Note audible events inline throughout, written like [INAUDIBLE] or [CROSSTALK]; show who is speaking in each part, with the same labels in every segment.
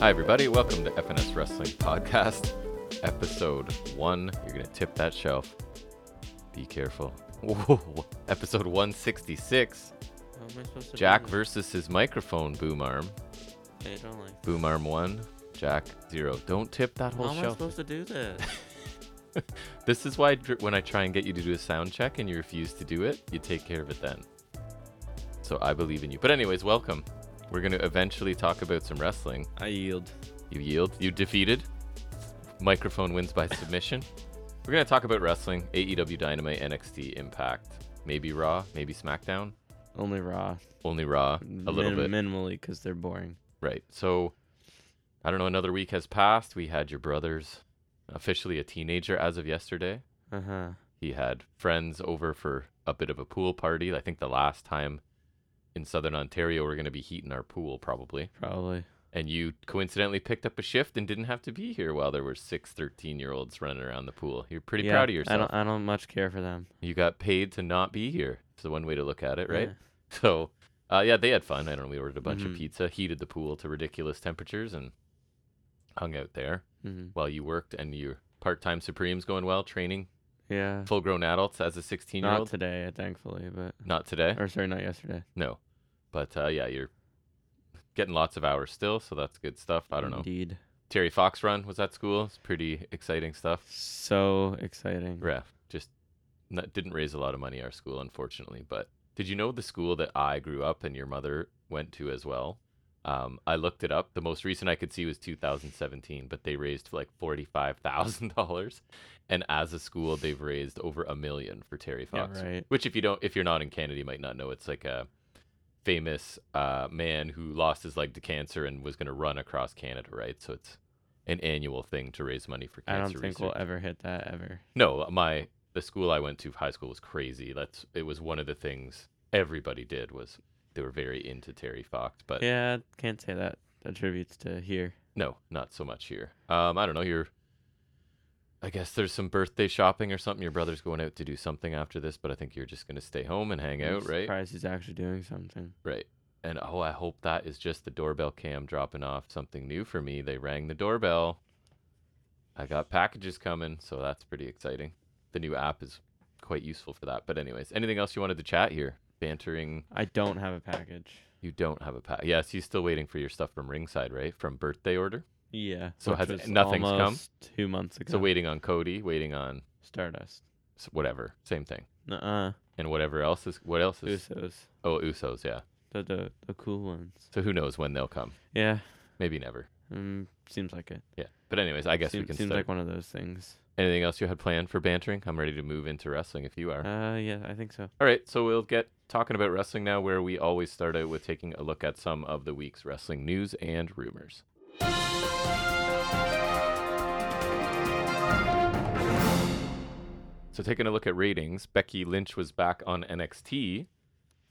Speaker 1: Hi, everybody. Welcome to FNS Wrestling Podcast, episode one. You're going to tip that shelf. Be careful. Whoa. Episode 166
Speaker 2: How am I supposed to
Speaker 1: Jack
Speaker 2: do
Speaker 1: versus his microphone boom arm.
Speaker 2: this? I don't like.
Speaker 1: Boom arm one, Jack zero. Don't tip that whole
Speaker 2: How am I
Speaker 1: shelf.
Speaker 2: supposed to do this?
Speaker 1: This is why dr- when I try and get you to do a sound check and you refuse to do it, you take care of it then. So I believe in you. But, anyways, welcome. We're going to eventually talk about some wrestling.
Speaker 3: [LAUGHS] I yield.
Speaker 1: You yield. You defeated. Microphone wins by submission. We're going to talk about wrestling, AEW Dynamite, NXT, Impact, maybe Raw, maybe SmackDown,
Speaker 3: Only raw.
Speaker 1: only Raw, a little bit.
Speaker 3: Min- Minimally, because they're boring.
Speaker 1: Right. So, I don't know, another week has passed. We had your brothers, officially a teenager as of yesterday.
Speaker 3: Uh huh.
Speaker 2: Uh-huh.
Speaker 1: He had friends over for a bit of a pool party. I think the last time in Southern Ontario, we're going to be heating our pool probably.
Speaker 3: Probably.
Speaker 1: and you coincidentally picked up a shift and didn't have to be here while there were six 13 year olds running around the pool. You're pretty
Speaker 3: Yeah,
Speaker 1: proud of
Speaker 3: I
Speaker 1: yourself.
Speaker 3: don't. I don't much care for them.
Speaker 1: You got paid to not be here. It's the one way to look at it, right? [LAUGHS] So, uh, yeah, they had fun. I don't know. We ordered a bunch of
Speaker 3: Mhm.
Speaker 1: pizza, heated the pool to ridiculous temperatures, and hung out there
Speaker 3: Yeah. hmm
Speaker 1: while you worked. And your part time Supreme's going well, training
Speaker 3: yeah.
Speaker 1: full grown adults as a 16 year
Speaker 3: Not
Speaker 1: old. Eh.
Speaker 3: today, uh, thankfully, but
Speaker 1: Not today.
Speaker 3: or sorry, not yesterday.
Speaker 1: No. But uh, yeah, you're getting lots of hours still, so that's good stuff. I don't know.
Speaker 3: Indeed.
Speaker 1: Terry Fox run was at school. It's pretty exciting stuff.
Speaker 3: So exciting.
Speaker 1: Yeah, just not, didn't raise a lot of money our school, unfortunately. But did you know the school that I grew up and your mother went to as well? Um, I looked it up. The most recent I could see was 2017, but they raised like forty-five thousand dollars, and as a school, they've raised over a million for Terry
Speaker 3: Yeah,
Speaker 1: Fox.
Speaker 3: right.
Speaker 1: Which, if you don't, if you're not in Canada, you might not know. It's like a famous uh, man who lost his leg to cancer and was going to run across Canada, right? So it's an annual thing to raise money for
Speaker 3: I
Speaker 1: cancer
Speaker 3: don't think
Speaker 1: research.
Speaker 3: we'll ever hit that ever.
Speaker 1: No, my the school I went to high school was crazy. That's it was one of the things everybody did was they were very into Terry Fox, but
Speaker 3: Yeah, can't say that attributes to here.
Speaker 1: no, not so much here. Um, I don't know. You're, I guess there's some birthday shopping or something. Your brother's going out to do something after this, but I think you're just gonna stay home and hang
Speaker 3: I'm
Speaker 1: out, right?
Speaker 3: Surprised he's actually doing something.
Speaker 1: Right. And oh, I hope that is just the doorbell cam dropping off something new for me. They rang the doorbell. I got packages coming, so that's pretty exciting. The new app is quite useful for that. But anyways, anything else you wanted to chat here? Bantering.
Speaker 3: I don't have a package.
Speaker 1: You don't have a pack. Yes, you're still waiting for your stuff from Ringside, right? From birthday order.
Speaker 3: Yeah.
Speaker 1: So
Speaker 3: which
Speaker 1: has-
Speaker 3: was
Speaker 1: nothing's come?
Speaker 3: almost Two months ago.
Speaker 1: So waiting on Cody, waiting on
Speaker 3: Stardust.
Speaker 1: s- whatever, same thing,
Speaker 3: Nuh-uh.
Speaker 1: and whatever else is what else is.
Speaker 3: Usos.
Speaker 1: Oh, Usos, yeah.
Speaker 3: The, the the cool ones.
Speaker 1: So who knows when they'll come?
Speaker 3: Yeah.
Speaker 1: Maybe never.
Speaker 3: Mm, seems like it.
Speaker 1: Yeah. But anyways, I guess
Speaker 3: Seem-
Speaker 1: we can
Speaker 3: seems
Speaker 1: start.
Speaker 3: like one of those things.
Speaker 1: Anything else you had planned for bantering? I'm ready to move into wrestling if you are.
Speaker 3: Uh, yeah, I think so.
Speaker 1: All right, so we'll get talking about wrestling now, where we always start out with taking a look at some of the week's wrestling news and rumors. So, taking a look at ratings, Becky Lynch was back on NXT.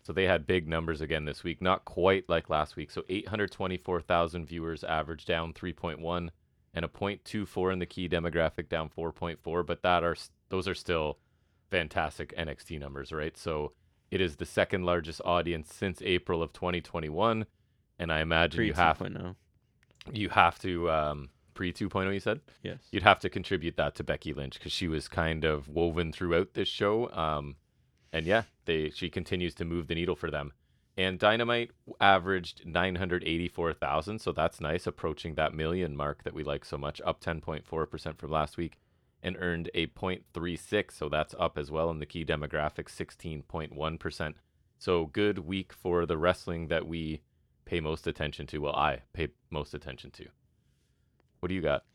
Speaker 1: So, they had big numbers again this week, not quite like last week. So, 824,000 viewers average down 3.1 and a 0.24 in the key demographic down 4.4, but that are those are still fantastic NXT numbers, right? So it is the second largest audience since April of 2021, and I imagine
Speaker 3: Pre
Speaker 1: you have
Speaker 3: 2.0.
Speaker 1: you have to um, pre 2.0. You said
Speaker 3: Yes.
Speaker 1: you'd have to contribute that to Becky Lynch because she was kind of woven throughout this show. Um, and yeah, they she continues to move the needle for them. And Dynamite averaged 984,000, so that's nice, approaching that million mark that we like so much, up 10.4% from last week, and earned a 0.36, so that's up as well in the key demographic, 16.1%. So good week for the wrestling that we pay most attention to. Well, I pay most attention to. What do you got?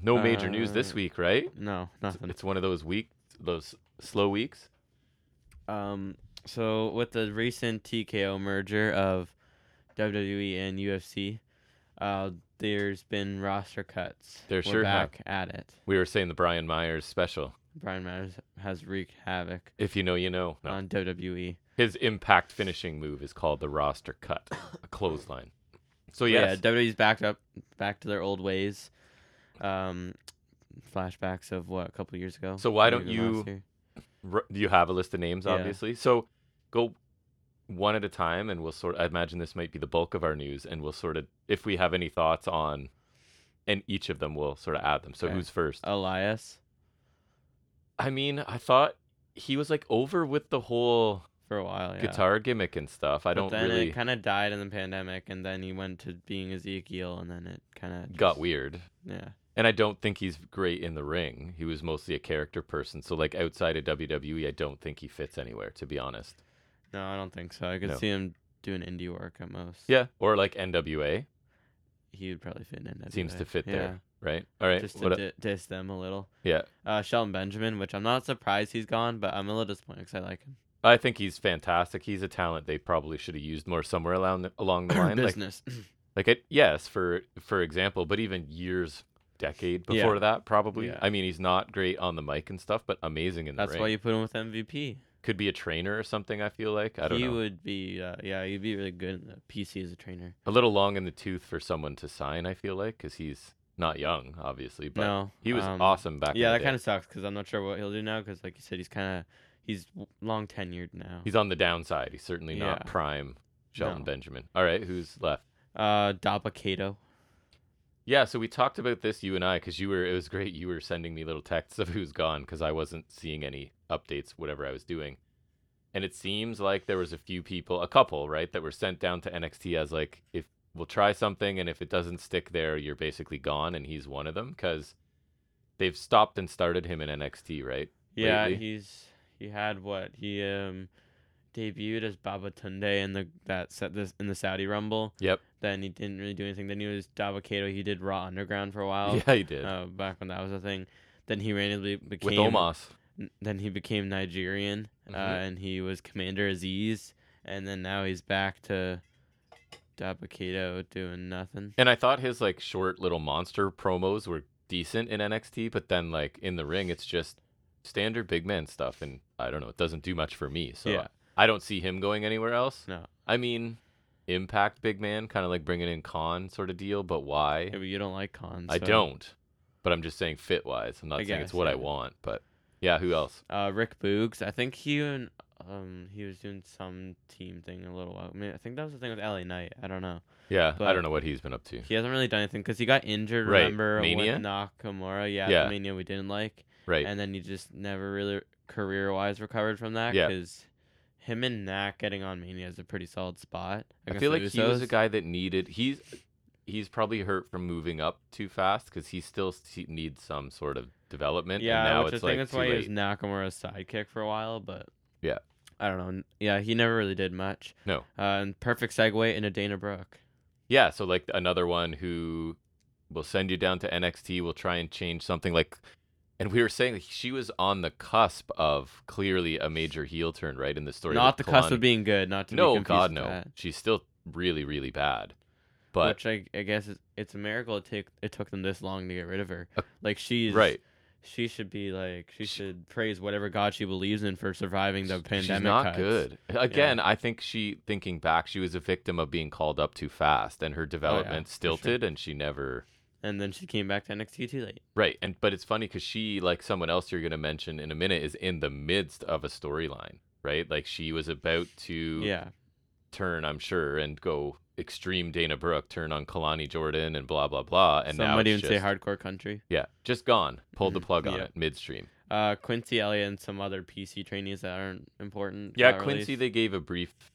Speaker 1: No major news this
Speaker 3: Uh,
Speaker 1: week, right?
Speaker 3: No,
Speaker 1: It's-
Speaker 3: nothing.
Speaker 1: It's one of those week, those slow weeks.
Speaker 3: Um, so with the recent TKO merger of WWE and UFC, uh, there's been roster cuts.
Speaker 1: There
Speaker 3: We're
Speaker 1: sure have.
Speaker 3: back at it.
Speaker 1: We were saying the Brian Myers special.
Speaker 3: Brian Myers has wreaked havoc
Speaker 1: If you know, you know. No.
Speaker 3: on E. WWE.
Speaker 1: His impact finishing move is called the roster cut, a clothesline. So
Speaker 3: But
Speaker 1: yes,
Speaker 3: Yeah, WWE's backed up back to their old ways. Um, flashbacks of what a couple years ago.
Speaker 1: So why
Speaker 3: Maybe
Speaker 1: don't
Speaker 3: even last
Speaker 1: you-
Speaker 3: year.
Speaker 1: r- you have a list of names,
Speaker 3: Yeah.
Speaker 1: obviously. So go one at a time, and we'll sort. I imagine this might be the bulk of our news, and we'll sort of, if we have any thoughts on, and each of them, we'll sort of add them. So
Speaker 3: Okay.
Speaker 1: who's first?
Speaker 3: Elias
Speaker 1: I mean, I thought he was like over with the whole
Speaker 3: for a while. Yeah.
Speaker 1: guitar gimmick and stuff. I
Speaker 3: But
Speaker 1: don't
Speaker 3: then
Speaker 1: really
Speaker 3: it kind of died in the pandemic, and then he went to being Ezekiel, and then it kind of
Speaker 1: got weird.
Speaker 3: Yeah.
Speaker 1: And I don't think he's great in the ring. He was mostly a character person. So like outside of WWE, I don't think he fits anywhere, to be honest.
Speaker 3: No, I don't think so. I could
Speaker 1: No.
Speaker 3: see him doing indie work at most.
Speaker 1: Yeah. Or like NWA,
Speaker 3: He would probably fit in. NWA.
Speaker 1: Seems to fit
Speaker 3: yeah.
Speaker 1: there. right? All right.
Speaker 3: Just to
Speaker 1: what-
Speaker 3: di- diss them a little.
Speaker 1: yeah.
Speaker 3: Uh, Shelton Benjamin, which I'm not surprised he's gone, but I'm a little disappointed because I like him.
Speaker 1: I think he's fantastic. He's a talent they probably should have used more somewhere along the, along
Speaker 3: [CLEARS THROAT]
Speaker 1: the line. like
Speaker 3: Business.
Speaker 1: like it, yes, for for example, but even years, decade
Speaker 3: Yeah.
Speaker 1: before that, probably.
Speaker 3: Yeah.
Speaker 1: I mean, he's not great on the mic and stuff, but amazing in the
Speaker 3: That's
Speaker 1: ring.
Speaker 3: why you put him with MVP.
Speaker 1: Could be a trainer or something. I feel like I don't
Speaker 3: he
Speaker 1: know.
Speaker 3: would be, uh, yeah, he'd be really good in the PC as a trainer.
Speaker 1: a little long in the tooth for someone to sign. I feel like because he's not young, obviously, but
Speaker 3: no,
Speaker 1: he was
Speaker 3: um,
Speaker 1: awesome back.
Speaker 3: Yeah,
Speaker 1: in the
Speaker 3: that kind of sucks because I'm not sure what he'll do now. Because like you said, he's kind of he's w- long tenured now.
Speaker 1: He's on the downside. He's certainly not
Speaker 3: Yeah.
Speaker 1: prime Shelton
Speaker 3: No.
Speaker 1: Benjamin. All right, who's left?
Speaker 3: Uh, Dapa Kato.
Speaker 1: Yeah, so we talked about this you and I because you were it was great. You were sending me little texts of who's gone because I wasn't seeing any updates, whatever I was doing. And it seems like there was a few people, a couple, right, that were sent down to NXT as like, if we'll try something and if it doesn't stick there, you're basically gone. And he's one of them because they've stopped and started him in NXT, right?
Speaker 3: Yeah,
Speaker 1: Lately.
Speaker 3: he's he had what he um debuted as Baba Tunde in the that set this in the Saudi Rumble.
Speaker 1: Yep.
Speaker 3: Then he didn't really do anything. Then he was Daba Kato. He did Raw Underground for a while.
Speaker 1: yeah, he did
Speaker 3: Uh, back when that was a thing. Then he randomly became
Speaker 1: with Omos.
Speaker 3: n- then he became Nigerian,
Speaker 1: Mhm.
Speaker 3: uh, and he was Commander Aziz, and then now he's back to Dabakato doing nothing.
Speaker 1: And I thought his like short little monster promos were decent in NXT, but then like in the ring, it's just standard big man stuff, and I don't know, it doesn't do much for me. So
Speaker 3: Yeah.
Speaker 1: I don't see him going anywhere else.
Speaker 3: No.
Speaker 1: I mean, Impact big man, kind of like bringing in Khan sort of deal, but why?
Speaker 3: Yeah, but you don't like Khan.
Speaker 1: I
Speaker 3: so-
Speaker 1: don't. But I'm just saying fit wise. I'm not
Speaker 3: I
Speaker 1: saying it's
Speaker 3: guess,
Speaker 1: what I
Speaker 3: yeah.
Speaker 1: want, but yeah, who else?
Speaker 3: Uh, Rick Boogs. I think he and um he was doing some team thing a little while. I mean, I think that was the thing with LA Knight. I don't know.
Speaker 1: Yeah, I
Speaker 3: But-
Speaker 1: don't know what he's been up to.
Speaker 3: He hasn't really done anything because he got injured.
Speaker 1: Right,
Speaker 3: Remember when
Speaker 1: Mania?
Speaker 3: Nakamura?
Speaker 1: Yeah.
Speaker 3: Yeah, yeah. Mania we didn't like,
Speaker 1: Right.
Speaker 3: and then he just never really career wise recovered from that.
Speaker 1: Yeah.
Speaker 3: Because him and Knack getting on Mania is a pretty solid spot.
Speaker 1: I
Speaker 3: against
Speaker 1: feel
Speaker 3: the
Speaker 1: like he was a
Speaker 3: Usos.
Speaker 1: guy that needed he's he's probably hurt from moving up too fast because he still se- needs some sort of development.
Speaker 3: Yeah,
Speaker 1: and now
Speaker 3: which
Speaker 1: it's
Speaker 3: I
Speaker 1: like
Speaker 3: think that's
Speaker 1: too
Speaker 3: why he was
Speaker 1: late.
Speaker 3: Nakamura's sidekick for a while, but
Speaker 1: Yeah.
Speaker 3: I don't know. N- Yeah, he never really did much.
Speaker 1: No.
Speaker 3: Uh, and perfect segue into Dana Brooke.
Speaker 1: yeah, so like another one who will send you down to NXT, will try and change something like. And we were saying that she was on the cusp of clearly a major heel turn, right? In the story,
Speaker 3: not the
Speaker 1: with
Speaker 3: cusp
Speaker 1: Kalani.
Speaker 3: of being good. Not to be
Speaker 1: No,
Speaker 3: confused
Speaker 1: God,
Speaker 3: with
Speaker 1: no.
Speaker 3: that,
Speaker 1: She's still really, really bad. But
Speaker 3: which I, I guess is, it's a miracle it take it took them this long to get rid of her.
Speaker 1: Uh,
Speaker 3: like she's
Speaker 1: right,
Speaker 3: She should be like
Speaker 1: She-
Speaker 3: she should praise whatever God she believes in for surviving the pandemic.
Speaker 1: She's not
Speaker 3: cuts.
Speaker 1: good. Again, I think she thinking back, she was a victim of being called up too fast and her development
Speaker 3: Oh, for sure.
Speaker 1: stilted and she never
Speaker 3: And then she came back to NXT too late.
Speaker 1: Right. And but it's funny cuz she like someone else you're going to mention in a minute is in the midst of a storyline, right? Like she was about to
Speaker 3: Yeah.
Speaker 1: turn, I'm sure, and go extreme Dana Brooke, turn on Kalani Jordan and blah blah blah and
Speaker 3: Some
Speaker 1: now
Speaker 3: might
Speaker 1: it's
Speaker 3: even say
Speaker 1: just-
Speaker 3: hardcore country.
Speaker 1: Yeah, just gone. Pulled the
Speaker 3: Mhm.
Speaker 1: plug on
Speaker 3: Yeah.
Speaker 1: it midstream.
Speaker 3: Uh, Quincy Elliott and some other PC trainees that aren't important.
Speaker 1: Yeah,
Speaker 3: got
Speaker 1: Quincy,
Speaker 3: released.
Speaker 1: they gave a brief [LAUGHS]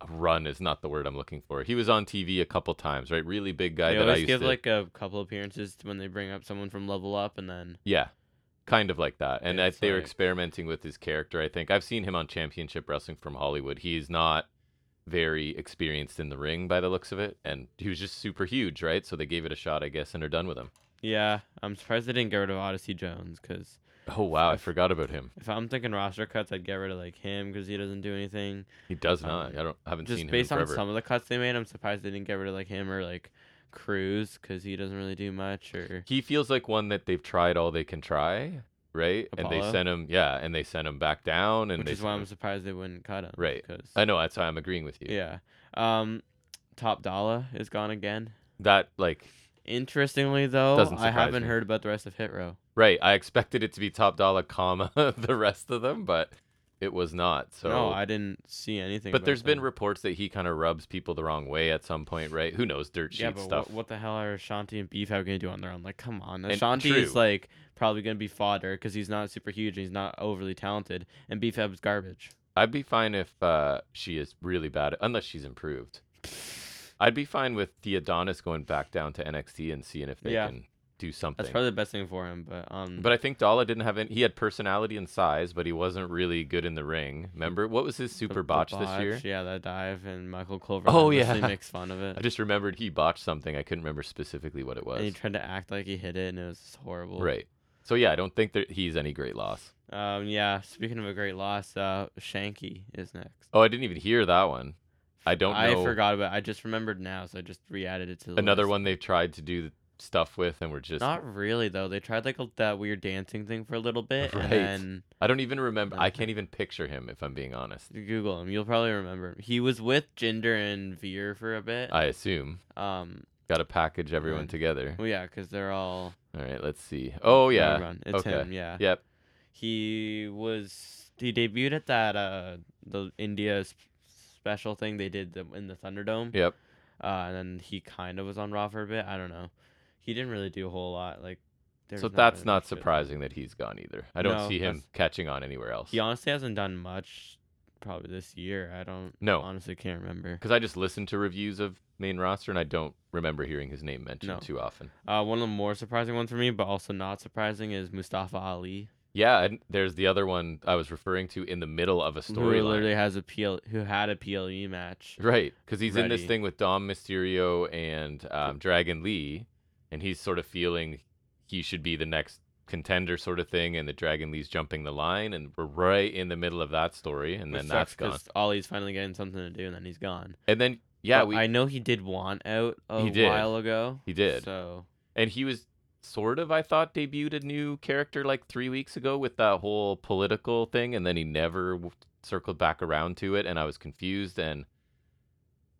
Speaker 1: a run is not the word I'm looking for. He was on TV a couple times, right? Really big guy
Speaker 3: They
Speaker 1: that I
Speaker 3: always
Speaker 1: used
Speaker 3: give
Speaker 1: to
Speaker 3: like a couple appearances to when they bring up someone from Level Up, and then
Speaker 1: yeah, kind of like that. And
Speaker 3: Yeah,
Speaker 1: I,
Speaker 3: it's
Speaker 1: they were
Speaker 3: like-
Speaker 1: experimenting with his character. I think I've seen him on Championship Wrestling from Hollywood. He's not very experienced in the ring by the looks of it, and he was just super huge, right? So they gave it a shot, I guess, and are done with him.
Speaker 3: yeah, I'm surprised they didn't get rid of Odyssey Jones because
Speaker 1: Oh wow, I
Speaker 3: If-
Speaker 1: forgot about him.
Speaker 3: if I'm thinking roster cuts, I'd get rid of like him because he doesn't do anything.
Speaker 1: He does not.
Speaker 3: Um,
Speaker 1: I don't I haven't
Speaker 3: Just
Speaker 1: seen him in
Speaker 3: based on
Speaker 1: forever.
Speaker 3: some of the cuts they made, I'm surprised they didn't get rid of like him or like Cruz because he doesn't really do much. Or
Speaker 1: he feels like one that they've tried all they can try, right? And they
Speaker 3: Apollo?
Speaker 1: sent him, yeah, and they sent him back down, and
Speaker 3: which
Speaker 1: they
Speaker 3: is why
Speaker 1: sent
Speaker 3: I'm
Speaker 1: him-
Speaker 3: surprised they wouldn't cut him.
Speaker 1: Right.
Speaker 3: 'cause-
Speaker 1: I know that's why I'm agreeing with you.
Speaker 3: yeah. Um, Top Dollar is gone again.
Speaker 1: That like
Speaker 3: Interestingly though,
Speaker 1: Doesn't
Speaker 3: I
Speaker 1: surprise
Speaker 3: haven't
Speaker 1: me.
Speaker 3: heard about the rest of Hit Row.
Speaker 1: [LAUGHS] right, I expected it to be top dollar comma the rest of them, but It was not. So
Speaker 3: no, I didn't see anything.
Speaker 1: but
Speaker 3: there's
Speaker 1: there's been reports that he kind of rubs people the wrong way at some point, right? Who knows? Dirt sheet
Speaker 3: yeah, but
Speaker 1: stuff.
Speaker 3: What, what the hell are Ashanti and Beef going to do on their own? Like, come on,
Speaker 1: And
Speaker 3: Ashanti
Speaker 1: true.
Speaker 3: is like probably going to be fodder because he's not super huge and he's not overly talented, and Beef is garbage.
Speaker 1: I'd be fine if uh, she is really bad, unless she's improved. I'd be fine with Theodonis going back down to NXT and seeing if they
Speaker 3: Yeah.
Speaker 1: can do something.
Speaker 3: That's probably the best thing for him. But um,
Speaker 1: Mm-hmm. but I think Dalla didn't have any. He had personality and size, but he wasn't really good in the ring. Remember what was his
Speaker 3: the-
Speaker 1: super
Speaker 3: the
Speaker 1: botch, this year?
Speaker 3: Yeah, that dive and Michael Clover.
Speaker 1: Oh,
Speaker 3: endlessly
Speaker 1: yeah.
Speaker 3: makes fun of
Speaker 1: [LAUGHS] I
Speaker 3: it.
Speaker 1: just remembered he botched something. I couldn't remember specifically what it was.
Speaker 3: And he tried to act like he hit it, and it was just horrible.
Speaker 1: Right. So yeah, I don't think that he's any great loss.
Speaker 3: Um. Yeah. Speaking of a great loss, uh, Shanky is next.
Speaker 1: Oh, I didn't even hear that one. I don't
Speaker 3: I
Speaker 1: know.
Speaker 3: forgot about. I just remembered now, so I just re-added it to the
Speaker 1: Another
Speaker 3: list.
Speaker 1: one they've tried to do stuff with, and we're just.
Speaker 3: Not really though. They tried like a, that weird dancing thing for a little bit,
Speaker 1: Right.
Speaker 3: and then
Speaker 1: I don't even remember. I
Speaker 3: Okay.
Speaker 1: can't even picture him if I'm being honest.
Speaker 3: Google him. You'll probably remember. him. He was with Jinder and Veer for a bit.
Speaker 1: I assume.
Speaker 3: um.
Speaker 1: Got to package everyone
Speaker 3: Right.
Speaker 1: together.
Speaker 3: Well, yeah, because they're all.
Speaker 1: All right, let's see. Oh
Speaker 3: Never
Speaker 1: yeah.
Speaker 3: mind. It's
Speaker 1: Okay.
Speaker 3: him. Yeah.
Speaker 1: Yep.
Speaker 3: He was. He debuted at that uh the India sp- special thing they did the, in the Thunderdome.
Speaker 1: Yep.
Speaker 3: Uh, and then he kind of was on Raw for a bit. I don't know. He didn't really do a whole lot. Like. there's
Speaker 1: so that's
Speaker 3: really
Speaker 1: not
Speaker 3: much good.
Speaker 1: surprising that he's gone either. I don't
Speaker 3: No,
Speaker 1: see him
Speaker 3: that's-
Speaker 1: catching on anywhere else.
Speaker 3: He honestly hasn't done much probably this year. I don't
Speaker 1: No.
Speaker 3: honestly can't remember.
Speaker 1: Because I just listen to reviews of main roster and I don't remember hearing his name mentioned
Speaker 3: No.
Speaker 1: too often.
Speaker 3: Uh, one of the more surprising ones for me, but also not surprising, is Mustafa Ali,
Speaker 1: Yeah, and there's the other one I was referring to in the middle of a
Speaker 3: who literally
Speaker 1: storyline.
Speaker 3: has a PL, who had a PLE match.
Speaker 1: Right, because he's in this
Speaker 3: Ready.
Speaker 1: thing with Dom Mysterio and um, Dragon Lee, and he's sort of feeling he should be the next contender, sort of thing, and the Dragon Lee's jumping the line, and we're right in the middle of that story, and
Speaker 3: which
Speaker 1: then
Speaker 3: sucks
Speaker 1: that's gone,
Speaker 3: 'cause Ali's finally getting something to do, and then he's gone.
Speaker 1: and then yeah,
Speaker 3: But
Speaker 1: we
Speaker 3: I know he did want out a
Speaker 1: He did.
Speaker 3: while ago.
Speaker 1: He did.
Speaker 3: So
Speaker 1: and he was sort of I thought debuted a new character like three weeks ago with that whole political thing, and then he never w- circled back around to it, and I was confused, and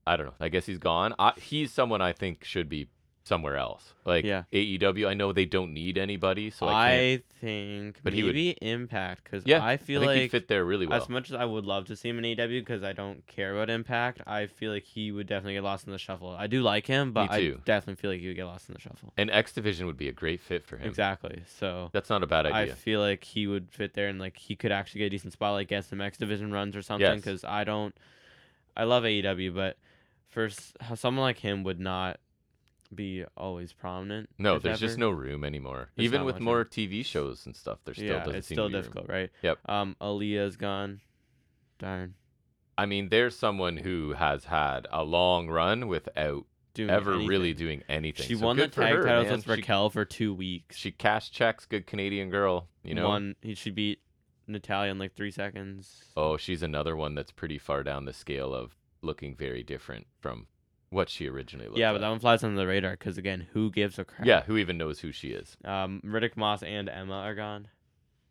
Speaker 1: I don't know. I guess he's gone. I, he's someone I think should be somewhere else, like
Speaker 3: Yeah.
Speaker 1: AEW. I know they don't need anybody, so I, can't,
Speaker 3: I, think
Speaker 1: But he would-
Speaker 3: maybe Impact because
Speaker 1: Yeah,
Speaker 3: I
Speaker 1: I
Speaker 3: feel
Speaker 1: think
Speaker 3: like
Speaker 1: he fit there really well.
Speaker 3: As much as I would love to see him in AEW because I don't care about Impact, I feel like he would definitely get lost in the shuffle. I do like him, but I
Speaker 1: too.
Speaker 3: definitely feel like he would get lost in the shuffle.
Speaker 1: and X Division would be a great fit for him.
Speaker 3: Exactly. So
Speaker 1: That's not a bad
Speaker 3: I
Speaker 1: idea.
Speaker 3: feel like he would fit there and like he could actually get a decent spotlight, get some X Division runs or something.
Speaker 1: Yes.
Speaker 3: Because I don't, I love AEW, but for s- how someone like him would not be always prominent.
Speaker 1: no,
Speaker 3: if
Speaker 1: there's just
Speaker 3: ever.
Speaker 1: no room anymore.
Speaker 3: There's
Speaker 1: Even
Speaker 3: not
Speaker 1: with
Speaker 3: much room.
Speaker 1: more TV shows and stuff, there still
Speaker 3: yeah,
Speaker 1: doesn't
Speaker 3: it's
Speaker 1: seem
Speaker 3: still
Speaker 1: to be room.
Speaker 3: difficult, right?
Speaker 1: Yep.
Speaker 3: Um, Aaliyah's gone. Darn.
Speaker 1: I mean, there's someone who has had a long run without
Speaker 3: Doing
Speaker 1: ever
Speaker 3: anything.
Speaker 1: really doing anything.
Speaker 3: She
Speaker 1: So
Speaker 3: won the
Speaker 1: good for
Speaker 3: tag
Speaker 1: her,
Speaker 3: titles
Speaker 1: man.
Speaker 3: with Raquel for two weeks.
Speaker 1: She, she cash checks, good Canadian girl. You know.
Speaker 3: won. He, she beat Natalia in like three seconds.
Speaker 1: Oh, she's another one that's pretty far down the scale of looking very different from what she originally looked.
Speaker 3: yeah, but that
Speaker 1: like.
Speaker 3: one flies under the radar because again, who gives a crap?
Speaker 1: yeah, who even knows who she is?
Speaker 3: Um, Riddick Moss and Emma are gone.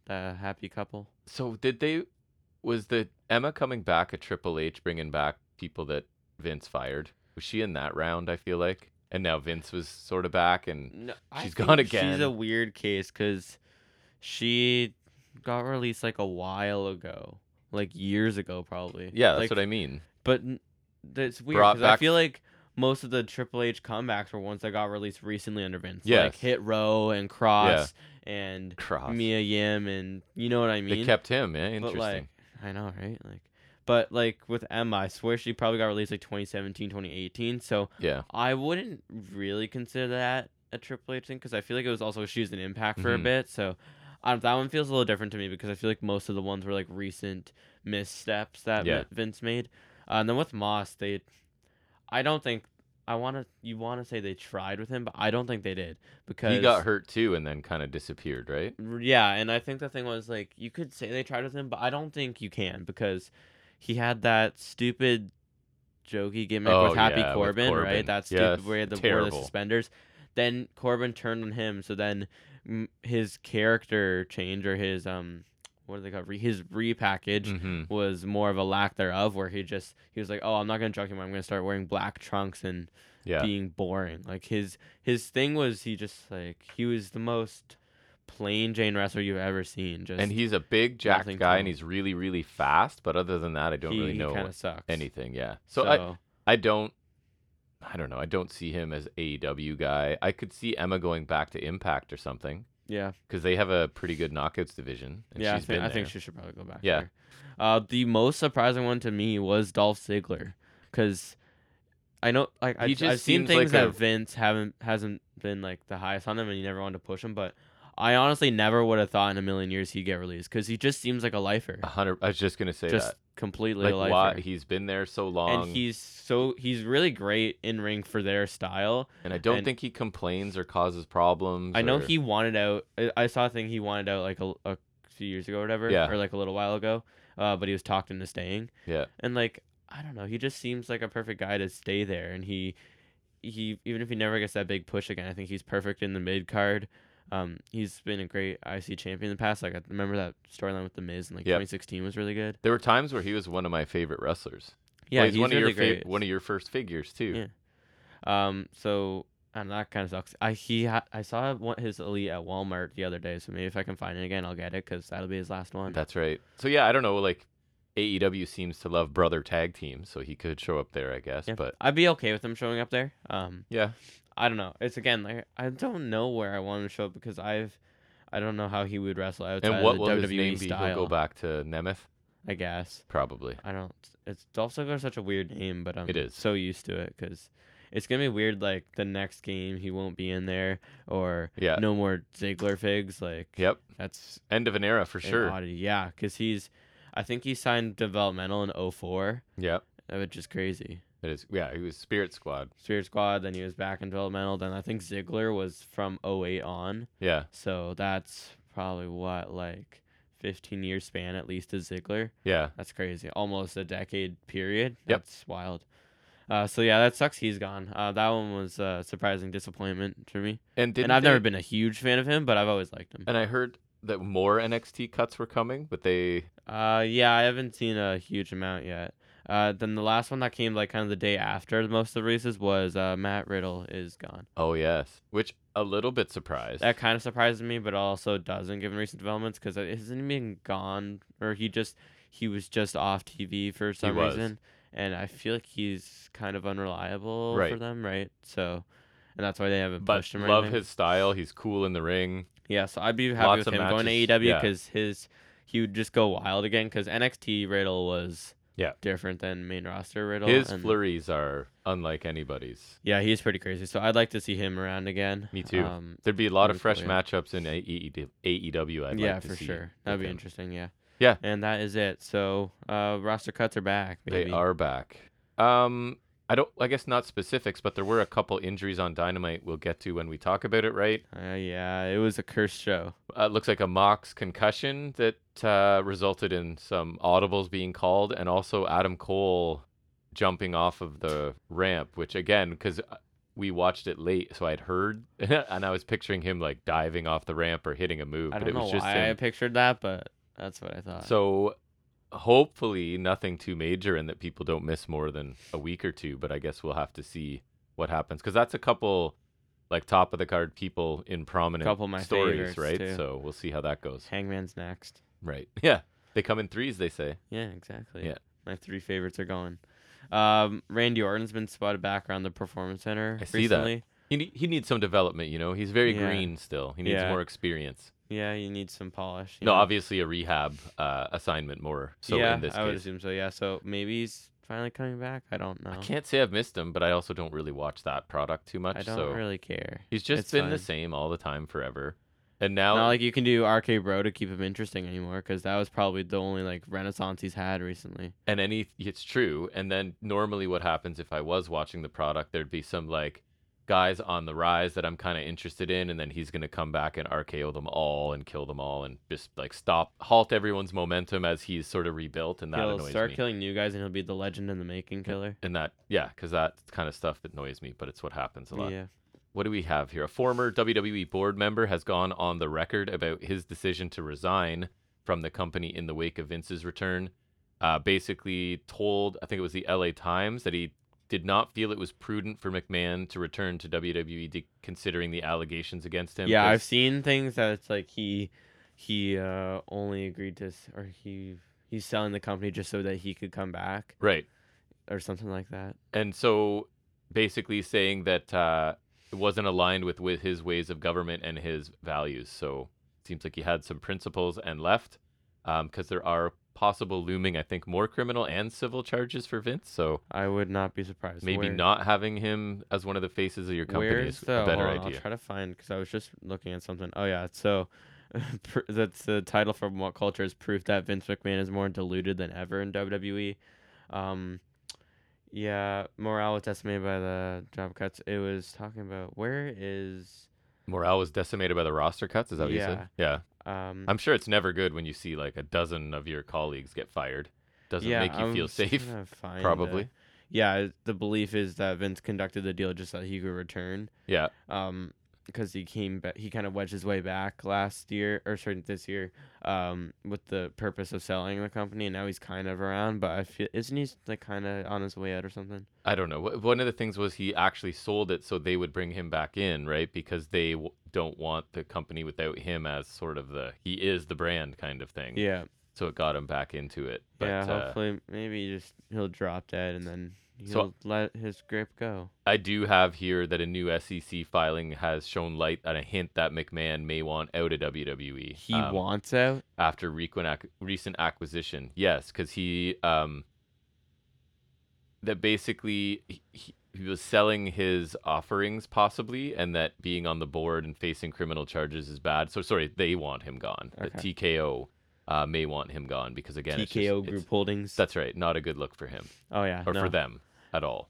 Speaker 3: The happy couple.
Speaker 1: So did they? Was the Emma coming back at Triple H bringing back people that Vince fired? Was she in that round? I feel like, and now Vince was sort of back, and
Speaker 3: No,
Speaker 1: She's gone
Speaker 3: She's
Speaker 1: again.
Speaker 3: a weird case because she got released like a while ago, like years ago, probably.
Speaker 1: yeah, that's
Speaker 3: like,
Speaker 1: what I mean.
Speaker 3: But n- that's weird
Speaker 1: Brought
Speaker 3: 'cause I
Speaker 1: back-
Speaker 3: feel like most of the Triple H comebacks were ones that got released recently under Vince.
Speaker 1: Yes.
Speaker 3: Like Hit Row and Cross and
Speaker 1: Cross.
Speaker 3: Mia Yim and you know what I mean?
Speaker 1: They kept him. Yeah, interesting.
Speaker 3: But like I know, right? Like but like with Emma, I swear she probably got released like 2017, 2018. So
Speaker 1: yeah.
Speaker 3: I wouldn't really consider that a Triple H thing because I feel like it was also she was an impact for
Speaker 1: Mhm.
Speaker 3: a bit. So I, that one feels a little different to me because I feel like most of the ones were like recent missteps that
Speaker 1: Yeah.
Speaker 3: Vin- Vince made. Uh, and then with Moss, they, I don't think I want to. You want to say they tried with him, but I don't think they did because
Speaker 1: He got hurt too and then kind of disappeared, right?
Speaker 3: R- Yeah, and I think the thing was like you could say they tried with him, but I don't think you can because he had that stupid jokey gimmick
Speaker 1: Oh,
Speaker 3: with Happy
Speaker 1: yeah, with
Speaker 3: Corbin,
Speaker 1: Corbin.
Speaker 3: right? That stupid
Speaker 1: Yes,
Speaker 3: where he had the wore the
Speaker 1: terrible.
Speaker 3: suspenders. Then Corbin turned on him, so then mm, his character change or his um what do they call it? Re- his repackage
Speaker 1: Mm-hmm.
Speaker 3: was more of a lack thereof, where he just he was like, oh, I'm not gonna joke anymore. I'm gonna start wearing black trunks and
Speaker 1: Yeah.
Speaker 3: being boring. Like his his thing was he just like he was the most plain Jane wrestler you've ever seen. Just
Speaker 1: and he's a big jacked
Speaker 3: nothing
Speaker 1: guy
Speaker 3: to
Speaker 1: and
Speaker 3: him.
Speaker 1: he's really really fast but other than that i don't
Speaker 3: he,
Speaker 1: really know
Speaker 3: kind of sucks.
Speaker 1: anything yeah so i I don't I don't know. I don't see him as AEW guy. I could see Emma going back to Impact or something
Speaker 3: yeah,
Speaker 1: because they have a pretty good knockouts division. And
Speaker 3: yeah. I
Speaker 1: she's
Speaker 3: think,
Speaker 1: been
Speaker 3: I think
Speaker 1: there.
Speaker 3: she should probably go back.
Speaker 1: Yeah.
Speaker 3: there. Uh, the most surprising one to me was Dolph Ziggler, because I know like I,
Speaker 1: He just
Speaker 3: I've seen
Speaker 1: seems like
Speaker 3: things
Speaker 1: a-
Speaker 3: that Vince haven't hasn't been like the highest on him, and he never wanted to push him. But I honestly never would have thought in a million years he'd get released because he just seems like a lifer,
Speaker 1: A hundred. I was just gonna Ah, say
Speaker 3: just
Speaker 1: that.
Speaker 3: completely
Speaker 1: Like
Speaker 3: a lifer.
Speaker 1: why he's been there so long,
Speaker 3: and
Speaker 1: and,
Speaker 3: he's so he's really great in ring for their style.
Speaker 1: I don't
Speaker 3: and-
Speaker 1: think he complains or causes problems.
Speaker 3: I know
Speaker 1: or-
Speaker 3: he wanted out. I- I saw a thing he wanted out like a, a few years ago or whatever,
Speaker 1: Yeah.
Speaker 3: or like a little while ago. Uh, but he was talked into staying.
Speaker 1: Yeah.
Speaker 3: And like I don't know, he just seems like a perfect guy to stay there. And he, he even if he never gets that big push again, I think he's perfect in the mid card. Um, he's been a great IC champion in the past. Like I remember that storyline with the Miz in like
Speaker 1: Yep.
Speaker 3: 2016 was really good.
Speaker 1: There were times where he was one of my favorite wrestlers.
Speaker 3: Yeah,
Speaker 1: Well,
Speaker 3: he's,
Speaker 1: he's, one
Speaker 3: really
Speaker 1: of your fa-
Speaker 3: great.
Speaker 1: one of your first figures too.
Speaker 3: Yeah. Um, so and that kind of sucks. I he ha- I saw one, his elite at Walmart the other day, so maybe if I can find it again, I'll get it because that'll be his last one.
Speaker 1: That's right. So yeah, I don't know. Like AEW seems to love brother tag teams, so he could show up there, I guess.
Speaker 3: Yeah.
Speaker 1: But
Speaker 3: I'd be okay with him showing up there. Um,
Speaker 1: yeah,
Speaker 3: I don't know. It's again like I don't know where I want him to show up because I've I don't know how he would wrestle outside
Speaker 1: and what
Speaker 3: of
Speaker 1: will
Speaker 3: the WWE
Speaker 1: his name be?
Speaker 3: style.
Speaker 1: He'll go back to Nemeth,
Speaker 3: I guess
Speaker 1: probably.
Speaker 3: I don't. It's Dolph Ziggler such a weird name, but I'm
Speaker 1: It is.
Speaker 3: so used to it because it's gonna be weird. Like the next game, he won't be in there, or
Speaker 1: Yeah.
Speaker 3: no more Ziggler figs. Like
Speaker 1: Yep.
Speaker 3: that's
Speaker 1: End of an era for
Speaker 3: an
Speaker 1: sure.
Speaker 3: oddity. Yeah, because he's, I think he signed developmental in 04,
Speaker 1: Yep.
Speaker 3: uh, which is crazy.
Speaker 1: It is. Yeah, he was Spirit Squad.
Speaker 3: Spirit Squad, then he was back in developmental. Then I think Ziggler was from 08 on.
Speaker 1: Yeah.
Speaker 3: So that's probably what, like 15 year span at least is Ziggler.
Speaker 1: Yeah.
Speaker 3: That's crazy. Almost a decade period.
Speaker 1: Yep.
Speaker 3: That's wild. Uh, so yeah, that sucks. He's gone. Uh, that one was a surprising disappointment to me.
Speaker 1: And didn't
Speaker 3: and I've
Speaker 1: they-
Speaker 3: never been a huge fan of him, but I've always liked him.
Speaker 1: And I heard that more NXT cuts were coming, but they
Speaker 3: Uh, yeah, I haven't seen a huge amount yet. Uh, then the last one that came like kind of the day after most of the releases was uh, Matt Riddle is gone.
Speaker 1: oh yes, which a little bit surprised.
Speaker 3: That kind of surprises me, but also doesn't given recent developments because it hasn't been gone or he just he was just off TV for some
Speaker 1: was.
Speaker 3: reason, and I feel like he's kind of unreliable for
Speaker 1: Right.
Speaker 3: them, right? So, and that's why they haven't
Speaker 1: but
Speaker 3: pushed him. Or
Speaker 1: love
Speaker 3: anything.
Speaker 1: his style. He's cool in the ring.
Speaker 3: Yeah, so I'd be happy
Speaker 1: Lots
Speaker 3: with
Speaker 1: of
Speaker 3: him going to
Speaker 1: matches,
Speaker 3: AEW
Speaker 1: yeah.
Speaker 3: because his he would just go wild again because NXT Riddle was
Speaker 1: Yeah.
Speaker 3: different than main roster Riddle.
Speaker 1: His
Speaker 3: and-
Speaker 1: flurries are unlike anybody's.
Speaker 3: Yeah, he's pretty crazy. So I'd like to see him around again.
Speaker 1: Me too.
Speaker 3: Um,
Speaker 1: There'd be a lot
Speaker 3: Really
Speaker 1: of
Speaker 3: cool,
Speaker 1: fresh
Speaker 3: yeah.
Speaker 1: matchups in E AEW. AEW I'd
Speaker 3: yeah,
Speaker 1: like to
Speaker 3: for
Speaker 1: see
Speaker 3: sure. That'd
Speaker 1: with
Speaker 3: be
Speaker 1: him.
Speaker 3: interesting. Yeah.
Speaker 1: Yeah.
Speaker 3: And that is it. So uh, roster cuts are back. Baby.
Speaker 1: They are back. Um, I don't. I guess not specifics, but there were a couple injuries on Dynamite. We'll get to when we talk about it, right?
Speaker 3: Uh, yeah, it was a cursed show.
Speaker 1: uh, it looks like a Mox concussion that uh, resulted in some audibles being called, and also Adam Cole jumping off of the ramp, which again, because we watched it late, so I'd heard, [LAUGHS] and I was picturing him like diving off the ramp or hitting a move,
Speaker 3: I
Speaker 1: but
Speaker 3: don't
Speaker 1: it
Speaker 3: know
Speaker 1: was just
Speaker 3: why I
Speaker 1: him.
Speaker 3: pictured that, but that's what I thought.
Speaker 1: so. Hopefully, nothing too major, and that people don't miss more than a week or two. But I guess we'll have to see what happens because that's a couple, like top of the card people in prominent
Speaker 3: Couple of my
Speaker 1: stories,
Speaker 3: favorites,
Speaker 1: right?
Speaker 3: too.
Speaker 1: So we'll see how that goes.
Speaker 3: Hangman's next.
Speaker 1: Right. [LAUGHS] Yeah. They come in threes, they say.
Speaker 3: Yeah, exactly.
Speaker 1: Yeah.
Speaker 3: My three favorites are going. Um, Randy Orton's been spotted back around the performance center
Speaker 1: I see that.
Speaker 3: recently.
Speaker 1: He, ne- he needs some development, you know. He's very
Speaker 3: Yeah.
Speaker 1: green still. He needs
Speaker 3: Yeah.
Speaker 1: more experience.
Speaker 3: Yeah, you need some polish. you
Speaker 1: No,
Speaker 3: know?
Speaker 1: obviously a rehab uh, assignment more so
Speaker 3: yeah,
Speaker 1: in this
Speaker 3: I would
Speaker 1: case.
Speaker 3: assume so. Yeah, so maybe he's finally coming back. I don't know.
Speaker 1: I can't say I've missed him, but I also don't really watch that product too much.
Speaker 3: uh-huh. I don't
Speaker 1: so
Speaker 3: really care.
Speaker 1: he's just
Speaker 3: It's
Speaker 1: been
Speaker 3: fine.
Speaker 1: the same all the time forever. And now,
Speaker 3: Not like you can do RK Bro to keep him interesting anymore, because that was probably the only like renaissance he's had recently.
Speaker 1: and any, it's true. And then normally what happens if I was watching the product, there'd be some like guys on the rise that I'm kind of interested in. And then he's going to come back and RKO them all and kill them all and just like stop, halt everyone's momentum as he's sort of rebuilt. And that
Speaker 3: he'll
Speaker 1: annoys
Speaker 3: start
Speaker 1: me.
Speaker 3: killing new guys, and he'll be the legend in the making killer.
Speaker 1: And that, yeah, because that kind of stuff annoys me, but it's what happens a lot.
Speaker 3: Yeah,
Speaker 1: What do we have here? A former WWE board member has gone on the record about his decision to resign from the company in the wake of Vince's return. Uh, basically, told, I think it was the LA Times, that he did not feel it was prudent for McMahon to return to WWE, de- considering the allegations against him.
Speaker 3: yeah,
Speaker 1: 'cause-
Speaker 3: I've seen things that it's like he he uh, only agreed to s- or he he's selling the company just so that he could come back
Speaker 1: right.
Speaker 3: or something like that.
Speaker 1: and so basically saying that uh, it wasn't aligned with, with his ways of government and his values. So it seems like he had some principles and left because there are possible looming, I think, more criminal and civil charges for Vince. So
Speaker 3: I would not be surprised.
Speaker 1: maybe
Speaker 3: Where-
Speaker 1: not having him as one of the faces of your company
Speaker 3: Where's
Speaker 1: is
Speaker 3: the
Speaker 1: a better
Speaker 3: hold on,
Speaker 1: idea.
Speaker 3: I'll try to find because I was just looking at something. Oh yeah, so [LAUGHS] pr- that's the title from What Culture is proof that Vince McMahon is more diluted than ever in WWE. Um, yeah, morale was decimated by the job cuts. It was talking about where is
Speaker 1: Morale was decimated by the roster cuts. Is that what you said? Yeah.
Speaker 3: um.
Speaker 1: I'm sure it's never good when you see like a dozen of your colleagues get fired. Doesn't
Speaker 3: yeah,
Speaker 1: make you
Speaker 3: I'm
Speaker 1: feel
Speaker 3: just [LAUGHS]
Speaker 1: safe.
Speaker 3: trying to find the-
Speaker 1: probably.
Speaker 3: yeah, the belief is that Vince conducted the deal just so he could return.
Speaker 1: Yeah.
Speaker 3: um because he came back he kind of wedged his way back last year or sorry this year um with the purpose of selling the company and now he's kind of around but i feel isn't he like kind of on his way out or something
Speaker 1: I don't know. Wh- One of the things was he actually sold it so they would bring him back in, right? Because they w- don't want the company without him as sort of the he is the brand kind of thing.
Speaker 3: yeah
Speaker 1: So it got him back into it. But
Speaker 3: yeah
Speaker 1: uh,
Speaker 3: hopefully maybe he just he'll drop dead and then he'll
Speaker 1: So-
Speaker 3: let his grip go
Speaker 1: I do have here that a new SEC filing has shown light on a hint that McMahon may want out of WWE.
Speaker 3: he
Speaker 1: um,
Speaker 3: wants out
Speaker 1: after recent ac- recent acquisition. Yes, because he um that basically he, he he was selling his offerings possibly, and that being on the board and facing criminal charges is bad. So sorry, they want him gone. That
Speaker 3: Okay.
Speaker 1: TKO uh, may want him gone because again, it's just-
Speaker 3: tko
Speaker 1: it's-
Speaker 3: group holdings
Speaker 1: that's right, not a good look for him
Speaker 3: oh yeah
Speaker 1: or
Speaker 3: no.
Speaker 1: for them at all.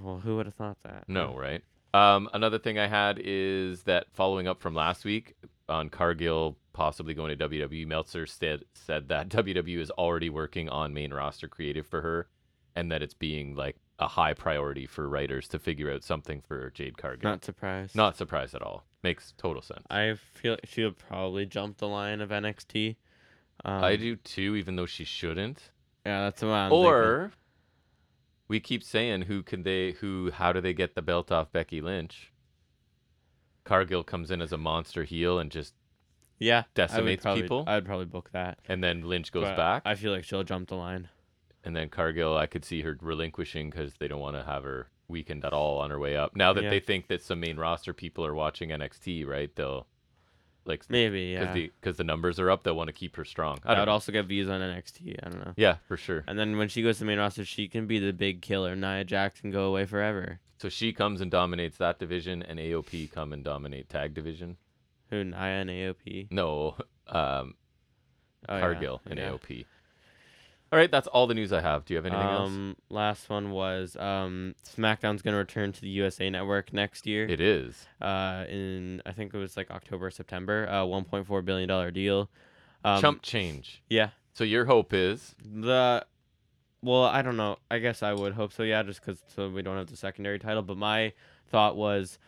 Speaker 3: well who would have thought that
Speaker 1: No, right? Um, another thing I had is that following up from last week on Cargill possibly going to WWE, Meltzer said said that [LAUGHS] WWE is already working on main roster creative for her, and that it's being like a high priority for writers to figure out something for Jade Cargill.
Speaker 3: not surprised
Speaker 1: Not surprised at all. Makes total sense. I,
Speaker 3: i feel she'll probably jump the line of nxt um,
Speaker 1: do too, even though she shouldn't.
Speaker 3: yeah that's what I'm thinking.
Speaker 1: or we keep saying who can they who how do they get the belt off Becky Lynch? Cargill comes in as a monster heel and just
Speaker 3: Yeah, I would
Speaker 1: decimates
Speaker 3: probably-
Speaker 1: people?
Speaker 3: I'd probably book that.
Speaker 1: and then Lynch goes
Speaker 3: but
Speaker 1: back
Speaker 3: I feel like she'll jump the line.
Speaker 1: and then Cargill I could see her relinquishing cuz they don't want to have her weakened at all on her way up. Now that
Speaker 3: Yeah.
Speaker 1: they think that some main roster people are watching NXT, right? They'll like
Speaker 3: Maybe.
Speaker 1: cuz
Speaker 3: Yeah.
Speaker 1: the cuz the numbers are up, they'll want to keep her strong. I
Speaker 3: I
Speaker 1: don't
Speaker 3: would
Speaker 1: know.
Speaker 3: also get views on NXT. I don't know.
Speaker 1: Yeah, for sure.
Speaker 3: And then when she goes to main roster, she can be the big killer. Nia Jax can go away forever.
Speaker 1: So she comes and dominates that division and AOP come and dominate tag division.
Speaker 3: Who Nia and AOP?
Speaker 1: No, [LAUGHS] um
Speaker 3: Oh, yeah,
Speaker 1: Cargill and
Speaker 3: yeah.
Speaker 1: AOP. All right, that's all the news I have. Do you have anything else?
Speaker 3: Um, last one was um, SmackDown's gonna return to the USA Network next year.
Speaker 1: It is.
Speaker 3: uh, in I think it was like October, September. Uh, 1.4 billion dollar deal. Um,
Speaker 1: Chump change.
Speaker 3: Yeah.
Speaker 1: So your hope is
Speaker 3: The well, I don't know. I guess I would hope so. Yeah, just because so we don't have the secondary title. But my thought was,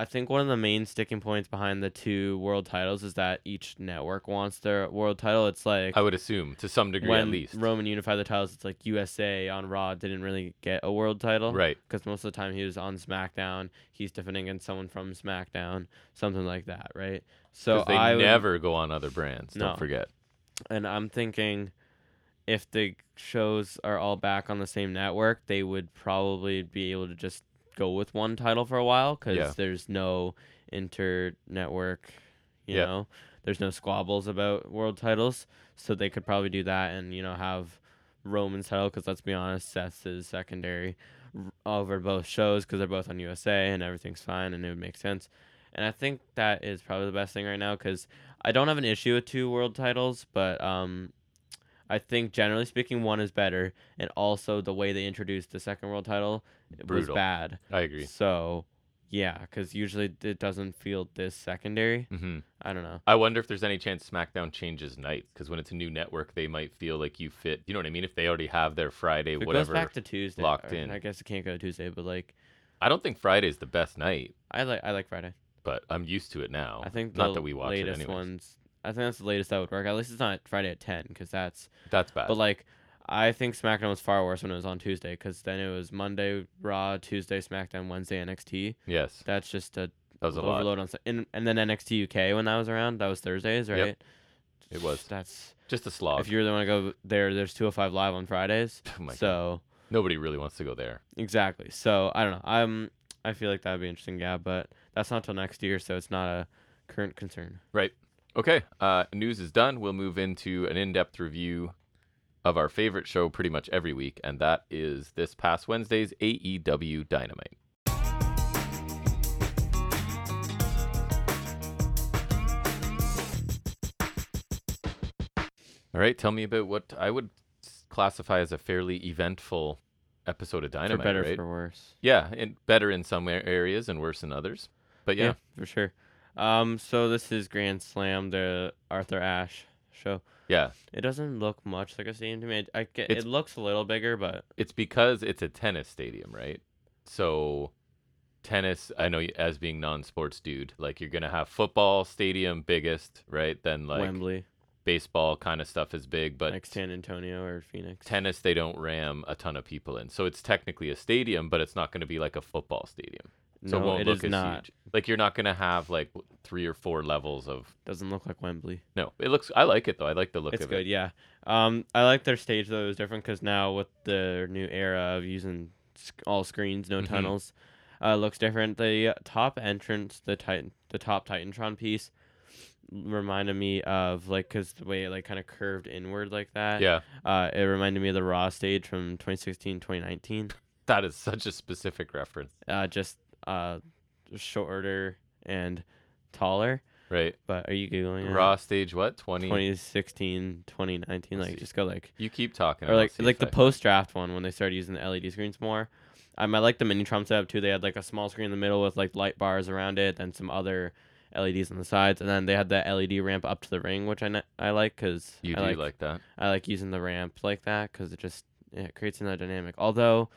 Speaker 3: I think one of the main sticking points behind the two world titles is that each network wants their world title. It's like
Speaker 1: I would assume to some degree
Speaker 3: when
Speaker 1: at least.
Speaker 3: Roman unified the titles, it's like USA on Raw didn't really get a world title,
Speaker 1: Right.
Speaker 3: Because most of the time he was on SmackDown, he's defending against someone from SmackDown, something like that, right? So
Speaker 1: 'Cause they
Speaker 3: I would-
Speaker 1: never go on other brands.
Speaker 3: No.
Speaker 1: Don't forget.
Speaker 3: and I'm thinking if the shows are all back on the same network, they would probably be able to just go with one title for a while because
Speaker 1: Yeah.
Speaker 3: there's no inter network, you
Speaker 1: Yeah.
Speaker 3: know, there's no squabbles about world titles. So they could probably do that and, you know, have Roman's title because let's be honest, Seth's is secondary r- over both shows because they're both on USA and everything's fine and it would make sense. And I think that is probably the best thing right now because I don't have an issue with two world titles, but um, I think generally speaking, one is better. And also, the way they introduced the second world title
Speaker 1: Brutal.
Speaker 3: was bad.
Speaker 1: I agree.
Speaker 3: So, yeah, because usually it doesn't feel this secondary.
Speaker 1: hmm
Speaker 3: I don't know.
Speaker 1: I wonder if there's any chance SmackDown changes nights because when it's a new network, they might feel like you fit. You know what I mean? If they already have their Friday,
Speaker 3: If it
Speaker 1: whatever.
Speaker 3: goes back to Tuesday.
Speaker 1: locked
Speaker 3: or-
Speaker 1: in.
Speaker 3: I guess it can't go Tuesday, but like
Speaker 1: I don't think Friday's the best night,
Speaker 3: I like I like Friday.
Speaker 1: but I'm used to it now.
Speaker 3: I think the
Speaker 1: Oh, not that we watch it
Speaker 3: latest
Speaker 1: anyways.
Speaker 3: ones. I think that's the latest that would work. At least it's not Friday at ten because that's.
Speaker 1: That's bad.
Speaker 3: But like, I think SmackDown was far worse when it was on Tuesday because then it was Monday Raw, Tuesday SmackDown, Wednesday NXT.
Speaker 1: Yes,
Speaker 3: That's just a
Speaker 1: that was a lot.
Speaker 3: overload on s- and, and then NXT UK when I was around, that was Thursdays,
Speaker 1: Yep.
Speaker 3: right?
Speaker 1: It was.
Speaker 3: That's
Speaker 1: Just a slog.
Speaker 3: if you really want to go there, there's 205 live on Fridays.
Speaker 1: Oh my God.
Speaker 3: so
Speaker 1: Nobody really wants to go there.
Speaker 3: exactly. So I don't know. I'm I feel like that'd be interesting, yeah, but that's not till next year, so it's not a current concern.
Speaker 1: Okay, uh, news is done. We'll move into an in-depth review of our favorite show pretty much every week, and that is this past Wednesday's AEW Dynamite. All right, tell me about what I would s- classify as a fairly eventful episode of Dynamite,
Speaker 3: for better,
Speaker 1: right?
Speaker 3: for worse.
Speaker 1: Yeah, and better in some a- areas and worse in others. But yeah,
Speaker 3: for sure. Um, so this is Grand Slam, the Arthur Ashe show.
Speaker 1: yeah,
Speaker 3: It doesn't look much like a stadium to me. I, I get,
Speaker 1: It's-
Speaker 3: it looks a little bigger, but
Speaker 1: it's because it's a tennis stadium, right? So tennis, I know as being non-sports dude, like you're going to have football stadium biggest, right? Then like
Speaker 3: Wembley,
Speaker 1: baseball kind of stuff is big, but
Speaker 3: like San Antonio or Phoenix.
Speaker 1: tennis they don't ram a ton of people in. So it's technically a stadium, but it's not going to be like a football stadium. So it
Speaker 3: no,
Speaker 1: won't
Speaker 3: it
Speaker 1: look
Speaker 3: is
Speaker 1: as
Speaker 3: not.
Speaker 1: huge. Like you're not going to have like three or four levels of
Speaker 3: Doesn't look like Wembley.
Speaker 1: No, it looks I like it though. I like the look
Speaker 3: it's
Speaker 1: of
Speaker 3: good,
Speaker 1: it.
Speaker 3: yeah. Um, I like their stage though. It was different because now with the new era of using sc- all screens, no
Speaker 1: Mhm.
Speaker 3: tunnels, uh, looks different. The uh, top entrance, the titan, the top Titantron piece, reminded me of like because the way it like kind of curved inward like that.
Speaker 1: Yeah.
Speaker 3: Uh, it reminded me of the Raw stage from 2016, 2019.
Speaker 1: That is such a specific reference,
Speaker 3: Uh, just uh, shorter and taller.
Speaker 1: right?
Speaker 3: But are you googling? it?
Speaker 1: Raw stage what? 20
Speaker 3: 2016, 2019.
Speaker 1: Let's
Speaker 3: Like
Speaker 1: see.
Speaker 3: just go like.
Speaker 1: You keep talking.
Speaker 3: or
Speaker 1: and I'll
Speaker 3: like
Speaker 1: see
Speaker 3: like
Speaker 1: if
Speaker 3: the
Speaker 1: I-
Speaker 3: post draft one when they started using the LED screens more. Um, I like the mini Trump setup too. They had like a small screen in the middle with like light bars around it, then some other LEDs on the sides, and then they had that LED ramp up to the ring, which I ni- I like because
Speaker 1: you
Speaker 3: I
Speaker 1: do like, that.
Speaker 3: I like using the ramp like that because it just it creates another dynamic. Although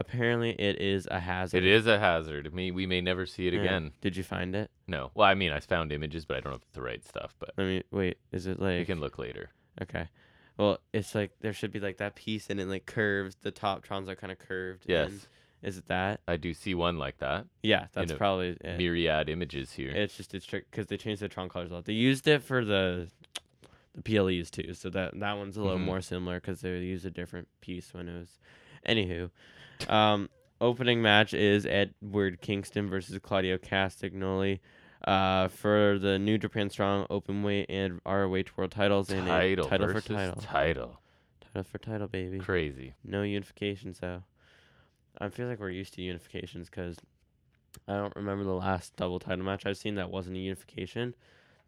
Speaker 3: apparently it is a hazard.
Speaker 1: It is a hazard. Me, we may never see it
Speaker 3: Yeah.
Speaker 1: again.
Speaker 3: Did you find it?
Speaker 1: No. Well, I mean, I found images, but I don't know if it's the right stuff. But
Speaker 3: Let me wait. Is it
Speaker 1: we
Speaker 3: like
Speaker 1: can look later.
Speaker 3: okay? Well, it's like there should be like that piece and it like curves. The top trons are kind of curved.
Speaker 1: Yes,
Speaker 3: in. Is it that?
Speaker 1: I do see one like that.
Speaker 3: Yeah, that's
Speaker 1: a
Speaker 3: probably it.
Speaker 1: Myriad images here.
Speaker 3: It's just it's trick because they changed the Tron colors a lot. They used it for the the PLEs too, so that that one's a little
Speaker 1: Mhm.
Speaker 3: more similar because they used a different piece when it was. Anywho, um, opening match is Edward Kingston versus Claudio Castagnoli. Uh, for the New Japan Strong Openweight and ROH World Titles and
Speaker 1: title,
Speaker 3: a title for
Speaker 1: versus
Speaker 3: title,
Speaker 1: title.
Speaker 3: title for title, baby.
Speaker 1: Crazy.
Speaker 3: No unifications though. I feel like we're used to unifications because I don't remember the last double title match I've seen that wasn't a unification.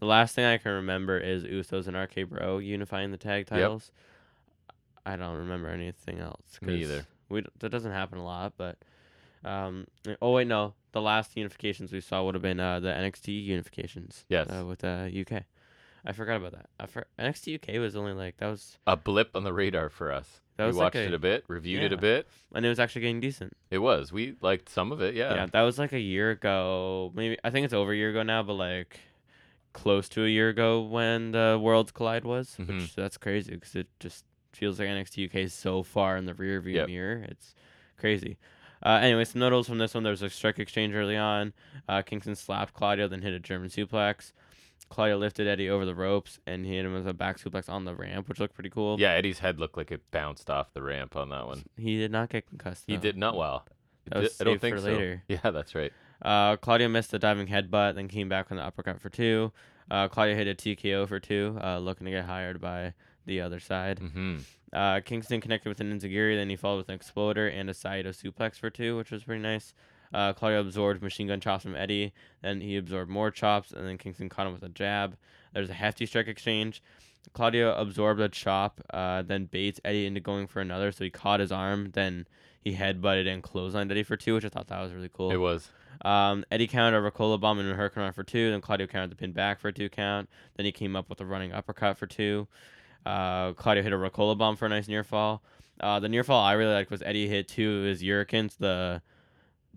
Speaker 3: The last thing I can remember is Usos and RK Bro unifying the tag titles. I don't remember anything else.
Speaker 1: Me either.
Speaker 3: 'cause We d- that doesn't happen a lot, but um. Oh wait, no. The last unifications we saw would have been uh, the NXT unifications.
Speaker 1: Yes.
Speaker 3: Uh, with uh, UK. I forgot about that. I for- NXT UK was only like that was
Speaker 1: A blip on the radar for us.
Speaker 3: That
Speaker 1: we
Speaker 3: was like
Speaker 1: watched
Speaker 3: a-
Speaker 1: it a bit, reviewed it a
Speaker 3: yeah.
Speaker 1: bit.
Speaker 3: and it was actually getting decent.
Speaker 1: It was. We liked some of it. Yeah.
Speaker 3: Yeah. that was like a year ago. Maybe I think it's over a year ago now, but like close to a year ago when the Worlds Collide was,
Speaker 1: Mhm.
Speaker 3: which that's crazy because it just feels like NXT UK is so far in the rear view
Speaker 1: Yep.
Speaker 3: mirror. It's crazy. Uh, anyway, some notables from this one. There's a strike exchange early on. Uh, Kingston slapped Claudio, then hit a German suplex. Claudio lifted Eddie over the ropes and hit him with a back suplex on the ramp, which looked pretty cool.
Speaker 1: Yeah, Eddie's head looked like it bounced off the ramp on that one.
Speaker 3: He did not get concussed.
Speaker 1: He
Speaker 3: though.
Speaker 1: did not well.
Speaker 3: Oh. That
Speaker 1: Di-
Speaker 3: was
Speaker 1: I don't
Speaker 3: saved for
Speaker 1: think so.
Speaker 3: later.
Speaker 1: Yeah, that's right.
Speaker 3: Uh, Claudio missed the diving headbutt, then came back on the uppercut for two. Uh, Claudio hit a TKO for two, uh, looking to get hired by the other side.
Speaker 1: hmm
Speaker 3: Uh, Kingston connected with an Enziguri, then he followed with an exploder and a Saito suplex for two, which was pretty nice. Uh, Claudio absorbed machine gun chops from Eddie, then he absorbed more chops, and then Kingston caught him with a jab. There's a hefty strike exchange. Claudio absorbed a chop, uh, then baits Eddie into going for another, so he caught his arm, then he headbutted and clotheslined Eddie for two, which I thought that was really cool.
Speaker 1: It was.
Speaker 3: Um, Eddie counted a Ricola bomb and a Hurricane run for two. Then Claudio countered the pin back for a two count. Then he came up with a running uppercut for two. Uh, Claudio hit a Ricola bomb for a nice near fall. Uh, the near fall I really liked was Eddie hit two of his Hurricanes, the,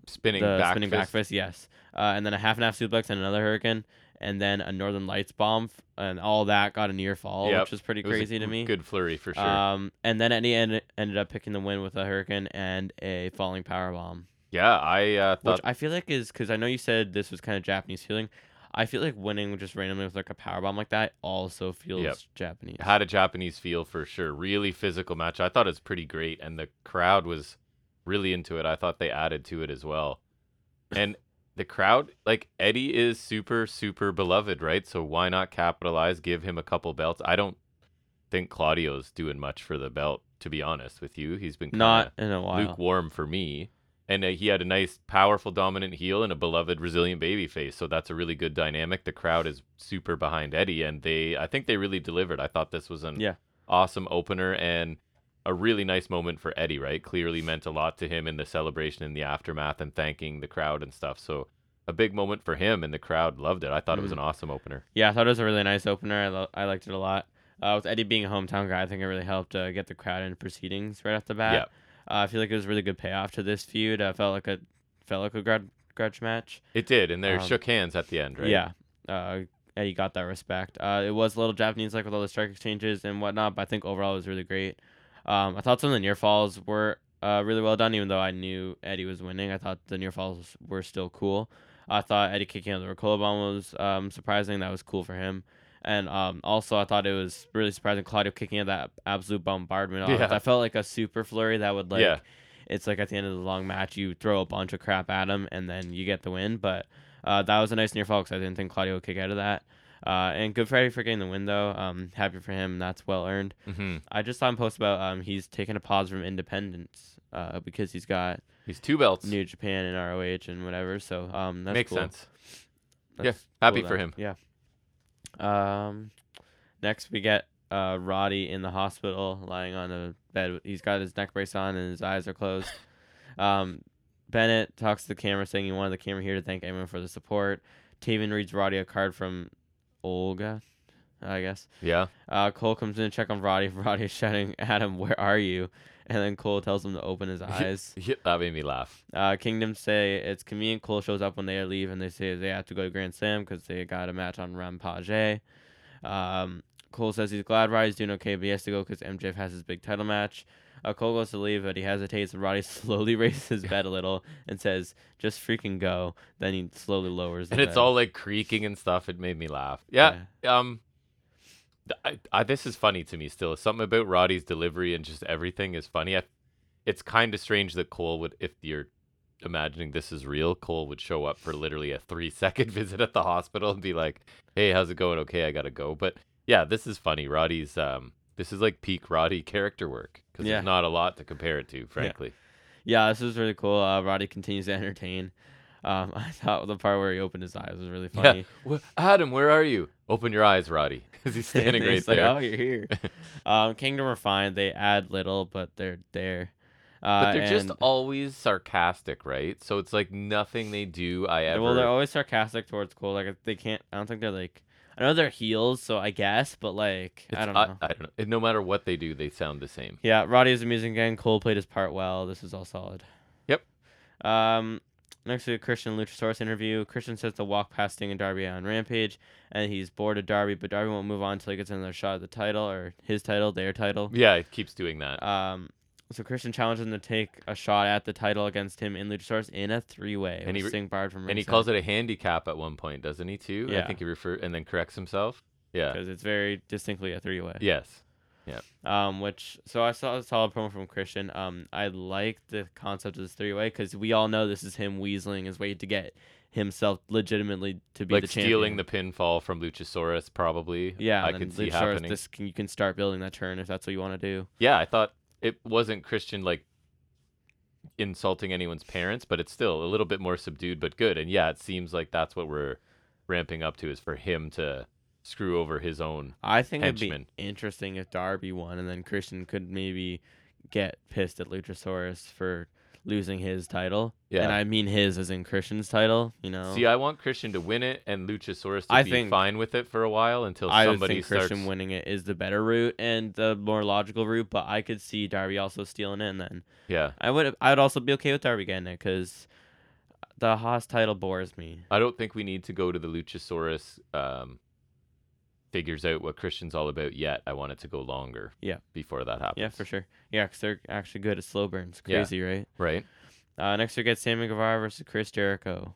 Speaker 1: Spinning
Speaker 3: the
Speaker 1: back.
Speaker 3: spinning
Speaker 1: fist.
Speaker 3: back fist, yes. Uh, and then a half and half suplex and another Hurricane. and then a Northern Lights bomb, f- and all that got a near fall,
Speaker 1: Yep.
Speaker 3: which is pretty
Speaker 1: It was a
Speaker 3: crazy to me.
Speaker 1: Good flurry for sure.
Speaker 3: Um, and then Eddie end, ended up picking the win with a hurricane and a falling power bomb,
Speaker 1: yeah, I uh,
Speaker 3: which
Speaker 1: thought
Speaker 3: I feel like is because I know you said this was kind of Japanese feeling. I feel like winning just randomly with like a power bomb like that also feels Japanese.
Speaker 1: it had a Japanese feel for sure. Really physical match. I thought it was pretty great, and the crowd was really into it. I thought they added to it as well. And the crowd, like Eddie, is super super beloved, right? So why not capitalize? Give him a couple belts. I don't think Claudio's doing much for the belt, to be honest with you. He's been kinda-
Speaker 3: Not in a while.
Speaker 1: lukewarm for me. And uh, he had a nice, powerful, dominant heel and a beloved, resilient baby face. So that's a really good dynamic. The crowd is super behind Eddie, and they, I think they really delivered. I thought this was an
Speaker 3: Yeah.
Speaker 1: awesome opener and a really nice moment for Eddie, right? Clearly meant a lot to him in the celebration in the aftermath and thanking the crowd and stuff. So a big moment for him, and the crowd loved it. I thought it was
Speaker 3: Mhm.
Speaker 1: an awesome opener.
Speaker 3: Yeah, I thought it was a really nice opener. I, lo- I liked it a lot. Uh, with Eddie being a hometown guy, I think it really helped uh, get the crowd in proceedings right off the bat. Uh, I feel like it was a really good payoff to this feud. I felt like a felt like a grudge, grudge match.
Speaker 1: It did, and they
Speaker 3: Um,
Speaker 1: shook hands at the end, right?
Speaker 3: Yeah. Uh, Eddie got that respect. Uh, it was a little Japanese like with all the strike exchanges and whatnot, but I think overall it was really great. Um, I thought some of the near falls were uh, really well done, even though I knew Eddie was winning. I thought the near falls were still cool. I thought Eddie kicking out the Ricola bomb was um, surprising. That was cool for him. And um, also, I thought it was really surprising Claudio kicking out that absolute bombardment.
Speaker 1: Yeah.
Speaker 3: Yeah. I felt like a super flurry that would like.
Speaker 1: Yeah.
Speaker 3: It's like at the end of the long match, you throw a bunch of crap at him, and then you get the win. But uh, that was a nice near fall because I didn't think Claudio would kick out of that. Uh, and good for Eddie for getting the win though. Um, happy for him. That's well earned.
Speaker 1: hmm
Speaker 3: I just saw him post about um he's taking a pause from independence uh because he's got
Speaker 1: He's two belts.
Speaker 3: New Japan and ROH and whatever. So um that's
Speaker 1: Makes
Speaker 3: cool.
Speaker 1: sense. Yeah,
Speaker 3: That's
Speaker 1: happy for him.
Speaker 3: Yeah. Um, next we get uh Roddy in the hospital lying on a bed. He's got his neck brace on and his eyes
Speaker 1: [LAUGHS]
Speaker 3: are closed. um, Bennett talks to the camera saying he wanted the camera here to thank everyone for the support. Taven reads Roddy a card from Olga, I guess.
Speaker 1: Yeah. [LAUGHS]
Speaker 3: Uh, Cole comes in to check on Roddy. [LAUGHS] Roddy is shouting at him, "Where are you?" And then Cole tells him to
Speaker 1: [LAUGHS]
Speaker 3: open his eyes.
Speaker 1: yeah. That made me laugh.
Speaker 3: Uh, Kingdom say it's comedian Cole shows up when they leave, and they say they have to go to Grand Slam because they got a match on Rampage. Um, Cole says he's glad Roddy's doing okay, but he has to go because MJF has his big title match. Uh, Cole goes to leave, but he hesitates, and Roddy [LAUGHS] slowly raises his bed a little and says, "Just freaking go." Then he slowly lowers. The
Speaker 1: and it's
Speaker 3: bed.
Speaker 1: all like creaking and stuff. It made me laugh. Yeah. Um, th- I, I, this is funny to me still. Something about Roddy's delivery and just everything is funny. I, it's kind of strange that Cole would, if you're imagining this is real, Cole would show up for literally a three second [LAUGHS] visit at the hospital and be like, "Hey, how's it going? Okay, I gotta go." But yeah, this is funny. Roddy's um, this is like peak Roddy character work because
Speaker 3: Yeah.
Speaker 1: there's not a lot to compare it to, frankly.
Speaker 3: Yeah, this was really cool. Uh, Roddy continues to entertain. Um, [LAUGHS] I thought the part where he opened his eyes was really
Speaker 1: Yeah.
Speaker 3: funny.
Speaker 1: Wh- Adam, where are you? Open your eyes, Roddy, [LAUGHS]
Speaker 3: [LAUGHS]
Speaker 1: because he's standing right
Speaker 3: It's like,
Speaker 1: there.
Speaker 3: oh,
Speaker 1: [LAUGHS]
Speaker 3: you're here. um, Kingdom are fine. They add little, but they're there. Uh,
Speaker 1: But they're just
Speaker 3: and-
Speaker 1: always sarcastic, right? So it's like nothing they do I ever.
Speaker 3: well, they're always sarcastic towards Cole. Like they can't. I don't think they're like. I know they're heels, so I guess, but like I
Speaker 1: it's-
Speaker 3: don't know.
Speaker 1: I, don't know. And No matter what they do, they sound the same.
Speaker 3: yeah, Roddy is amusing again. Cole played his part well. This is all solid.
Speaker 1: Yep.
Speaker 3: Um, next we have Christian Luchasaurus interview. Christian says to walk past Sting and Darby on Rampage, and he's bored of Darby, but Darby won't move on until he gets another shot at the title or his title, their title.
Speaker 1: Yeah, it keeps doing that.
Speaker 3: Um, so Christian challenged him to take a shot at the title against him in Luchasaurus in a three-way.
Speaker 1: And
Speaker 3: And
Speaker 1: he
Speaker 3: he
Speaker 1: re-
Speaker 3: Sting barred from
Speaker 1: and he calls it a handicap at one point, doesn't he? Too. I
Speaker 3: Yeah.
Speaker 1: think he refer and then corrects himself. Yeah.
Speaker 3: because it's very distinctly a three-way.
Speaker 1: Yes.
Speaker 3: Um, which so I saw a solid promo from Christian. Um, I like the concept of this three-way because we all know this is him weaseling his way to get himself legitimately to be
Speaker 1: Like
Speaker 3: the champion.
Speaker 1: stealing the pinfall from Luchasaurus, probably.
Speaker 3: yeah,
Speaker 1: I
Speaker 3: and
Speaker 1: can
Speaker 3: then
Speaker 1: see
Speaker 3: Luchasaurus,
Speaker 1: happening.
Speaker 3: This can, you can start building that turn if that's what you want to do.
Speaker 1: Yeah, I thought it wasn't Christian like insulting anyone's parents, but it's still a little bit more subdued, but good. And yeah, it seems like that's what we're ramping up to is for him to screw over his own.
Speaker 3: I think it'd be
Speaker 1: Henchman.
Speaker 3: interesting if Darby won, and then Christian could maybe get pissed at Luchasaurus for losing his title.
Speaker 1: Yeah.
Speaker 3: and I mean his as in Christian's title. You know,
Speaker 1: See, I want Christian to win it and Luchasaurus to
Speaker 3: I
Speaker 1: be
Speaker 3: think-
Speaker 1: fine with it for a while until
Speaker 3: I would
Speaker 1: somebody
Speaker 3: think Christian
Speaker 1: starts.
Speaker 3: winning it is the better route and the more logical route. But I could see Darby also stealing it, and then
Speaker 1: Yeah,
Speaker 3: I would I would also be okay with Darby getting it because the Haas title bores me.
Speaker 1: I don't think we need to go to the Luchasaurus um, figures out what Christian's all about yet. I want it to go longer.
Speaker 3: Yeah.
Speaker 1: Before that happens.
Speaker 3: Yeah, for sure. Yeah, because they're actually good at slow burns.
Speaker 1: Yeah.
Speaker 3: Crazy, right?
Speaker 1: Right.
Speaker 3: Uh, next we get Sammy Guevara versus Chris Jericho.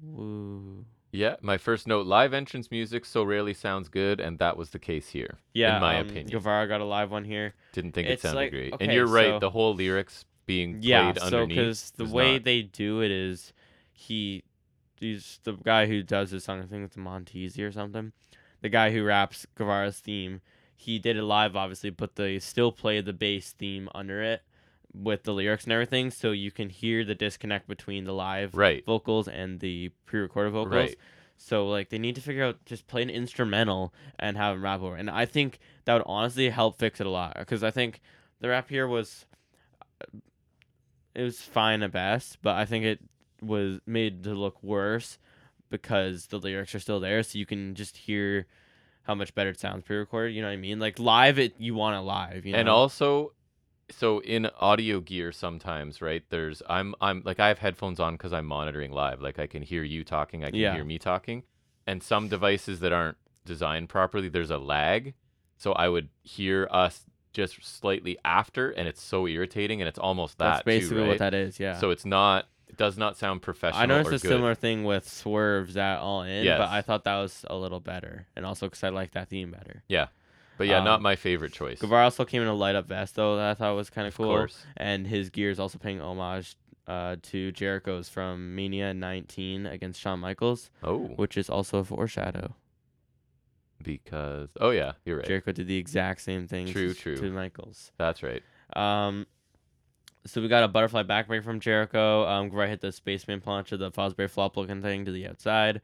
Speaker 3: Woo.
Speaker 1: Yeah. My first note: live entrance music so rarely sounds good, and that was the case here.
Speaker 3: Yeah,
Speaker 1: my
Speaker 3: um,
Speaker 1: opinion.
Speaker 3: Guevara got a live one here.
Speaker 1: Didn't think
Speaker 3: It's
Speaker 1: it sounded
Speaker 3: like-
Speaker 1: great. and
Speaker 3: okay,
Speaker 1: you're right.
Speaker 3: so-
Speaker 1: the whole lyrics being
Speaker 3: yeah,
Speaker 1: played
Speaker 3: so
Speaker 1: underneath.
Speaker 3: because the
Speaker 1: was
Speaker 3: way
Speaker 1: not-
Speaker 3: they do it is he, he's the guy who does this song. I think it's Montesi or something. The guy who raps Guevara's theme. He did it live, obviously, but they still play the bass theme under it with the lyrics and everything, so you can hear the disconnect between the live
Speaker 1: right.
Speaker 3: vocals and the pre-recorded vocals.
Speaker 1: Right.
Speaker 3: So like they need to figure out just play an instrumental and have them rap over. it. And I think that would honestly help fix it a lot because I think the rap here was uh, it was fine at best, but I think it was made to look worse because the lyrics are still there, so you can just hear how much better it sounds pre-recorded. You know what I mean? Like live, it you want it live. You
Speaker 1: and
Speaker 3: know?
Speaker 1: also so in audio gear sometimes right there's i'm i'm like i have headphones on because i'm monitoring live like i can hear you talking i can
Speaker 3: Yeah.
Speaker 1: hear me talking and some devices that aren't designed properly there's a lag so i would hear us just slightly after and it's so irritating and it's almost that
Speaker 3: that's basically
Speaker 1: too, right?
Speaker 3: what that is. Yeah.
Speaker 1: so it's not it does not sound professional
Speaker 3: I noticed
Speaker 1: or
Speaker 3: a
Speaker 1: good.
Speaker 3: similar thing with swerves at all in,
Speaker 1: Yes.
Speaker 3: but I thought that was a little better, and also because I like that theme better.
Speaker 1: but yeah not
Speaker 3: um,
Speaker 1: my favorite choice
Speaker 3: Guevara also came in a light up vest though that I thought was kind
Speaker 1: of
Speaker 3: of cool,
Speaker 1: course
Speaker 3: and his gear is also paying homage uh, to Jericho's from Mania 19 against Shawn Michaels,
Speaker 1: oh
Speaker 3: which is also a foreshadow.
Speaker 1: because oh yeah you're right
Speaker 3: Jericho did the exact same thing
Speaker 1: True,
Speaker 3: to,
Speaker 1: true.
Speaker 3: to Michaels.
Speaker 1: that's right
Speaker 3: Um, so we got a butterfly backbreaker from Jericho. Um, Guevara hit the spaceman plancha, the Fosbury flop looking thing to the outside.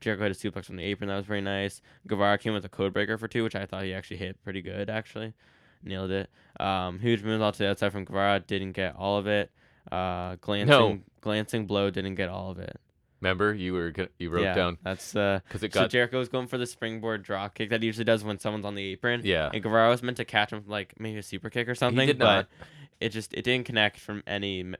Speaker 3: Jericho had a suplex from the apron. That was pretty nice. Guevara came with a code breaker for two, which I thought he actually hit pretty good, actually. Nailed it. Um, huge moonsault to the outside from Guevara. Didn't get all of it. Uh, glancing, glancing blow. Didn't get all of it.
Speaker 1: remember you were gonna, you wrote
Speaker 3: yeah,
Speaker 1: down
Speaker 3: That's uh,
Speaker 1: because it
Speaker 3: so
Speaker 1: got
Speaker 3: Jericho was going for the springboard drop kick that he usually does when someone's on the apron.
Speaker 1: yeah
Speaker 3: And Guevara was meant to catch him with, like maybe a super kick or something,
Speaker 1: he did
Speaker 3: but
Speaker 1: not
Speaker 3: it just it didn't connect from any me-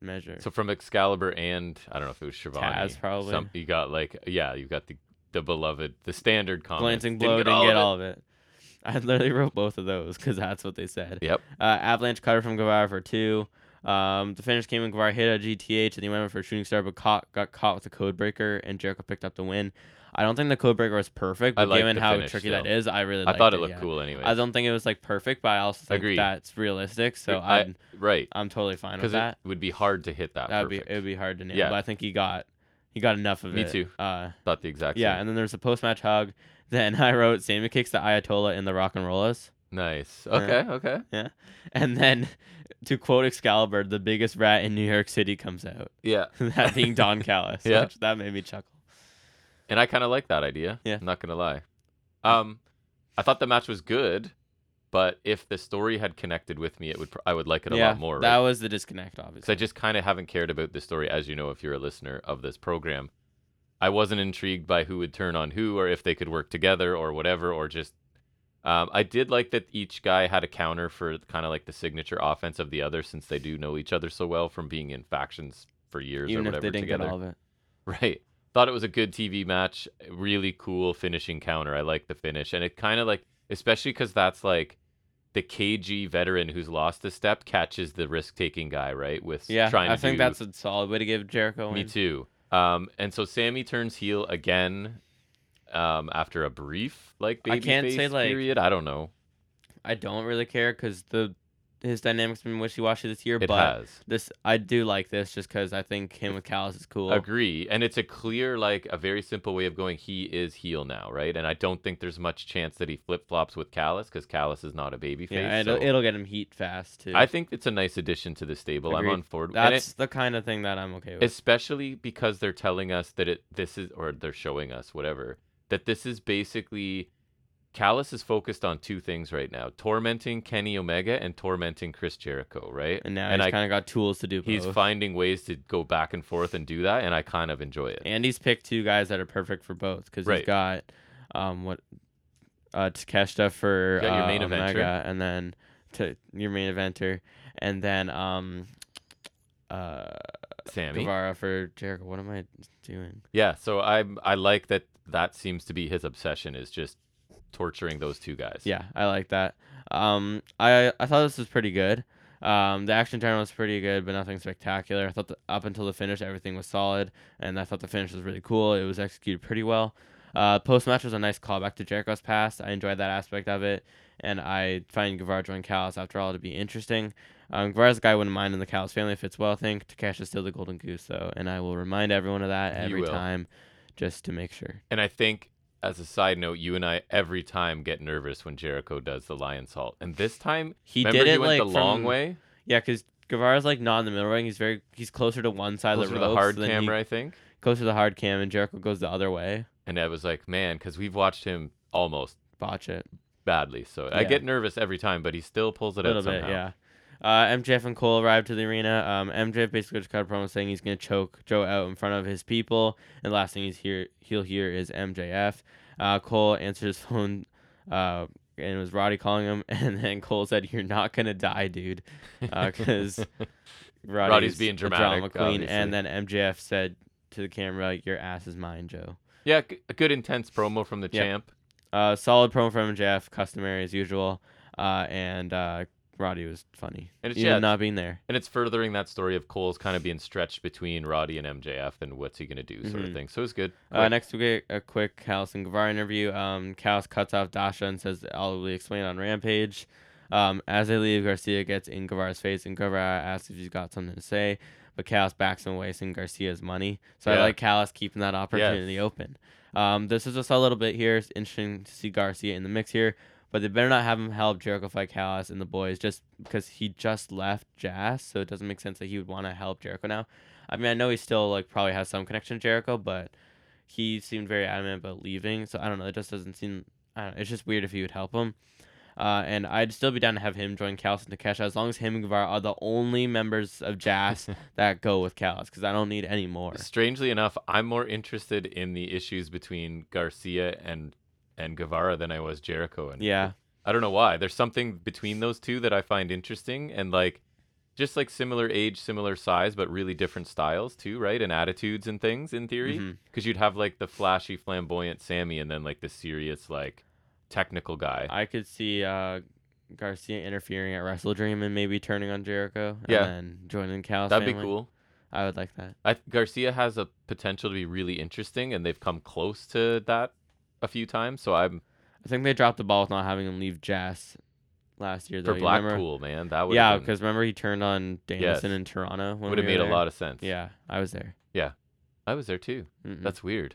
Speaker 3: measure.
Speaker 1: So from Excalibur and I don't know if it was Shivani.
Speaker 3: Taz, probably.
Speaker 1: you got like yeah, you got the the beloved, the standard comment.
Speaker 3: glancing blow didn't get all of it. [LAUGHS] I literally wrote both of those because that's what they said.
Speaker 1: Yep.
Speaker 3: Uh, Avalanche cutter from Guevara for two. Um, the finish came when Guevara hit a GTH and he went in for a shooting star, but caught, got caught with a code breaker, and Jericho picked up the win. I don't think the code breaker was perfect,
Speaker 1: I
Speaker 3: but
Speaker 1: liked
Speaker 3: given
Speaker 1: the
Speaker 3: how
Speaker 1: finish,
Speaker 3: tricky that
Speaker 1: though.
Speaker 3: is, I really
Speaker 1: I thought
Speaker 3: liked
Speaker 1: it looked
Speaker 3: yeah.
Speaker 1: cool anyway.
Speaker 3: I don't think it was like perfect, but I also think
Speaker 1: Agreed.
Speaker 3: that's realistic, so
Speaker 1: I-
Speaker 3: I'm
Speaker 1: right
Speaker 3: I'm totally fine with
Speaker 1: because
Speaker 3: that.
Speaker 1: it would be hard to hit that.
Speaker 3: That'd
Speaker 1: perfect.
Speaker 3: be it'd be hard to nail,
Speaker 1: Yeah.
Speaker 3: but I think he got he got enough of
Speaker 1: Me
Speaker 3: it.
Speaker 1: too.
Speaker 3: Uh,
Speaker 1: Thought the exact.
Speaker 3: Yeah,
Speaker 1: same.
Speaker 3: and then there's a post match hug. [LAUGHS] Then I wrote Sammy kicks the Ayatollah in the rock and rollers.
Speaker 1: nice.
Speaker 3: Yeah.
Speaker 1: Okay. Okay.
Speaker 3: [LAUGHS] And then to quote Excalibur, the biggest rat in New York City comes out. [LAUGHS]
Speaker 1: Yeah.
Speaker 3: that
Speaker 1: [LAUGHS]
Speaker 3: being Don Callis.
Speaker 1: Yeah.
Speaker 3: Which, that made me chuckle.
Speaker 1: And I kind of like that idea.
Speaker 3: Yeah.
Speaker 1: I'm not gonna lie. Um, I thought the match was good, but if the story had connected with me, it would pr- I would like it a
Speaker 3: yeah,
Speaker 1: lot more.
Speaker 3: That
Speaker 1: right?
Speaker 3: was the disconnect,
Speaker 1: because I
Speaker 3: obviously.
Speaker 1: just kind of haven't cared about the story, as you know, if you're a listener of this program. I wasn't intrigued by who would turn on who, or if they could work together, or whatever, or just. Um, I did like that each guy had a counter for kind of like the signature offense of the other, since they do know each other so well from being in factions for years
Speaker 3: Even
Speaker 1: or
Speaker 3: if
Speaker 1: whatever
Speaker 3: they didn't
Speaker 1: together.
Speaker 3: get all of it.
Speaker 1: Right. Thought it was a good TV match. Really cool finishing counter. I like the finish. And it kind of like, especially because that's like the KG veteran who's lost a step catches the risk taking guy, right? With
Speaker 3: Yeah,
Speaker 1: trying
Speaker 3: I
Speaker 1: to
Speaker 3: think
Speaker 1: do-
Speaker 3: that's a solid way to give Jericho a
Speaker 1: me
Speaker 3: win.
Speaker 1: too. Um, and so Sammy turns heel again um, after a brief like
Speaker 3: I
Speaker 1: baby
Speaker 3: can't say, like-
Speaker 1: period. I don't know.
Speaker 3: I don't really care because the his dynamic's been wishy washy this year,
Speaker 1: It
Speaker 3: but
Speaker 1: has.
Speaker 3: this I do like this just because I think him with Callis is cool.
Speaker 1: Agree. And it's a clear, like, a very simple way of going, he is heel now, right? And I don't think there's much chance that he flip flops with Callus because Callus is not a baby face.
Speaker 3: Yeah, it'll, it'll get him heat fast too.
Speaker 1: I think it's a nice addition to the stable.
Speaker 3: Agreed.
Speaker 1: I'm on board. with and
Speaker 3: That's
Speaker 1: it,
Speaker 3: the kind of thing that I'm okay with.
Speaker 1: especially because they're telling us that it this is or they're showing us whatever that this is basically Callus is focused on two things right now: tormenting Kenny Omega and tormenting Chris Jericho, right?
Speaker 3: and now
Speaker 1: and
Speaker 3: he's
Speaker 1: I-
Speaker 3: kind of got tools to do both.
Speaker 1: He's finding ways to go back and forth and do that, and I kind of enjoy it.
Speaker 3: And he's picked two guys that are perfect for both because
Speaker 1: Right.
Speaker 3: he's got um what uh Takeshita for
Speaker 1: You got your
Speaker 3: uh,
Speaker 1: main eventer.
Speaker 3: Omega, and then to your main eventer, and then um uh
Speaker 1: Sammy.
Speaker 3: Guevara for Jericho. What am I doing?
Speaker 1: Yeah, so I I like that that seems to be his obsession is just torturing those two guys.
Speaker 3: Yeah, I like that. Um, I I thought this was pretty good. Um, the action turn was pretty good, but nothing spectacular. I thought the, up until the finish, everything was solid, and I thought the finish was really cool. It was executed pretty well. Uh, Post match was a nice callback to Jericho's past. I enjoyed that aspect of it, and I find Guevara joining Callis after all to be interesting. Um, Guevara's a guy I wouldn't mind in the Callis family fits well. I think Takesh is still the golden goose though, and I will remind everyone of that
Speaker 1: You
Speaker 3: every
Speaker 1: will.
Speaker 3: time, just to make sure.
Speaker 1: And I think as a side note, you and I every time get nervous when Jericho does the lion salt. And this time,
Speaker 3: He
Speaker 1: remember
Speaker 3: did it
Speaker 1: he went
Speaker 3: like
Speaker 1: the long
Speaker 3: from-
Speaker 1: way
Speaker 3: Yeah, because Guevara's like not in the middle ring. He's very he's closer to one side
Speaker 1: closer
Speaker 3: of
Speaker 1: to
Speaker 3: the
Speaker 1: the
Speaker 3: ropes.
Speaker 1: hard
Speaker 3: then he
Speaker 1: camera, I think.
Speaker 3: goes to the hard cam, and Jericho goes the other way.
Speaker 1: And I was like, man, because we've watched him almost
Speaker 3: Botch it
Speaker 1: badly. So I
Speaker 3: Yeah.
Speaker 1: get nervous every time, but he still pulls
Speaker 3: a
Speaker 1: it
Speaker 3: little
Speaker 1: out somehow.
Speaker 3: bit, yeah. Uh, MJF and Cole arrived to the arena. Um, MJF basically just cut a promo saying he's gonna choke Joe out in front of his people, and the last thing he's hear he'll hear is MJF. Uh, Cole answered his [LAUGHS] phone, uh, and it was Roddy calling him, [LAUGHS] and then Cole said, "You're not gonna die, dude,"
Speaker 1: [LAUGHS]
Speaker 3: because Roddy's,
Speaker 1: being
Speaker 3: the drama
Speaker 1: dramatic,
Speaker 3: queen. And
Speaker 1: obviously.
Speaker 3: then MJF said to the camera, "Your ass is mine, Joe."
Speaker 1: yeah, g- a good intense promo from the
Speaker 3: Yeah.
Speaker 1: champ.
Speaker 3: Uh, solid promo from MJF, customary as usual. Uh, and uh, Roddy was funny.
Speaker 1: And it's-
Speaker 3: Even
Speaker 1: yeah, it's-
Speaker 3: not being there.
Speaker 1: And it's furthering that story of Cole's kind of being stretched between Roddy and MJF and what's he going to do, sort of
Speaker 3: Mhm.
Speaker 1: thing. So it's good.
Speaker 3: Uh, next we get a quick Callis and Guevara interview. Um, Callis cuts off Dasha and says, "I'll be explained on Rampage." Um, as they leave, Garcia gets in Guevara's face, and Guevara asks if he's got something to say, but Callis backs him away, saying Garcia's money. So
Speaker 1: Yeah.
Speaker 3: I like Callis keeping that opportunity open. Um, this is just a little bit here. It's interesting to see Garcia in the mix here, but they better not have him help Jericho fight Callis and the boys just because he just left Jazz, so it doesn't make sense that he would want to help Jericho now. I mean, I know he still like probably has some connection to Jericho, but he seemed very adamant about leaving. So I don't know. It just doesn't seem. I don't know. It's just weird if he would help him. Uh, and I'd still be down to have him join Callis and Takesha as long as him and Guevara are the only members
Speaker 1: [LAUGHS]
Speaker 3: of Jazz that go with Callis because I don't need any more.
Speaker 1: Strangely enough, I'm more interested in the issues between Garcia and and Guevara than I was Jericho and
Speaker 3: Yeah,
Speaker 1: I don't know why. There's something between those two that I find interesting and like just like similar age, similar size, but really different styles too, right? And attitudes and things in theory.
Speaker 3: Mhm.
Speaker 1: Because you'd have like the flashy, flamboyant Sammy and then like the serious, like technical guy.
Speaker 3: I could see uh, Garcia interfering at Wrestle Dream and maybe turning on Jericho. And
Speaker 1: Yeah.
Speaker 3: then joining Callis.
Speaker 1: That'd be
Speaker 3: family.
Speaker 1: cool.
Speaker 3: I would like that.
Speaker 1: I, Garcia has a potential to be really interesting, and they've come close to that a few times. So I'm
Speaker 3: I think they dropped the ball with not having him leave Jazz last year. Though.
Speaker 1: for
Speaker 3: You remember-
Speaker 1: Blackpool, man. That would
Speaker 3: Yeah, because remember he turned on
Speaker 1: Yes.
Speaker 3: Danielson in Toronto. when
Speaker 1: would have
Speaker 3: we
Speaker 1: made
Speaker 3: were
Speaker 1: a
Speaker 3: there?
Speaker 1: lot of sense.
Speaker 3: Yeah, I was there.
Speaker 1: I was there too.
Speaker 3: Mm-mm.
Speaker 1: That's weird.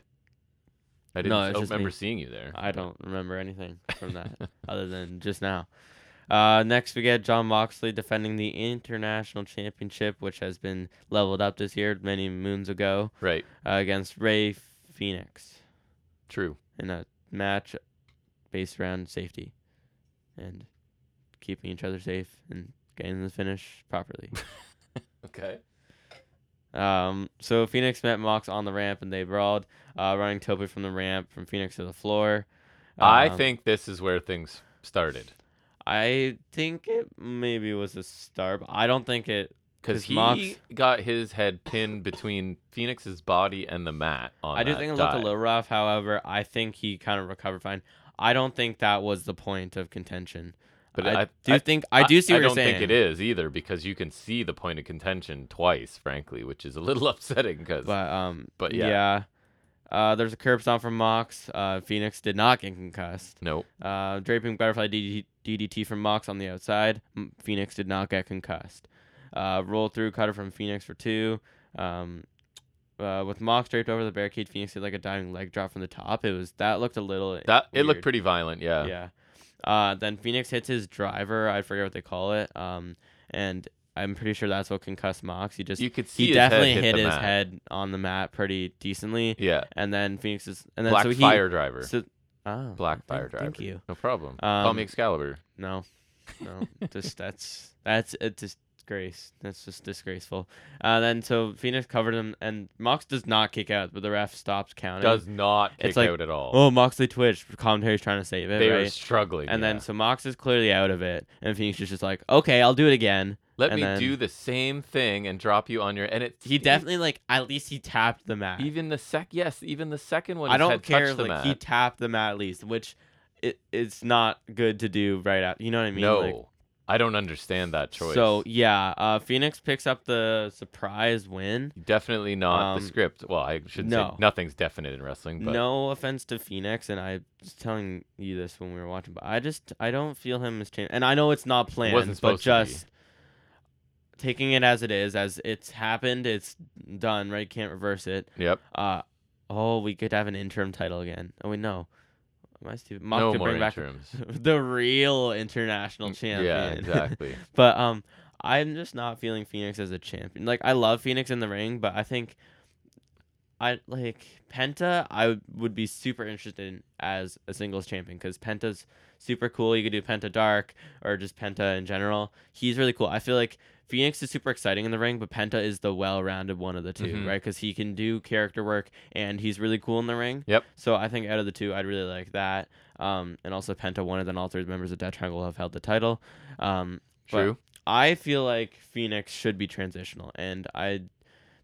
Speaker 1: I
Speaker 3: No,
Speaker 1: didn't I
Speaker 3: it's
Speaker 1: don't
Speaker 3: just
Speaker 1: remember
Speaker 3: me.
Speaker 1: seeing you there.
Speaker 3: I don't
Speaker 1: [LAUGHS]
Speaker 3: remember anything from that other than just now. Uh, next, we get John Moxley defending the International Championship, which has been leveled up this year many moons ago
Speaker 1: Right.
Speaker 3: uh, against Ray Phoenix
Speaker 1: True.
Speaker 3: in a match based around safety and keeping each other safe and getting the finish properly.
Speaker 1: Okay.
Speaker 3: Um, so Phoenix met Mox on the ramp and they brawled, uh, running Tope from the ramp from Phoenix to the floor.
Speaker 1: I
Speaker 3: Um,
Speaker 1: think this is where things started
Speaker 3: I think it maybe was a star. But I don't think it.
Speaker 1: because
Speaker 3: 'Cause
Speaker 1: he
Speaker 3: Mox-
Speaker 1: got his head pinned between Phoenix's body and the mat. On
Speaker 3: I do
Speaker 1: Oh, that
Speaker 3: think it looked a
Speaker 1: dive.
Speaker 3: little rough. However, I think he kind of recovered fine. I don't think that was the point of contention.
Speaker 1: But
Speaker 3: I,
Speaker 1: I-
Speaker 3: do
Speaker 1: I-
Speaker 3: think I do see
Speaker 1: I
Speaker 3: what you're
Speaker 1: don't
Speaker 3: saying.
Speaker 1: think it is either because you can see the point of contention twice, frankly, which is a little [LAUGHS] upsetting because
Speaker 3: But um,
Speaker 1: But yeah.
Speaker 3: yeah. Uh, there's a curb stomp from Mox. Uh, Phoenix did not get concussed.
Speaker 1: no,
Speaker 3: Uh, draping butterfly DDT, DDT from Mox on the outside. M- Phoenix did not get concussed. Uh, roll through cutter from Phoenix for two. Um, uh, with Mox draped over the barricade, Phoenix did like a diving leg drop from the top. It was that looked a little
Speaker 1: that it looked
Speaker 3: weird.
Speaker 1: pretty violent. Yeah.
Speaker 3: yeah. Uh, then Phoenix hits his driver. I forget what they call it. Um, and I'm pretty sure that's what concussed Mox. He just
Speaker 1: you could see
Speaker 3: he
Speaker 1: his
Speaker 3: definitely
Speaker 1: head hit,
Speaker 3: hit,
Speaker 1: the
Speaker 3: his
Speaker 1: mat.
Speaker 3: head on the mat pretty decently.
Speaker 1: Yeah,
Speaker 3: And then Phoenix is and then
Speaker 1: black
Speaker 3: so he
Speaker 1: fire driver,
Speaker 3: so- oh,
Speaker 1: black
Speaker 3: thank-
Speaker 1: fire driver.
Speaker 3: Thank you.
Speaker 1: No problem. Call me
Speaker 3: Um,
Speaker 1: Excalibur.
Speaker 3: No, no,
Speaker 1: [LAUGHS]
Speaker 3: just that's that's a disgrace. That's just disgraceful. Uh, then so Phoenix covered him, and Mox does not kick out, but the ref stops counting.
Speaker 1: Does not kick
Speaker 3: it's like,
Speaker 1: out at all.
Speaker 3: oh Moxley twitched. Commentary's trying to save it,
Speaker 1: they were
Speaker 3: right?
Speaker 1: struggling.
Speaker 3: And
Speaker 1: yeah.
Speaker 3: then so Mox is clearly out of it, and Phoenix is just like, okay, I'll do it again,
Speaker 1: Let
Speaker 3: And
Speaker 1: me
Speaker 3: then-
Speaker 1: do the same thing and drop you on your and it.
Speaker 3: He definitely like at least he tapped the mat.
Speaker 1: even the sec. Yes, even the second one.
Speaker 3: I
Speaker 1: his
Speaker 3: don't
Speaker 1: head
Speaker 3: care.
Speaker 1: touched the
Speaker 3: Like
Speaker 1: mat.
Speaker 3: he tapped the mat at least, which it, it's not good to do right out. You know what I mean?
Speaker 1: no,
Speaker 3: Like,
Speaker 1: I don't understand that choice.
Speaker 3: So yeah, uh, Phoenix picks up the surprise win.
Speaker 1: definitely not
Speaker 3: Um,
Speaker 1: the script. Well, I shouldn't say
Speaker 3: no.
Speaker 1: nothing's definite in wrestling, but
Speaker 3: No offense to Phoenix, and I was telling you this when we were watching, but I just I don't feel him as champion. And I know it's not planned, but
Speaker 1: supposed to be.
Speaker 3: just taking it as it is, as it's happened, it's done. Right, can't reverse it.
Speaker 1: yep.
Speaker 3: Uh oh, we could have an interim title again. Oh wait, no, am I stupid? Mock
Speaker 1: no
Speaker 3: could
Speaker 1: more
Speaker 3: bring back
Speaker 1: interims.
Speaker 3: [LAUGHS] the real international champion. [LAUGHS]
Speaker 1: Yeah, exactly.
Speaker 3: But um, I'm just not feeling Phoenix as a champion. Like I love Phoenix in the ring, but I think I like Penta. I w- would be super interested in as a singles champion because Penta's super cool. You could do Penta Dark or just Penta in general. He's really cool. I feel like Phoenix is super exciting in the ring, but Penta is the well-rounded one of the 2 right? 'Cause
Speaker 1: Mhm.
Speaker 3: right? Because he can do character work and he's really cool in the ring.
Speaker 1: Yep.
Speaker 3: So I think out of the two, I'd really like that. Um, and also Penta, one of then all three members of Death Triangle have held the title. Um, But-
Speaker 1: True.
Speaker 3: I feel like Phoenix should be transitional, and I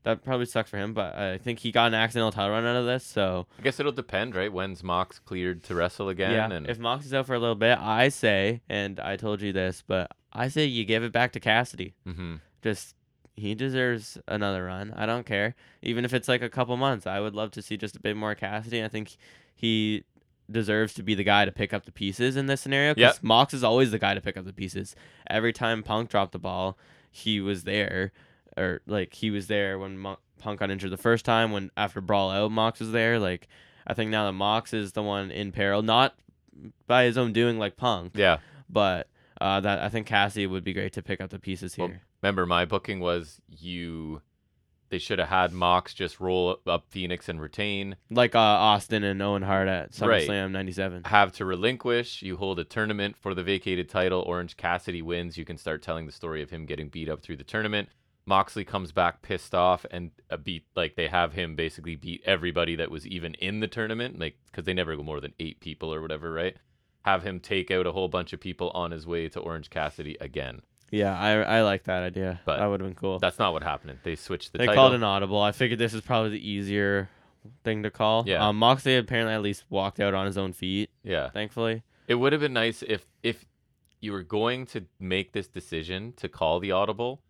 Speaker 3: that probably sucks for him, but I think he got an accidental title run out of this. So
Speaker 1: I guess it'll depend, right? When's Mox cleared to wrestle again?
Speaker 3: yeah,
Speaker 1: and
Speaker 3: if Moxie's out for a little bit, I say, and I told you this, but I say you give it back to Cassidy.
Speaker 1: hmm
Speaker 3: Just he deserves another run. I don't care, even if it's like a couple months. I would love to see just a bit more Cassidy. I think he deserves to be the guy to pick up the pieces in this scenario because
Speaker 1: Yep.
Speaker 3: Mox is always the guy to pick up the pieces. Every time Punk dropped the ball, he was there, or like he was there when Mo- Punk got injured the first time. When after Brawl Out, Mox was there. Like I think now that Mox is the one in peril, not by his own doing like Punk,
Speaker 1: yeah.
Speaker 3: but uh, that I think Cassidy would be great to pick up the pieces here.
Speaker 1: Well, Remember, my booking was you. They should have had Mox just roll up Phoenix and retain.
Speaker 3: like uh, Austin and Owen Hart at
Speaker 1: Right.
Speaker 3: SummerSlam '97.
Speaker 1: Have to relinquish. You hold a tournament for the vacated title. Orange Cassidy wins. You can start telling the story of him getting beat up through the tournament. Moxley comes back pissed off and uh, beat like they have him basically beat everybody that was even in the tournament, like because they never go more than eight people or whatever, right? Have him take out a whole bunch of people on his way to Orange Cassidy again.
Speaker 3: Yeah, I I like that idea.
Speaker 1: But
Speaker 3: that would have been cool.
Speaker 1: That's not what happened. They switched the
Speaker 3: they
Speaker 1: title.
Speaker 3: called an audible. I figured this is probably the easier thing to call.
Speaker 1: Yeah.
Speaker 3: Um, Moxley apparently at least walked out on his own feet,
Speaker 1: yeah.
Speaker 3: thankfully.
Speaker 1: It would have been nice if if you were going to make this decision to call the audible.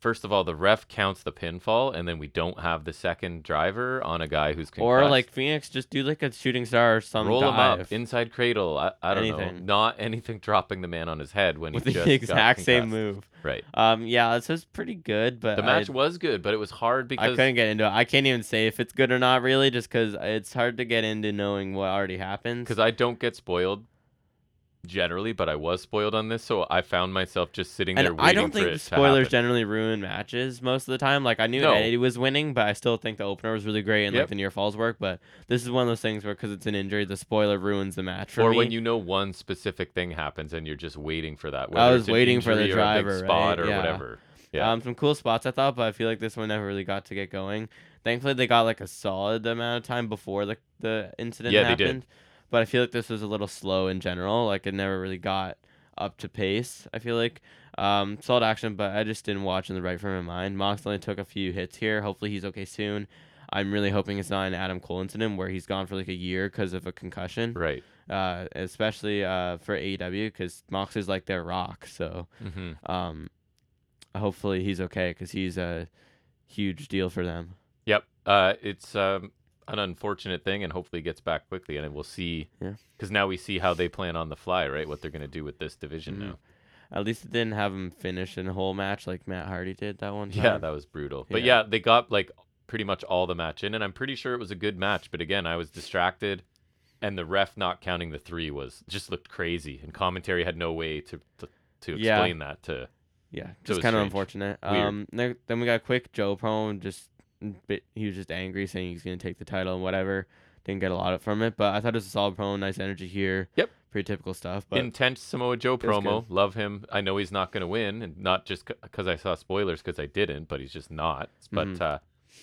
Speaker 1: First of all, the ref counts the pinfall, and then we don't have the second driver on a guy who's concussed.
Speaker 3: Or like Phoenix, just do like a shooting star or some
Speaker 1: roll
Speaker 3: dive
Speaker 1: him up inside cradle. I, I don't
Speaker 3: Anything.
Speaker 1: know, not anything dropping the man on his head when
Speaker 3: [LAUGHS] with
Speaker 1: he just uh,
Speaker 3: the
Speaker 1: got
Speaker 3: exact same
Speaker 1: concussed.
Speaker 3: move.
Speaker 1: Right.
Speaker 3: Um, yeah, this was pretty good, but
Speaker 1: The match
Speaker 3: I,
Speaker 1: was good, but it was hard
Speaker 3: I
Speaker 1: because
Speaker 3: couldn't get into it. I can't even say if it's good or not, really, just because it's hard to get into knowing what already happens.
Speaker 1: because I don't get spoiled generally, but I was spoiled on this, so I found myself just sitting there
Speaker 3: and
Speaker 1: waiting
Speaker 3: I don't
Speaker 1: for it
Speaker 3: think
Speaker 1: to
Speaker 3: spoilers
Speaker 1: happen.
Speaker 3: generally ruin matches most of the time. Like I knew
Speaker 1: No.
Speaker 3: Eddie was winning, but I still think the opener was really great and like
Speaker 1: Yep.
Speaker 3: the near falls work. But this is one of those things where because it's an injury, the spoiler ruins the match for
Speaker 1: or
Speaker 3: me.
Speaker 1: when you know one specific thing happens and you're just waiting for that.
Speaker 3: I
Speaker 1: whether
Speaker 3: was
Speaker 1: it's an
Speaker 3: waiting for the
Speaker 1: injury or a big
Speaker 3: driver, right?
Speaker 1: spot or
Speaker 3: Yeah.
Speaker 1: whatever. yeah.
Speaker 3: um, some cool spots I thought, but I feel like this one never really got to get going. Thankfully, they got like a solid amount of time before the the incident.
Speaker 1: Yeah, they
Speaker 3: happened.
Speaker 1: did.
Speaker 3: But I feel like this was a little slow in general. Like it never really got up to pace. I feel like um, solid action, but I just didn't watch in the right frame of mind. Mox only took a few hits here. Hopefully, he's okay soon. I'm really hoping it's not an Adam Cole incident where he's gone for like a year because of a concussion,
Speaker 1: Right.
Speaker 3: uh, especially uh, for AEW because Mox is like their rock. So
Speaker 1: hmm
Speaker 3: um, hopefully he's okay because he's a huge deal for them.
Speaker 1: Yep. Uh, it's um, an unfortunate thing, and hopefully gets back quickly, and we'll see.
Speaker 3: Yeah.
Speaker 1: Because now we see how they plan on the fly, right? What they're going to do with this division
Speaker 3: Mhm.
Speaker 1: now.
Speaker 3: At least it didn't have him finish in a whole match like Matt Hardy did that one time.
Speaker 1: Yeah, that was brutal. But
Speaker 3: Yeah.
Speaker 1: yeah, they got like pretty much all the match in, and I'm pretty sure it was a good match. But again, I was distracted, and the ref not counting the three was just looked crazy, and commentary had no way to to, to
Speaker 3: Yeah.
Speaker 1: explain that to. was
Speaker 3: yeah, just kind of
Speaker 1: strange.
Speaker 3: unfortunate.
Speaker 1: Weird.
Speaker 3: Um, ne- then we got a quick Joe promo. Just bit, he was just angry, saying he's gonna take the title and whatever. Didn't get a lot from it, but I thought it was a solid promo. Nice energy here.
Speaker 1: Yep.
Speaker 3: pretty typical stuff. But
Speaker 1: intense Samoa Joe
Speaker 3: That's good.
Speaker 1: promo. Love him. I know he's not going to win, and not just because I saw spoilers because I didn't, but he's just not. But
Speaker 3: Mhm.
Speaker 1: uh,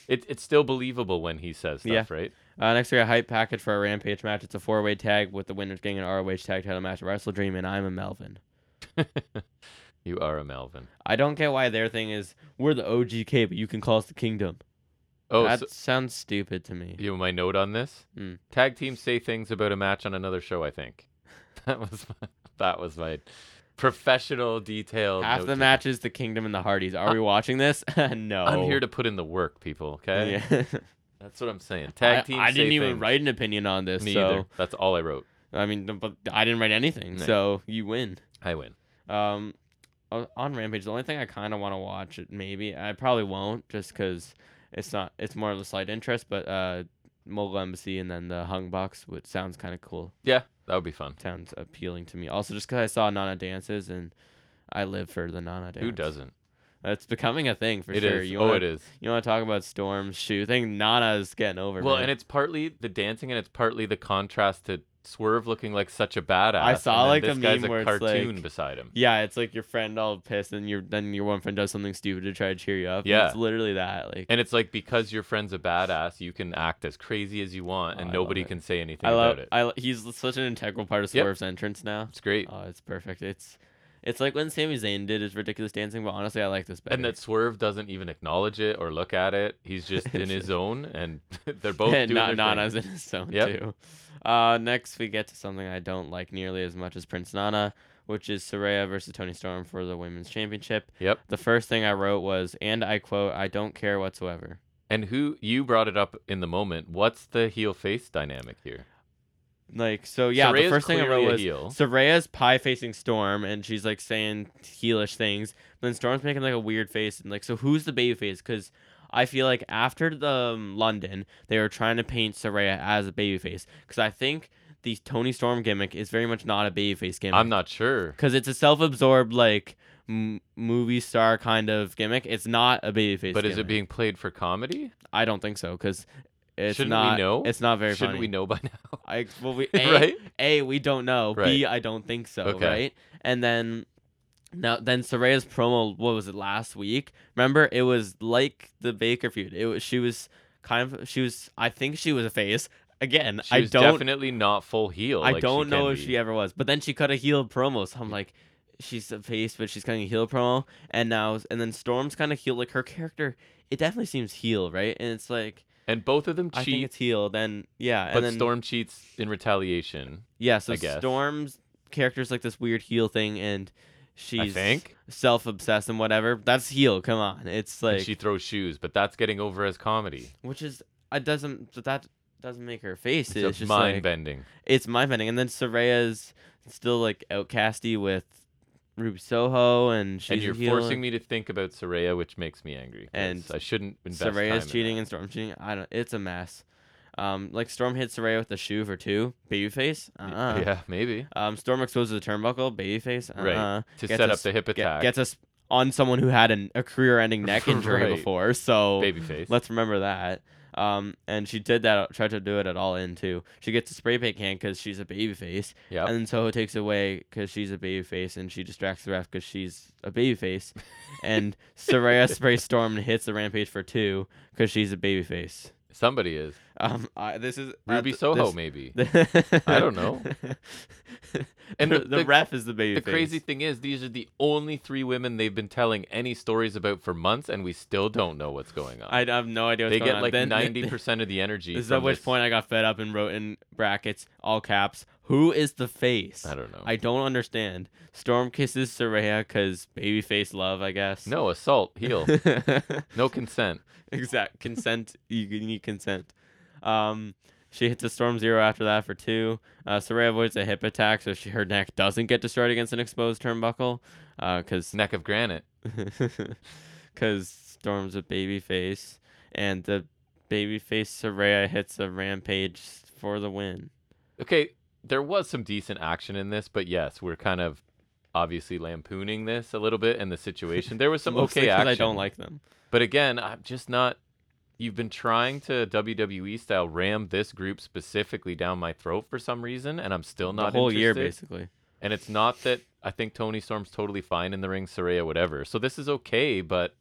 Speaker 1: it, it's still believable when he says stuff,
Speaker 3: Yeah.
Speaker 1: right?
Speaker 3: Uh, next, we got a hype package for a Rampage match. It's a four way tag with the winners getting an ROH tag title match at Wrestle Dream, and I'm a Melvin.
Speaker 1: You are a Melvin.
Speaker 3: I don't get why their thing is we're the OGK, but you can call us the Kingdom.
Speaker 1: Oh,
Speaker 3: that
Speaker 1: so,
Speaker 3: sounds stupid to me.
Speaker 1: you know my note on this?
Speaker 3: Mm.
Speaker 1: Tag teams say things about a match on another show. I think [LAUGHS] that was my, that was my professional detail.
Speaker 3: Half the matches, the Kingdom and the Hardys. Are we watching this? [LAUGHS] no.
Speaker 1: Uh, I'm here to put in the work, people. Okay,
Speaker 3: Oh. Yeah.
Speaker 1: that's what I'm saying. [LAUGHS] Tag
Speaker 3: I-
Speaker 1: teams.
Speaker 3: I,
Speaker 1: say
Speaker 3: didn't even
Speaker 1: things.
Speaker 3: write an opinion on this.
Speaker 1: Me
Speaker 3: so
Speaker 1: either. That's all I wrote.
Speaker 3: I mean, th- but I didn't write anything.
Speaker 1: No.
Speaker 3: So you win.
Speaker 1: I win.
Speaker 3: Um, o- on Rampage, the only thing I kind of want to watch, it maybe I probably won't, just because it's not. It's more of a slight interest, but uh, Mogul Embassy and then the Hung Box, which sounds kind of cool.
Speaker 1: Yeah, that would be fun.
Speaker 3: Sounds appealing to me. Also, just because I saw Nana dances and I live for the Nana dance.
Speaker 1: Who doesn't?
Speaker 3: That's becoming a thing for
Speaker 1: It is.
Speaker 3: sure. You
Speaker 1: oh,
Speaker 3: wanna,
Speaker 1: it is.
Speaker 3: You want to talk about Storm's shoe thing? Nana's getting over.
Speaker 1: Well,
Speaker 3: man.
Speaker 1: and it's partly the dancing, and it's partly the contrast to Swerve looking like such a badass.
Speaker 3: I saw,
Speaker 1: and then
Speaker 3: like,
Speaker 1: this
Speaker 3: a
Speaker 1: guy's
Speaker 3: meme
Speaker 1: a
Speaker 3: where it's,
Speaker 1: cartoon
Speaker 3: like-
Speaker 1: beside him.
Speaker 3: Yeah, it's like your friend all pissed, and your then your one friend does something stupid to try to cheer you up. and
Speaker 1: Yeah.
Speaker 3: it's literally that. Like,
Speaker 1: And it's like because your friend's a badass, you can act as crazy as you want,
Speaker 3: Oh,
Speaker 1: and
Speaker 3: I love
Speaker 1: nobody
Speaker 3: it.
Speaker 1: can say anything
Speaker 3: I love.
Speaker 1: about it.
Speaker 3: I lo- he's such an integral part of
Speaker 1: Yep.
Speaker 3: Swerve's entrance now.
Speaker 1: It's great.
Speaker 3: Oh, it's perfect. It's it's like when Sami Zayn did his ridiculous dancing, but honestly, I like this better.
Speaker 1: and that Swerve doesn't even acknowledge it or look at it. He's
Speaker 3: [LAUGHS]
Speaker 1: just in his own, and [LAUGHS] they're both
Speaker 3: and
Speaker 1: doing
Speaker 3: Na-
Speaker 1: their
Speaker 3: Nana's
Speaker 1: thing.
Speaker 3: in his zone
Speaker 1: Yep.
Speaker 3: too. Uh, next we get to something I don't like nearly as much as Prince Nana, which is Soraya versus Tony Storm for the women's championship.
Speaker 1: Yep.
Speaker 3: The first thing I wrote was, and I quote, "I don't care whatsoever."
Speaker 1: And who you brought it up in the moment? What's the heel face dynamic here?
Speaker 3: Like so, yeah. the
Speaker 1: Soraya's
Speaker 3: first thing I
Speaker 1: clearly
Speaker 3: wrote
Speaker 1: a
Speaker 3: was
Speaker 1: heel.
Speaker 3: Soraya's pie facing Storm, and she's like saying heelish things. But then Storm's making like a weird face, and like, so who's the baby face? Because I feel like after the um, London, they were trying to paint Soraya as a baby face. Because I think the Tony Storm gimmick is very much not a baby face gimmick.
Speaker 1: I'm not sure.
Speaker 3: Because it's a self absorbed like m- movie star kind of gimmick. It's not a baby face.
Speaker 1: But is it being played for comedy?
Speaker 3: I don't think so. Because it's
Speaker 1: Shouldn't we
Speaker 3: not.
Speaker 1: know?
Speaker 3: It's not very.
Speaker 1: Shouldn't
Speaker 3: funny.
Speaker 1: we know by now?
Speaker 3: [LAUGHS] I
Speaker 1: [LAUGHS]
Speaker 3: well we a,
Speaker 1: Right?
Speaker 3: a we don't know b
Speaker 1: Right.
Speaker 3: I don't think so
Speaker 1: Okay.
Speaker 3: right and then now then Soraya's promo what was it last week remember it was like the Baker feud it was she was kind of she was I think she was a face again
Speaker 1: She
Speaker 3: I
Speaker 1: was
Speaker 3: don't
Speaker 1: definitely not full heel.
Speaker 3: I
Speaker 1: like
Speaker 3: don't know
Speaker 1: can
Speaker 3: if
Speaker 1: be.
Speaker 3: she ever was but then she cut a heel promo so I'm like she's a face but she's cutting a heel promo and now and then Storm's kind of heel like her character it definitely seems heel right and it's like
Speaker 1: And both of them
Speaker 3: I think
Speaker 1: cheat,
Speaker 3: it's heel then yeah
Speaker 1: but
Speaker 3: and then
Speaker 1: Storm cheats in retaliation.
Speaker 3: Yeah, so
Speaker 1: I guess.
Speaker 3: Storm's character's like this weird heel thing, and
Speaker 1: I
Speaker 3: she's
Speaker 1: think
Speaker 3: self-obsessed and whatever. That's heel. Come on, it's
Speaker 1: And
Speaker 3: like
Speaker 1: she throws shoes, but that's getting over as comedy.
Speaker 3: which is it doesn't but that doesn't make her face.
Speaker 1: It's,
Speaker 3: It's, just
Speaker 1: a mind
Speaker 3: like,
Speaker 1: bending.
Speaker 3: it's mind bending. And then Soraya's still like outcasty with Ruby Soho, and she's
Speaker 1: And
Speaker 3: a
Speaker 1: you're
Speaker 3: heel,
Speaker 1: forcing
Speaker 3: and
Speaker 1: me to think about Soraya, which makes me angry. 'cause
Speaker 3: And
Speaker 1: I shouldn't invest time in
Speaker 3: Soraya's
Speaker 1: that.
Speaker 3: cheating and Storm cheating. I don't. It's a mess. Um, like Storm hits Soraya with a shoe for two. Babyface. Uh.
Speaker 1: Y-
Speaker 3: uh
Speaker 1: Yeah, maybe
Speaker 3: Um, Storm exposes the turnbuckle. Babyface. Uh.
Speaker 1: Right.
Speaker 3: uh
Speaker 1: to
Speaker 3: Gets
Speaker 1: set
Speaker 3: a
Speaker 1: up the hip
Speaker 3: get-
Speaker 1: attack.
Speaker 3: gets us on someone who had an, a career-ending
Speaker 1: [LAUGHS]
Speaker 3: neck injury
Speaker 1: Right.
Speaker 3: before. So
Speaker 1: babyface.
Speaker 3: let's remember that. Um, and she did that. Tried to do it at all in too. She gets a spray paint can because she's a baby face,
Speaker 1: Yep.
Speaker 3: and then Soho takes away because she's a baby face, and she distracts the ref because she's a baby
Speaker 1: [LAUGHS]
Speaker 3: face, and Soraya sprays Storm and hits the Rampage for two because she's a baby face.
Speaker 1: Somebody is
Speaker 3: Um, I, this is at
Speaker 1: Ruby
Speaker 3: th-
Speaker 1: Soho,
Speaker 3: this-
Speaker 1: maybe.
Speaker 3: [LAUGHS] I
Speaker 1: don't know.
Speaker 3: and
Speaker 1: And
Speaker 3: the,
Speaker 1: the-
Speaker 3: the
Speaker 1: the-
Speaker 3: ref is the baby.
Speaker 1: The
Speaker 3: face.
Speaker 1: crazy thing is, these are the only three women they've been telling any stories about for months, and we still don't know what's going on.
Speaker 3: I I have no idea. What's
Speaker 1: they
Speaker 3: going
Speaker 1: get
Speaker 3: on.
Speaker 1: like
Speaker 3: Then-
Speaker 1: ninety percent of the energy.
Speaker 3: This is
Speaker 1: from
Speaker 3: at which
Speaker 1: this-
Speaker 3: point I got fed up and wrote in brackets, all caps, who is the face?
Speaker 1: I don't know.
Speaker 3: I don't understand. Storm kisses Soraya because babyface love, I guess.
Speaker 1: no assault, heel, no consent.
Speaker 3: [LAUGHS] exact consent. You can- you need consent. Um, she hits a storm zero after that for two. Uh, Soraya avoids a hip attack, so she, her neck doesn't get destroyed against an exposed turnbuckle, uh, because
Speaker 1: Neck of granite.
Speaker 3: [LAUGHS] because Storm's a baby face, and the baby face Soraya hits a rampage for the win.
Speaker 1: Okay, there was some decent action in this, but yes, we're kind of obviously lampooning this a little bit and the situation. There was some
Speaker 3: [LAUGHS] Mostly
Speaker 1: okay
Speaker 3: 'cause
Speaker 1: action.
Speaker 3: I don't like them.
Speaker 1: But again, I'm just not. You've been trying to WWE style ram this group specifically down my throat for some reason, and I'm still
Speaker 3: The
Speaker 1: not
Speaker 3: whole year,
Speaker 1: interested.
Speaker 3: basically.
Speaker 1: And it's not that I think Tony Storm's totally fine in the ring, Soraya, whatever. So this is okay, but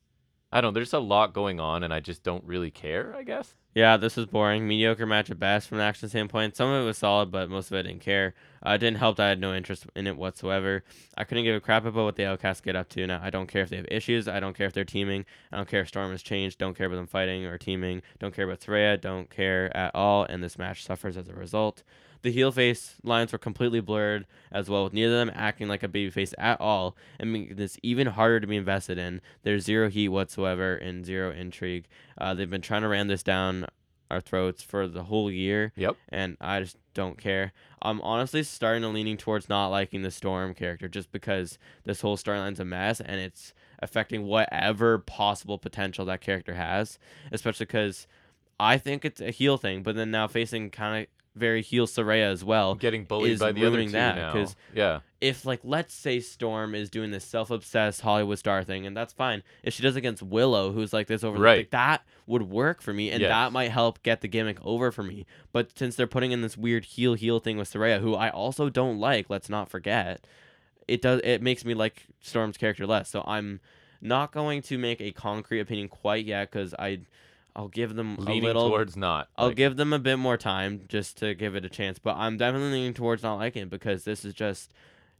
Speaker 1: I don't. There's a lot going on, and I just don't really care. I guess
Speaker 3: Yeah, this was boring. Mediocre match at best from an action standpoint. Some of it was solid, but most of it I didn't care. Uh, it didn't help that I had no interest in it whatsoever. I couldn't give a crap about what the Outcasts get up to now. I don't care if they have issues. I don't care if they're teaming. I don't care if Storm has changed. Don't care about them fighting or teaming. Don't care about Threya. Don't care at all. And this match suffers as a result. The heel face lines were completely blurred as well, with neither of them acting like a babyface at all, and making this even harder to be invested in. There's zero heat whatsoever and zero intrigue. Uh, they've been trying to ram this down our throats for the whole year.
Speaker 1: Yep.
Speaker 3: And I just don't care. I'm honestly starting to leaning towards not liking the Storm character just because this whole storyline's a mess and it's affecting whatever possible potential that character has, especially because I think it's a heel thing, but then now facing kind of very heel Soraya as well.
Speaker 1: Getting bullied
Speaker 3: is
Speaker 1: by the other
Speaker 3: ruining
Speaker 1: two
Speaker 3: that,
Speaker 1: now.
Speaker 3: 'cause
Speaker 1: Yeah.
Speaker 3: if like let's say Storm is doing this self-obsessed Hollywood star thing, and that's fine. If she does against Willow, who's like this over,
Speaker 1: Right.
Speaker 3: like, that would work for me, and
Speaker 1: Yes.
Speaker 3: that might help get the gimmick over for me. But since they're putting in this weird heel heel thing with Soraya, who I also don't like, let's not forget, it does it makes me like Storm's character less. So I'm not going to make a concrete opinion quite yet because I. I'll give them
Speaker 1: Leaning
Speaker 3: a little
Speaker 1: towards not.
Speaker 3: I'll
Speaker 1: like,
Speaker 3: give them a bit more time just to give it a chance, but I'm definitely leaning towards not liking it because this is just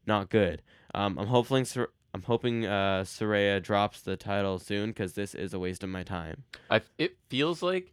Speaker 3: not good. Um, I'm hoping Sor- I'm hoping uh, Soraya drops the title soon because this is a waste of my time.
Speaker 1: I, it feels like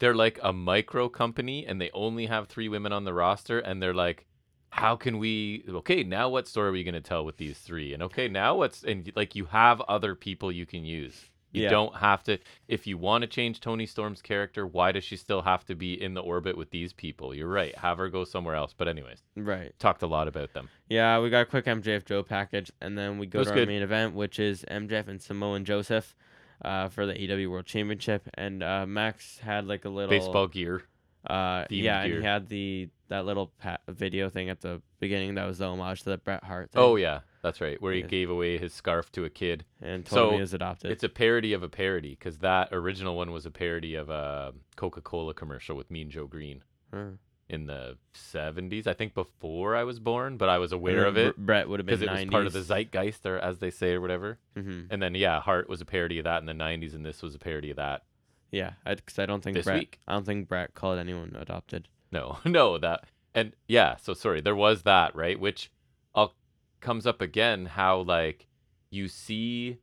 Speaker 1: they're like a micro company and they only have three women on the roster and they're like how can we okay now what story are we going to tell with these three and okay now what's and like you have other people you can use you
Speaker 3: Yeah.
Speaker 1: don't have to if you want to change tony storm's character why does she still have to be in the orbit with these people you're right have her go somewhere else but anyways
Speaker 3: Right.
Speaker 1: talked a lot about them
Speaker 3: Yeah, we got a quick MJF Joe package, and then we go
Speaker 1: That's
Speaker 3: to our
Speaker 1: good.
Speaker 3: main event, which is MJF and Samoan Joseph uh, for the AW World Championship. And uh, Max had like a little
Speaker 1: baseball gear
Speaker 3: Uh,
Speaker 1: themed
Speaker 3: yeah, and
Speaker 1: gear.
Speaker 3: he had the that little pa- video thing at the beginning that was the homage to the Bret Hart. Thing.
Speaker 1: oh yeah that's right where he
Speaker 3: Yes.
Speaker 1: gave away his scarf to a kid
Speaker 3: and
Speaker 1: So,
Speaker 3: told me is adopted.
Speaker 1: It's a parody of a parody because that original one was a parody of a Coca Cola commercial with Mean Joe Green
Speaker 3: Huh.
Speaker 1: in the 70s, I think before I was born, but I was aware of
Speaker 3: Br-
Speaker 1: it
Speaker 3: Brett would have been
Speaker 1: because it was part of the
Speaker 3: 90s.
Speaker 1: zeitgeist, Mm-hmm. or as they say, or whatever.
Speaker 3: Mhm.
Speaker 1: And then, yeah, Heart was a parody of that in the 90s, and this was a parody of that.
Speaker 3: Yeah, because I, don't think
Speaker 1: This
Speaker 3: Brett.
Speaker 1: week.
Speaker 3: I don't think Brett called anyone adopted.
Speaker 1: No, [LAUGHS] no, that. And yeah, so sorry, there was that, right? Which all comes up again how, like, you see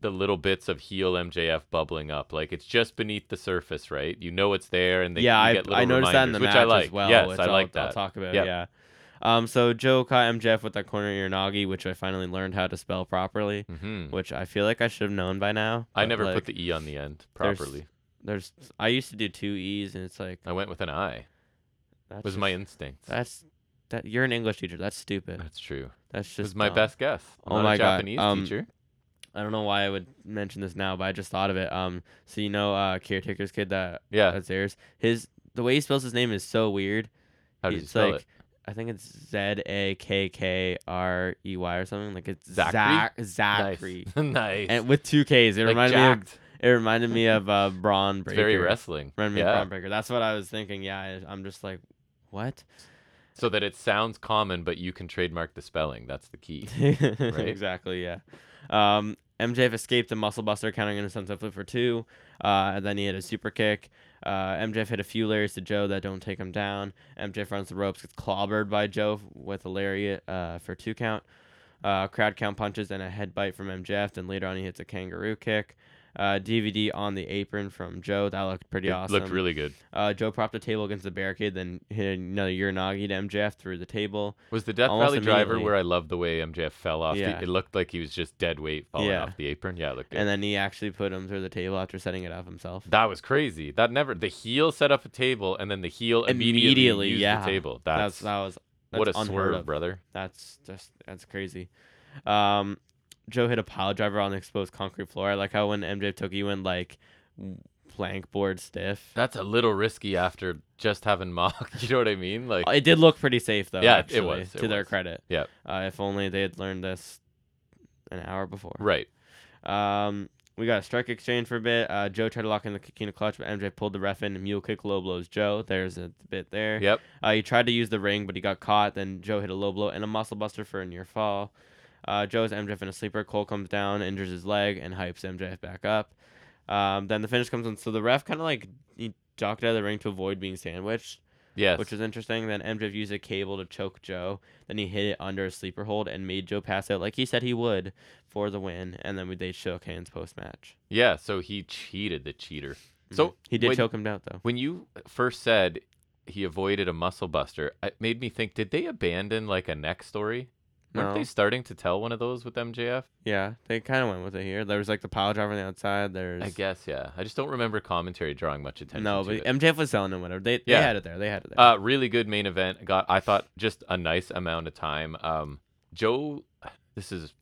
Speaker 1: the little bits of heel MJF bubbling up. Like, it's just beneath the surface, right? You know it's there, and they
Speaker 3: yeah,
Speaker 1: you
Speaker 3: I,
Speaker 1: get little
Speaker 3: I noticed that in the
Speaker 1: reminders, which
Speaker 3: match
Speaker 1: I like.
Speaker 3: as well.
Speaker 1: Yes,
Speaker 3: which
Speaker 1: I
Speaker 3: I'll-
Speaker 1: like
Speaker 3: I'll
Speaker 1: that.
Speaker 3: talk about
Speaker 1: Yep.
Speaker 3: yeah. Um, so Joe caught MJF with that corner ear nagi, which I finally learned how to spell properly,
Speaker 1: hmm
Speaker 3: which I feel like I should have known by now.
Speaker 1: I
Speaker 3: but,
Speaker 1: never
Speaker 3: like,
Speaker 1: put the E on the end
Speaker 3: there's-
Speaker 1: properly.
Speaker 3: There's I used to do two e's, and it's like
Speaker 1: I went with an I.
Speaker 3: that's
Speaker 1: was my
Speaker 3: just-
Speaker 1: instinct.
Speaker 3: that's that you're an English teacher. That's stupid.
Speaker 1: That's true.
Speaker 3: That's just
Speaker 1: It was my
Speaker 3: dumb.
Speaker 1: best guess. I'm
Speaker 3: Oh
Speaker 1: not
Speaker 3: my
Speaker 1: a
Speaker 3: God,
Speaker 1: Japanese
Speaker 3: um,
Speaker 1: teacher.
Speaker 3: I don't know why I would mention this now, but I just thought of it. Um, so you know, uh, caretaker's kid that
Speaker 1: Yeah.
Speaker 3: that's theirs. His the way he spells his name is so weird.
Speaker 1: How did you
Speaker 3: it's
Speaker 1: spell
Speaker 3: like
Speaker 1: it?
Speaker 3: I think it's Z A K K R E Y or something. Like it's Zach
Speaker 1: Zachary?
Speaker 3: Zachary.
Speaker 1: Nice. [LAUGHS] nice.
Speaker 3: And with two K's, it
Speaker 1: Like
Speaker 3: reminded me
Speaker 1: jacked.
Speaker 3: of it reminded me of uh,
Speaker 1: [LAUGHS]
Speaker 3: Braun
Speaker 1: It's
Speaker 3: Breaker.
Speaker 1: very wrestling.
Speaker 3: Reminded me
Speaker 1: Yeah.
Speaker 3: of Braun Breaker. That's what I was thinking. Yeah, I, I'm just like, what?
Speaker 1: So that it sounds common, but you can trademark the spelling. That's the
Speaker 3: [LAUGHS]
Speaker 1: key. [LAUGHS]
Speaker 3: exactly, yeah. Um, MJF escaped the muscle buster, counting in a sunset flip for two. Uh, and then he hit a super kick. Uh, MJF hit a few lariats to Joe that don't take him down. MJF runs the ropes, gets clobbered by Joe with a lariat uh, for two count. Uh, crowd count punches and a head bite from MJF. Then later on, he hits a kangaroo kick. Uh, DVD on the apron from Joe. That looked pretty
Speaker 1: it
Speaker 3: awesome.
Speaker 1: looked really good.
Speaker 3: uh, Joe propped a table against the barricade, then hit another Uranagi to MJF through the table.
Speaker 1: Was the Death
Speaker 3: Almost
Speaker 1: Valley driver
Speaker 3: immediately.
Speaker 1: where I love the way MJF fell off? the-
Speaker 3: Yeah.
Speaker 1: it looked like he was just dead weight falling
Speaker 3: Yeah.
Speaker 1: off the apron. Yeah, it looked good.
Speaker 3: and then he actually put him through the table after setting it up himself.
Speaker 1: that was crazy. That never the heel set up a table and then the heel immediately,
Speaker 3: Immediately,
Speaker 1: used
Speaker 3: yeah.
Speaker 1: the table.
Speaker 3: That's,
Speaker 1: That's,
Speaker 3: that was that's
Speaker 1: what a
Speaker 3: unheard
Speaker 1: swerve,
Speaker 3: of.
Speaker 1: brother.
Speaker 3: That's just that's crazy. Um, Joe hit a pile driver on the exposed concrete floor. I like how when MJ took you in like w- plank board stiff.
Speaker 1: That's a little risky after just having [LAUGHS] mock. You know what I mean? Like
Speaker 3: It did look pretty safe though.
Speaker 1: Yeah, it
Speaker 3: actually,
Speaker 1: was, it
Speaker 3: to their
Speaker 1: was.
Speaker 3: credit.
Speaker 1: Yeah.
Speaker 3: Uh, if only they had learned this an hour before.
Speaker 1: right.
Speaker 3: Um, we got a strike exchange for a bit. Uh, Joe tried to lock in the Kikina clutch, but MJ pulled the ref in. and Mule kick low blows Joe. There's a bit there.
Speaker 1: Yep.
Speaker 3: Uh, he tried to use the ring, but he got caught. Then Joe hit a low blow and a muscle buster for a near fall. Uh, Joe's MJF in a sleeper. Cole comes down, injures his leg, and hypes MJF back up. Um, then the finish comes in. So the ref kind of like he jocked out of the ring to avoid being sandwiched,
Speaker 1: Yes.
Speaker 3: which was interesting. Then MJF used a cable to choke Joe. Then he hit it under a sleeper hold and made Joe pass out like he said he would for the win. And then we, they shook hands post match.
Speaker 1: yeah. So he cheated the cheater. So
Speaker 3: Mm-hmm. He did
Speaker 1: when-
Speaker 3: choke him out though.
Speaker 1: When you uh, first said he avoided a muscle buster, it made me think: Did they abandon like a neck story? Weren't
Speaker 3: No.
Speaker 1: they starting to tell one of those with MJF?
Speaker 3: Yeah, they kind of went with it here. There was like the pile driver on the outside. There's
Speaker 1: I guess yeah. I just don't remember commentary drawing much attention.
Speaker 3: no,
Speaker 1: to
Speaker 3: but
Speaker 1: it.
Speaker 3: MJF was selling him whatever. They,
Speaker 1: Yeah.
Speaker 3: they had it there. They had it there.
Speaker 1: Uh, really good main event. Got I thought just a nice amount of time. Um, Joe, this is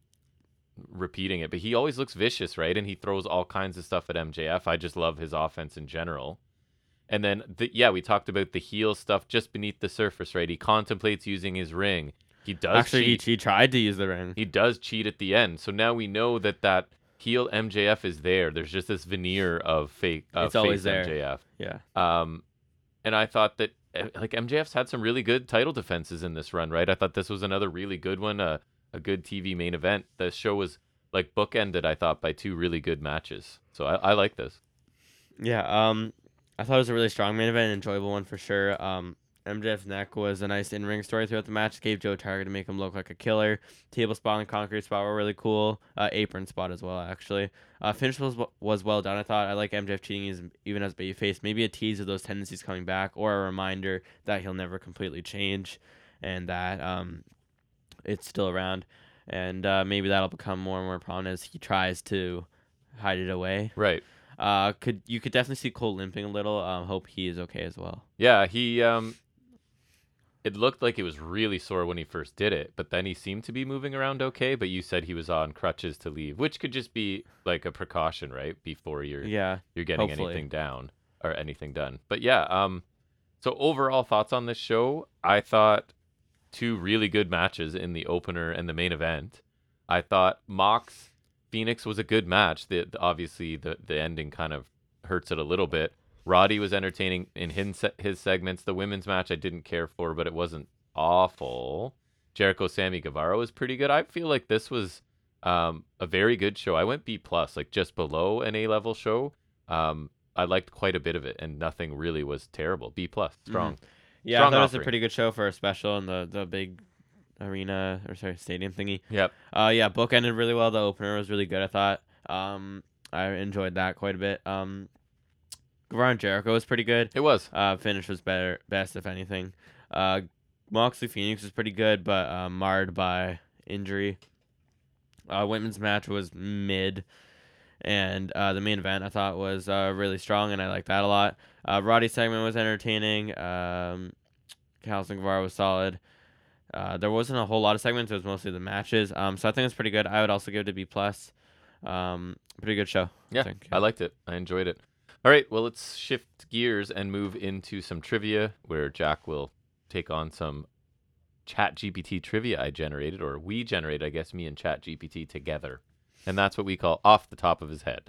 Speaker 1: repeating it, but he always looks vicious, right? And he throws all kinds of stuff at MJF. I just love his offense in general. And then the, yeah, we talked about the heel stuff just beneath the surface, right? He contemplates using his ring. He does
Speaker 3: Actually, he,
Speaker 1: cheat.
Speaker 3: he tried to use the ring.
Speaker 1: He does cheat at the end. So now we know that that heel MJF is there. There's just this veneer of fake. Of
Speaker 3: It's always
Speaker 1: face
Speaker 3: there.
Speaker 1: MJF.
Speaker 3: yeah.
Speaker 1: Um, and I thought that eh, like MJF's had some really good title defenses in this run, right? I thought this was another really good one, a a good TV main event. The show was like bookended, I thought, by two really good matches. So I, I like this.
Speaker 3: Yeah, um, I thought it was a really strong main event, an enjoyable one for sure. Um, MJF's neck was a nice in-ring story throughout the match. Gave Joe Target to make him look like a killer. Table spot and concrete spot were really cool. Uh, apron spot as well, actually. Uh, finish was was well done. I thought I like MJF cheating as, even as babyface. Maybe a tease of those tendencies coming back, or a reminder that he'll never completely change, and that um, it's still around. And uh, maybe that'll become more and more prominent as he tries to hide it away.
Speaker 1: Right.
Speaker 3: Uh, could you could definitely see Cole limping a little. Um, hope he is okay as well.
Speaker 1: Yeah, he um it looked like he was really sore when he first did it, but then he seemed to be moving around okay, but you said he was on crutches to leave, which could just be like a precaution, right? Before you're
Speaker 3: Yeah,
Speaker 1: you're getting
Speaker 3: Hopefully.
Speaker 1: anything down or anything done. But yeah, um so overall thoughts on this show, I thought two really good matches in the opener and the main event. I thought Mox Phoenix was a good match. The, the- obviously the the ending kind of hurts it a little bit. Roddy was entertaining in his se- his segments. The women's match I didn't care for, but it wasn't awful. Jericho Sammy Guevara was pretty good. I feel like this was um, a very good show. I went B plus, like just below an A level show. Um, I liked quite a bit of it, and nothing really was terrible. B plus, strong.
Speaker 3: yeah.
Speaker 1: Strong
Speaker 3: I thought it was
Speaker 1: offering.
Speaker 3: a pretty good show for a special in the the big arena or sorry stadium thingy.
Speaker 1: Yep.
Speaker 3: Uh, yeah, book ended really well. The opener was really good. I thought. Um, I enjoyed that quite a bit. Um, Guevara and Jericho was pretty good.
Speaker 1: It was.
Speaker 3: Uh, finish was better, best if anything. Uh, Moxley Phoenix was pretty good, but uh, marred by injury. Uh, women's match was mid, and uh, the main event I thought was uh, really strong, and I liked that a lot. Uh, Roddy segment was entertaining. Um, Calvin Guevara was solid. Uh, there wasn't a whole lot of segments. It was mostly the matches. Um, so I think it's pretty good. I would also give it a B plus. Um, pretty good show.
Speaker 1: Yeah,
Speaker 3: I, think.
Speaker 1: I liked it. I enjoyed it. All right, well, let's shift gears and move into some trivia where Jack will take on some chat GPT trivia I generated, or we generated, I guess, me and chat GPT together. And that's what we call off the top of his head.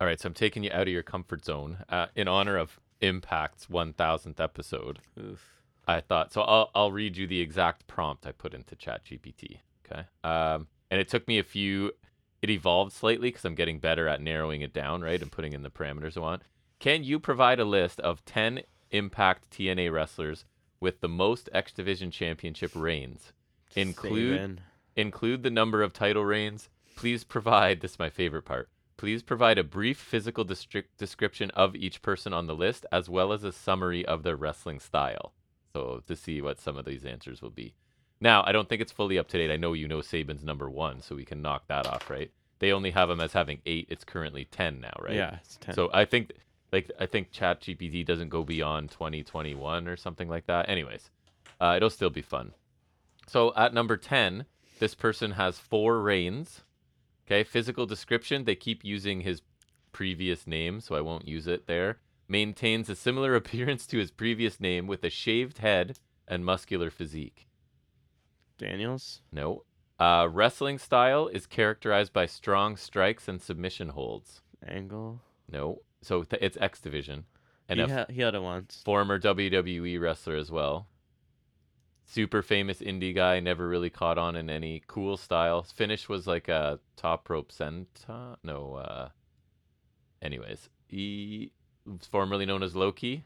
Speaker 1: All right, so I'm taking you out of your comfort zone uh, in honor of Impact's 1000th episode.
Speaker 3: Oof.
Speaker 1: I thought so. I'll I'll read you the exact prompt I put into ChatGPT. Okay. Um, and it took me a few. It evolved slightly because I'm getting better at narrowing it down, right, and putting in the parameters I want. Can you provide a list of ten Impact TNA wrestlers with the most X Division Championship reigns? Include
Speaker 3: Saban.
Speaker 1: include the number of title reigns. Please provide this is my favorite part. Please provide a brief physical distri- description of each person on the list as well as a summary of their wrestling style. So to see what some of these answers will be. Now, I don't think it's fully up to date. I know you know Saban's number 1, so we can knock that off, right? They only have him as having 8. It's currently 10 now, right?
Speaker 3: Yeah, it's ten.
Speaker 1: So I think like I think ChatGPT doesn't go beyond 2021 or something like that. Anyways, uh, it'll still be fun. So at number 10, this person has four reigns. Okay, physical description, they keep using his previous name, so I won't use it there. Maintains a similar [LAUGHS] appearance to his previous name with a shaved head and muscular physique.
Speaker 3: Daniels.
Speaker 1: No. Uh, wrestling style is characterized by strong strikes and submission holds.
Speaker 3: Angle.
Speaker 1: No. So th- it's X Division. And
Speaker 3: he,
Speaker 1: a
Speaker 3: ha- he had it once.
Speaker 1: E former WWE wrestler as well. super famous indie guy, never really caught on in any cool style. His finish was like a top rope senton. No, uh, anyways, he was formerly known as Loki.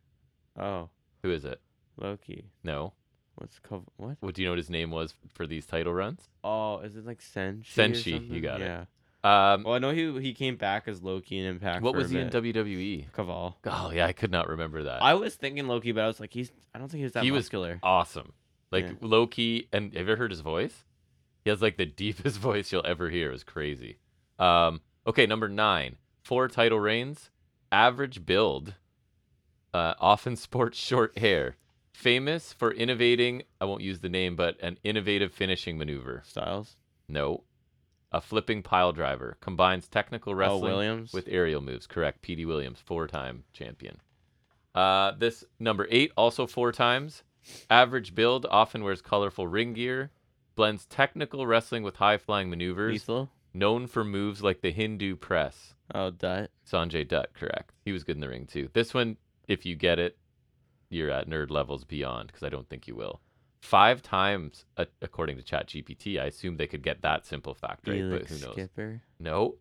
Speaker 3: Oh,
Speaker 1: Who is it?
Speaker 3: Loki.
Speaker 1: No.
Speaker 3: What's called what?
Speaker 1: What do you know what his name was for these title runs?
Speaker 3: Oh, is it like Senshi?
Speaker 1: Senshi, you
Speaker 3: Or something?
Speaker 1: got it.
Speaker 3: yeah.
Speaker 1: Um,
Speaker 3: Well, I know he he came back as Loki in Impact.
Speaker 1: what
Speaker 3: for a
Speaker 1: was he in
Speaker 3: bit.
Speaker 1: WWE?
Speaker 3: Caval?
Speaker 1: Oh yeah, I could not remember that.
Speaker 3: I was thinking Loki, but I was like, he's. I don't think he was that
Speaker 1: He was-
Speaker 3: muscular.
Speaker 1: awesome. Like
Speaker 3: Yeah.
Speaker 1: Loki, and have you ever heard his voice? He has like the [LAUGHS] deepest voice you'll ever hear. It was crazy. Um, okay, number nine, four title reigns, average build, uh, often [LAUGHS] sports short hair, famous for innovating. I won't use the name, but an innovative finishing maneuver.
Speaker 3: Styles. Oh,
Speaker 1: No, a flipping pile driver combines technical
Speaker 3: Oh,
Speaker 1: wrestling
Speaker 3: Williams.
Speaker 1: with aerial moves. Correct. P.D. Williams, four-time champion. Uh, this number eight, also four times. Average build, often wears colorful ring gear, blends technical wrestling with high-flying maneuvers.
Speaker 3: Lethal.
Speaker 1: Known for moves like the Hindu press.
Speaker 3: Oh, Dutt.
Speaker 1: Sanjay Dutt, correct. He was good in the ring too. This one, if you get it, you're at nerd levels beyond because I don't think you will. Five times, a- according to ChatGPT, I assume they could get that simple fact right, but
Speaker 3: Felix
Speaker 1: who knows?
Speaker 3: Skipper.
Speaker 1: No.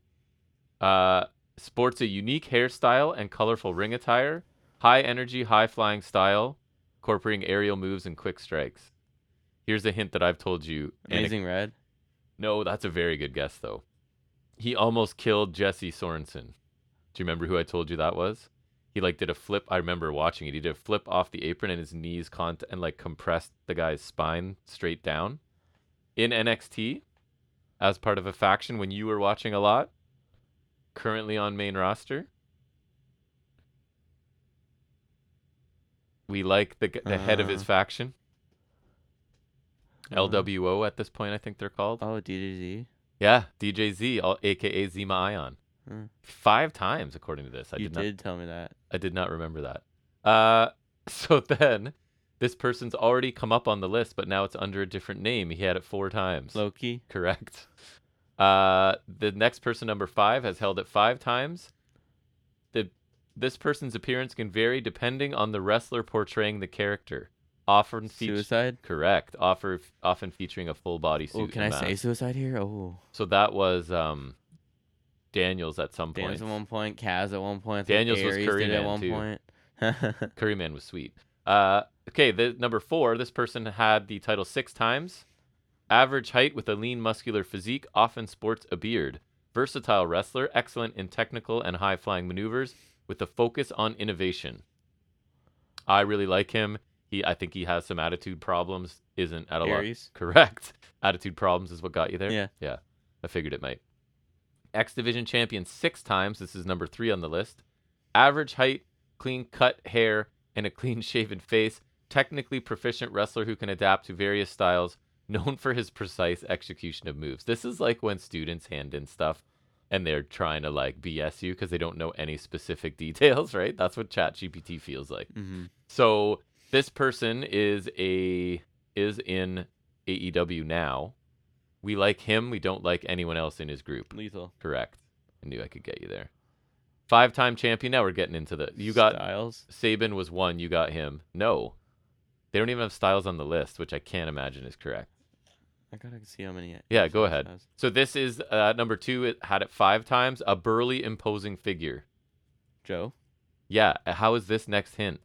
Speaker 1: Uh, sports a unique hairstyle and colorful ring attire, high energy, high flying style, incorporating aerial moves and quick strikes. Here's a hint that I've told you. and it-
Speaker 3: Amazing Red.
Speaker 1: no, that's a very good guess though. He almost killed Jesse Sorensen. Do you remember who I told you that was? He like did a flip. I remember watching it. He did a flip off the apron and his knees cont and like compressed the guy's spine straight down. In NXT, as part of a faction when you were watching a lot, currently on main roster. We like the g- the head of his
Speaker 3: Uh.
Speaker 1: faction.
Speaker 3: Uh.
Speaker 1: LWO at this point, I think they're called.
Speaker 3: Oh, DDZ.
Speaker 1: Yeah, DJ Z, all, aka Zima Ion.
Speaker 3: Hmm.
Speaker 1: Five times, according to this. I
Speaker 3: you
Speaker 1: did, not.
Speaker 3: did tell me that.
Speaker 1: I did not remember that. Uh, [LAUGHS] so then, this person's already come up on the list, but now it's under a different name. He had it four times.
Speaker 3: Loki.
Speaker 1: Correct. Uh, the next person, number five, has held it five times. The this person's appearance can vary depending on the wrestler portraying the character. Often featured.
Speaker 3: Suicide.
Speaker 1: Correct. Offer often featuring a full body suit.
Speaker 3: Oh, can I
Speaker 1: and
Speaker 3: say
Speaker 1: mask.
Speaker 3: suicide here? Oh,
Speaker 1: So that was um, Daniels at some point.
Speaker 3: Daniels at one point, Kaz at one point. I think
Speaker 1: Daniels was
Speaker 3: Aries
Speaker 1: Curry
Speaker 3: did it at
Speaker 1: Man,
Speaker 3: one
Speaker 1: too.
Speaker 3: point. [LAUGHS]
Speaker 1: Curry Man was sweet. Uh, okay, the number four. This person had the title six times. Average height with a lean, muscular physique, often sports a beard. Versatile wrestler, excellent in technical and high flying maneuvers, with a focus on innovation. I really like him. He, I think he has some attitude problems. Isn't at a lot
Speaker 3: Aries.
Speaker 1: Correct. [LAUGHS] Attitude problems is what got you there.
Speaker 3: Yeah.
Speaker 1: Yeah. I figured it might. X Division champion six times. This is number three on the list. Average height, clean cut hair, and a clean [LAUGHS] shaven face. Technically proficient wrestler who can adapt to various styles. Known for his precise execution of moves. This is like when students hand in stuff and they're trying to like BS you because they don't know any specific [LAUGHS] details, right? That's what ChatGPT feels like.
Speaker 3: Mm-hmm.
Speaker 1: So this person is a is in AEW now. We like him. We don't like anyone else in his group.
Speaker 3: Lethal.
Speaker 1: Correct. I knew I could get you there. Five time champion. Now we're getting into the. You got
Speaker 3: Styles.
Speaker 1: Saban was one. You got him. No, they don't even have Styles on the list, which I can't imagine is correct.
Speaker 3: I gotta see how many.
Speaker 1: Yeah, go
Speaker 3: Styles
Speaker 1: ahead.
Speaker 3: has.
Speaker 1: So this is uh, number two. It had it five times. A burly, imposing figure.
Speaker 3: Joe.
Speaker 1: Yeah. uh, How is this next hint?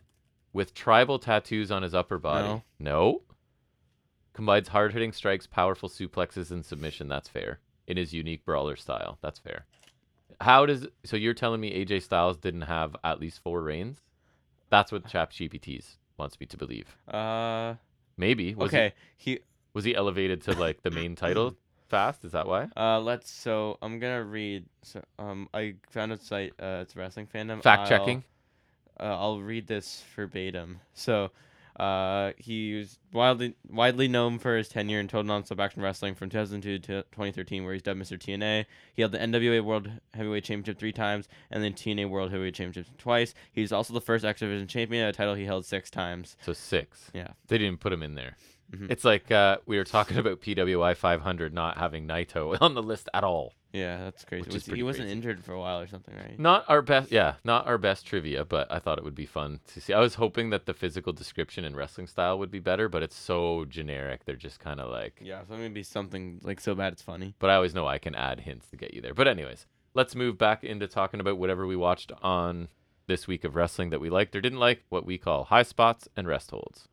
Speaker 1: With tribal tattoos on his upper body.
Speaker 3: No.
Speaker 1: No. Combines hard hitting strikes, powerful suplexes, and submission. That's fair. In his unique brawler style. That's fair. How does. So you're telling me AJ Styles didn't have at least four reigns? That's what Chap GPTs wants me to believe.
Speaker 3: Uh.
Speaker 1: Maybe. Was He,
Speaker 3: Okay. He.
Speaker 1: was he elevated to like the main
Speaker 3: [CLEARS THROAT]
Speaker 1: title fast? Is that why?
Speaker 3: Uh. Let's. So I'm gonna read. So um. I found a site. Uh. It's wrestling fandom.
Speaker 1: Fact
Speaker 3: I'll-
Speaker 1: checking.
Speaker 3: uh, I'll read this verbatim. So, uh, he was wildly widely known for his tenure in Total Nonstop Action Wrestling from 2002 to 2013, where he's dubbed Mr. TNA. He held the NWA World Heavyweight Championship three times and then TNA World Heavyweight Championship twice. He's also the first X Division champion, a title he held six times.
Speaker 1: So six.
Speaker 3: Yeah.
Speaker 1: They didn't put him in there.
Speaker 3: Mhm.
Speaker 1: It's like uh, we were talking [LAUGHS] about PWI 500 not having Naito [LAUGHS] on the list at all.
Speaker 3: Yeah, that's crazy.
Speaker 1: Which is
Speaker 3: Was- he
Speaker 1: pretty
Speaker 3: wasn't
Speaker 1: crazy.
Speaker 3: injured for a while or something, right?
Speaker 1: Not our best, yeah, not our best trivia, but I thought it would be fun to see. I was hoping that the physical description and wrestling style would be better, but it's so generic. They're just kind of like.
Speaker 3: Yeah, so maybe something like so bad it's funny.
Speaker 1: But I always know I can add hints to get you there. But anyways, let's move back into talking about whatever we watched on this week of wrestling that we liked or didn't like, what we call high spots and rest holds.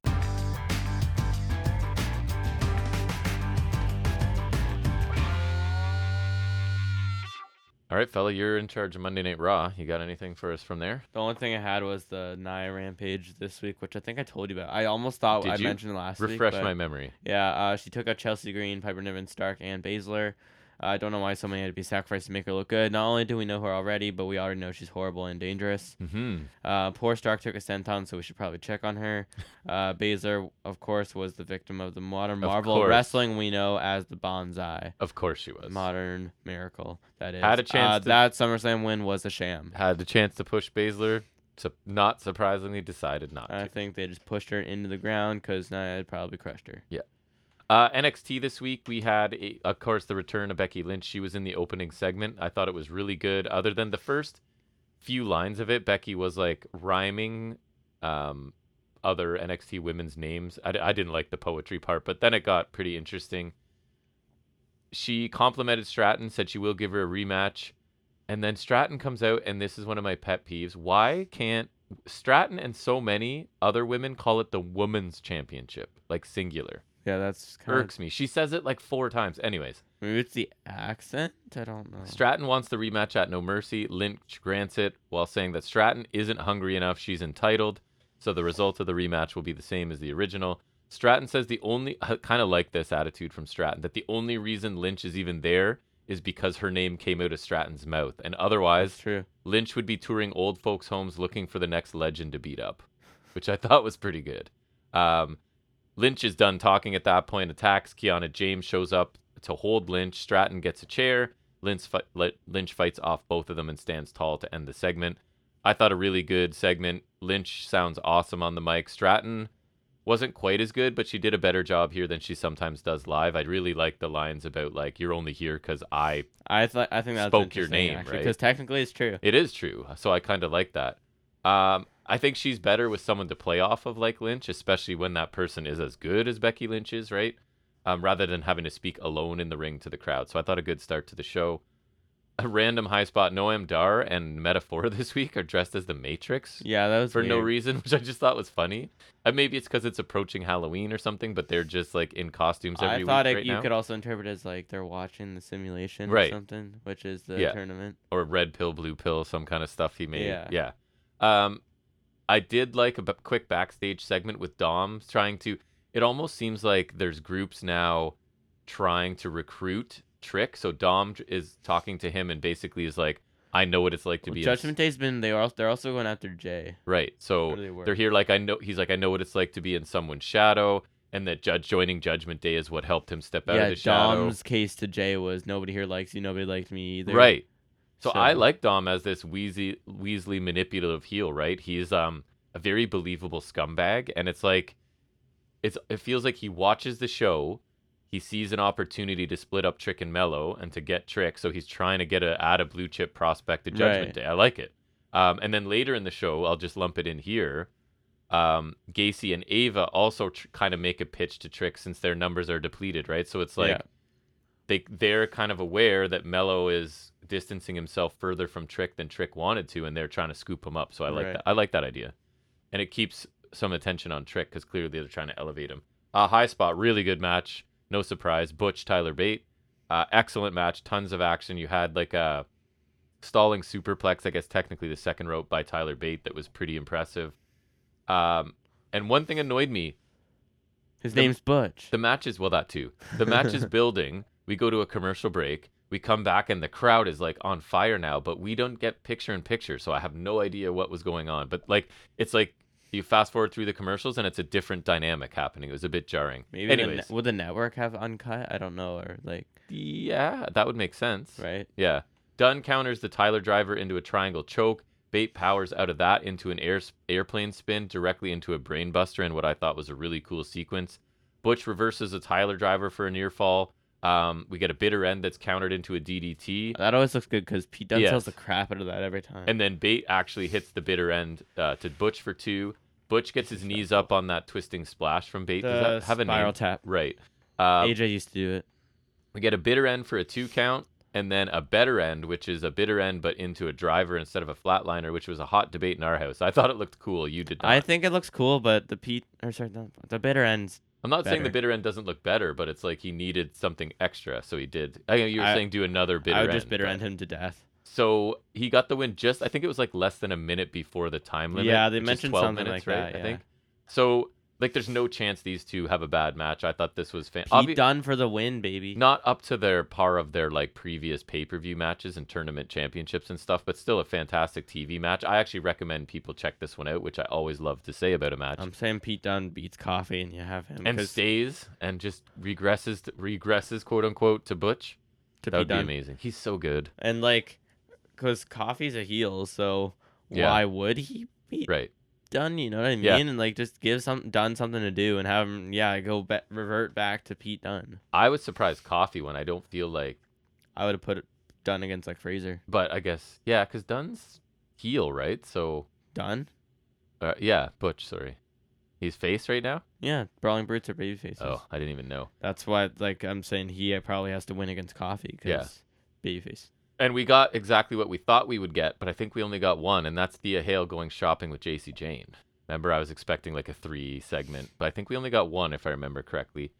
Speaker 1: All right, fella, you're in charge of Monday Night Raw. You got anything for us from there?
Speaker 3: The only thing I had was the Nia Rampage this week, which I think I told you about. I almost thought
Speaker 1: Did
Speaker 3: I
Speaker 1: you?
Speaker 3: mentioned last week.
Speaker 1: Refresh
Speaker 3: but-
Speaker 1: my memory.
Speaker 3: Yeah, uh, she took out Chelsea Green, Piper Niven, Stark, and Baszler. I don't know why so many had to be sacrificed to make her look good. Not only do we know her already, but we already know she's horrible and dangerous.
Speaker 1: Mm-hmm.
Speaker 3: Uh, poor Stark took a senton, so we should probably check
Speaker 1: [LAUGHS]
Speaker 3: on her. Uh, Baszler, of course, was the victim of the modern
Speaker 1: Of
Speaker 3: Marvel
Speaker 1: course.
Speaker 3: wrestling we know as the Bonsai.
Speaker 1: Of course she was.
Speaker 3: Modern miracle, that is.
Speaker 1: Had a chance
Speaker 3: Uh,
Speaker 1: to-
Speaker 3: That SummerSlam win was a sham.
Speaker 1: Had the chance to push Baszler. So not surprisingly, decided not
Speaker 3: I
Speaker 1: to.
Speaker 3: think they just pushed her into the ground because Nia had probably crushed her.
Speaker 1: Uh, NXT this week, we had, a, of course, the return of Becky Lynch. She was in the opening segment. I thought it was really good. Other than the first few lines of it, Becky was like rhyming um, other NXT women's names. I, d- I didn't like the poetry part, but then it got pretty interesting. She complimented Stratton, said she will give her a rematch. And then Stratton comes out, and this is one of my pet peeves. Why can't Stratton and so many other women call it the women's championship, like singular?
Speaker 3: Yeah, that's kind of.
Speaker 1: irks me. She says it like four times. Anyways,
Speaker 3: Maybe it's the accent? I don't know.
Speaker 1: Stratton wants the rematch at No Mercy. Lynch grants it while saying that Stratton isn't hungry enough. She's entitled. So the result of the rematch will be the same as the original. Stratton says the only, [LAUGHS] I kind of like this attitude from Stratton, that the only reason Lynch is even there is because her name came out of Stratton's mouth. And
Speaker 3: That's
Speaker 1: otherwise,
Speaker 3: true.
Speaker 1: Lynch would be touring old folks' homes looking for the next legend to beat up, which I thought was pretty good. Um, Lynch is done talking at that point, attacks. Kiana James shows up to hold Lynch. Stratton gets a chair. Lynch, fi- li- Lynch fights off both of them and stands tall to end the segment. I thought a really good segment. Lynch sounds awesome on the mic. Stratton wasn't quite as good, but she did a better job here than she sometimes does live. I really like the lines about, like, you're only here because I
Speaker 3: I thought I think that's
Speaker 1: Spoke your
Speaker 3: interesting,
Speaker 1: name,
Speaker 3: actually,
Speaker 1: right?
Speaker 3: Because technically, it's true.
Speaker 1: It is true. So I kind of like that. Um, I think she's better with someone to play off of like Lynch, especially when that person is as good as Becky Lynch is, right? Um, rather than having to speak alone in the ring to the crowd. So I thought a good start to the show. A random high spot Noam Dar and Metaphor [LAUGHS] this week are dressed as the Matrix
Speaker 3: Yeah, that was
Speaker 1: [LAUGHS] for no
Speaker 3: weird.
Speaker 1: reason, which I just thought was funny. And maybe it's because it's approaching Halloween or something, but they're just like in costumes every
Speaker 3: I thought
Speaker 1: week
Speaker 3: it,
Speaker 1: right
Speaker 3: you
Speaker 1: now.
Speaker 3: could also interpret it as like they're watching the simulation
Speaker 1: Right.
Speaker 3: or something, which is the
Speaker 1: Yeah.
Speaker 3: tournament.
Speaker 1: or red pill, blue pill, some kind of stuff he made. Yeah.
Speaker 3: Yeah.
Speaker 1: Um, I did like a b- quick backstage segment with Dom trying to. It almost seems like there's groups now trying to recruit Trick. So Dom j- is talking to him and basically is like, "I know what it's like to
Speaker 3: Well,
Speaker 1: be in a s-
Speaker 3: Judgment Day's been they are al- they're also going after Jay.
Speaker 1: right." So
Speaker 3: Or they were.
Speaker 1: Oh, they're here like I know. He's like, "I know what it's like to be in someone's shadow," and that judge joining Judgment Day is what helped him step out
Speaker 3: yeah,
Speaker 1: of the
Speaker 3: Dom's
Speaker 1: shadow.
Speaker 3: case to Jay was nobody here likes you, nobody liked me either.
Speaker 1: Right. So, I
Speaker 3: So-
Speaker 1: like Dom as this Weasley, Weasley manipulative heel, right? He's um a very believable scumbag, and it's like, it's it feels like he watches the show, he sees an opportunity to split up Trick and Mello and to get Trick, so he's trying to get a add a blue chip prospect to Judgment
Speaker 3: Right.
Speaker 1: Day. I like it. Um, and then later in the show, I'll just lump it in here. Um, Gacy and Ava also tr- kind of make a pitch to Trick since their numbers are depleted, right? So it's like
Speaker 3: Yeah.
Speaker 1: they they're kind of aware that Mello is distancing himself further from Trick than Trick wanted to, and they're trying to scoop him up. So I like
Speaker 3: Right.
Speaker 1: that. I like that idea, and it keeps some attention on Trick because clearly they're trying to elevate him. Uh, high spot, really good match. No surprise, Butch Tyler Bate, uh, excellent match, tons of action. You had like a stalling superplex, I guess technically the second rope by Tyler Bate that was pretty impressive. Um, and one thing annoyed me
Speaker 3: His
Speaker 1: The-
Speaker 3: name's Butch.
Speaker 1: the match is well that too. The match
Speaker 3: [LAUGHS]
Speaker 1: is building. We go to a commercial break. We come back and the crowd is like on fire now, but we don't get picture in picture, so I have no idea what was going on. But like it's like you fast forward through the commercials and it's a different dynamic happening. It was a bit jarring.
Speaker 3: Maybe the
Speaker 1: Anyways,
Speaker 3: ne- would the network have uncut? I don't know, or like
Speaker 1: yeah, that would make sense.
Speaker 3: right?
Speaker 1: Yeah. Dunn counters the Tyler driver into a triangle choke. Bate powers out of that into an air, airplane spin directly into a brainbuster in what I thought was a really cool sequence. Butch reverses a Tyler driver for a near fall. Um, we get a bitter end that's countered into a DDT.
Speaker 3: That always looks good because Pete Dunne
Speaker 1: Yes.
Speaker 3: sells the crap out of that every time.
Speaker 1: And then Bate actually hits the bitter end uh, to Butch for two. Butch gets his knees up on that twisting splash from Bate.
Speaker 3: the
Speaker 1: Does that have a
Speaker 3: spiral
Speaker 1: name?
Speaker 3: tap.
Speaker 1: Right. Uh,
Speaker 3: AJ used to do it.
Speaker 1: we get a bitter end for a two count, and then a better end, which is a bitter end but into a driver instead of a flatliner, which was a hot debate in our house. I thought it looked cool. You did not.
Speaker 3: I think it looks cool, but the Pete or sorry, the, the bitter ends.
Speaker 1: I'm not saying the
Speaker 3: better.
Speaker 1: bitter end doesn't look better, but it's like he needed something extra, so he did. I know you were
Speaker 3: I-
Speaker 1: saying do another bitter
Speaker 3: I would
Speaker 1: end.
Speaker 3: just bitter
Speaker 1: but-
Speaker 3: end him to death.
Speaker 1: So he got the win just I think it was like less than a minute before the time limit.
Speaker 3: Yeah, they
Speaker 1: which is
Speaker 3: mentioned
Speaker 1: 12
Speaker 3: something
Speaker 1: minutes,
Speaker 3: like
Speaker 1: right,
Speaker 3: that,
Speaker 1: I
Speaker 3: yeah.
Speaker 1: think. So like there's no chance these two have a bad match. I thought this was fan-
Speaker 3: Pete
Speaker 1: obvi-
Speaker 3: Dunne for the win, baby.
Speaker 1: not up to their par of their like previous pay-per-view matches and tournament championships and stuff, but still a fantastic TV match. I actually recommend people check this one out, which I always love to say about a match.
Speaker 3: I'm saying Pete Dunne beats Coffee, and you have him.
Speaker 1: and
Speaker 3: 'cause
Speaker 1: stays and just regresses to, regresses quote unquote to Butch.
Speaker 3: to
Speaker 1: that
Speaker 3: Pete
Speaker 1: would be
Speaker 3: Dunne.
Speaker 1: amazing. He's so good.
Speaker 3: And like, because Coffee's a heel, so
Speaker 1: Yeah.
Speaker 3: why would he beat
Speaker 1: Right.
Speaker 3: Dunn? You know what I mean?
Speaker 1: Yeah.
Speaker 3: And like, just give some Dunn something to do, and have him, yeah, go be- revert back to Pete Dunn.
Speaker 1: I was surprised coffee when I don't feel like
Speaker 3: I would have put Dunn against like Fraser.
Speaker 1: But I guess yeah, because Dunn's heel, right? So
Speaker 3: Dunn?
Speaker 1: uh, yeah, Butch. Sorry, he's face right now.
Speaker 3: Yeah, brawling brutes are baby faces.
Speaker 1: Oh, I didn't even know.
Speaker 3: That's why, like, I'm saying he uh, probably has to win against Coffee because
Speaker 1: Yeah.
Speaker 3: babyface.
Speaker 1: And we got exactly what we thought we would get, but I think we only got one, and that's Thea Hale going shopping with J.C. Jane. Remember, I was expecting like a three segment, but I think we only got one, if I remember correctly.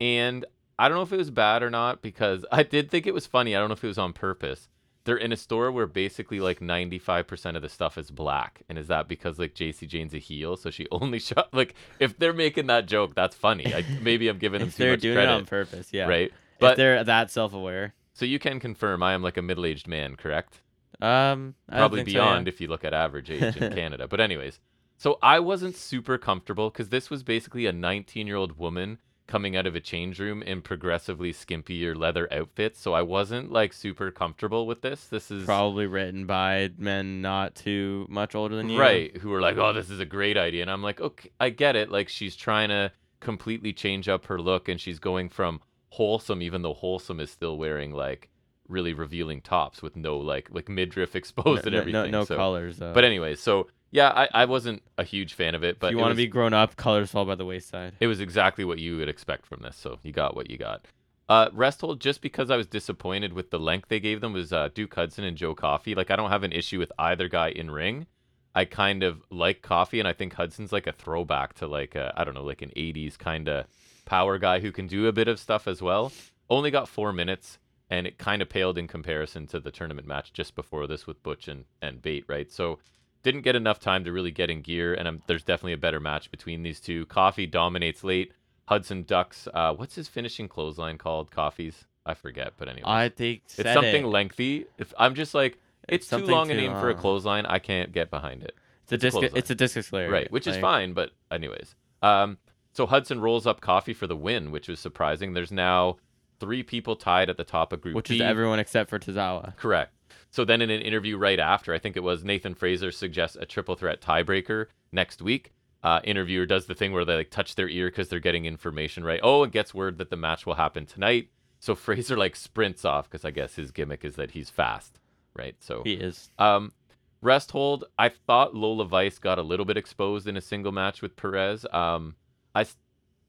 Speaker 1: And I don't know if it was bad or not because [LAUGHS] I did think it was funny. I don't know if it was on purpose. They're in a store where basically like 95% of the stuff is black. And is that because like JC Jane's a heel? So she [LAUGHS] only shop like if they're making that joke, that's funny. I, maybe I'm
Speaker 3: [LAUGHS]
Speaker 1: giving them
Speaker 3: If
Speaker 1: too
Speaker 3: they're
Speaker 1: much
Speaker 3: doing
Speaker 1: credit.
Speaker 3: it on purpose, yeah.
Speaker 1: Right.
Speaker 3: if
Speaker 1: But
Speaker 3: they're that self-aware,
Speaker 1: so you can confirm I am like a middle-aged man, correct?
Speaker 3: um, I don't
Speaker 1: probably
Speaker 3: think so, yeah.
Speaker 1: beyond if you look at average age
Speaker 3: [LAUGHS]
Speaker 1: in Canada. But anyways, so I wasn't super comfortable because this was basically a 19-year-old woman coming out of a change room in progressively skimpier leather outfits. So I wasn't like super comfortable with this. This is
Speaker 3: probably written by men not too much older than you.
Speaker 1: right who were like, "Oh, this is a great idea," and I'm like, "Okay, I get it. Like she's trying to completely change up her look, and she's going from wholesome, even though wholesome is still wearing like." really revealing tops with no like like midriff [LAUGHS]
Speaker 3: No,
Speaker 1: exposed and
Speaker 3: no-
Speaker 1: everything
Speaker 3: No, no
Speaker 1: so.
Speaker 3: colors though.
Speaker 1: But anyway, so yeah, I, I wasn't a huge fan of it, but
Speaker 3: if you
Speaker 1: it
Speaker 3: want to
Speaker 1: was-
Speaker 3: be grown up, colors fall by the wayside.
Speaker 1: it was exactly what you would expect from this. So you got what you got. Uh, rest hold, just because I was disappointed with the length they gave them, was uh, Duke Hudson and Joe Coffey. Like, I don't have an issue with either guy in ring. I kind of like Coffee, and I think Hudson's like a throwback to like, I I don't know, like an 80s kind of power guy who can do a bit of stuff as well. Only got four minutes, and it kind of paled in comparison to the tournament match just before this with Butch and, and Bate, right? So didn't get enough time to really get in gear, and i there's definitely a better match between these two. Coffee dominates late. Hudson ducks. Uh, what's his finishing clothesline called? Coffee's? I forget, but anyway,
Speaker 3: I think
Speaker 1: it's something lengthy. If I'm just like, it's, too
Speaker 3: something
Speaker 1: long a
Speaker 3: too
Speaker 1: name for a
Speaker 3: long.
Speaker 1: clothesline. I can't get behind it.
Speaker 3: It's a discus.
Speaker 1: clothesline.
Speaker 3: It's a discus layer.
Speaker 1: Right, which is
Speaker 3: like-
Speaker 1: fine, but anyways. Um, so Hudson rolls up Coffee for the win, which was surprising. There's now three people tied at the top of Group
Speaker 3: Which
Speaker 1: B.
Speaker 3: is everyone except for Tozawa.
Speaker 1: Correct. So then in an interview right after, I think it was Nathan Fraser suggests a triple threat tiebreaker next week. Uh, interviewer does the thing where they like touch their ear because they're getting information right. Oh, and gets word that the match will happen tonight. So [LAUGHS] Fraser like sprints off because I guess his gimmick is that he's fast, right? So
Speaker 3: He is.
Speaker 1: um, rest hold. I thought Lola Vice got a little bit exposed in a single match with Perez. Um, I s-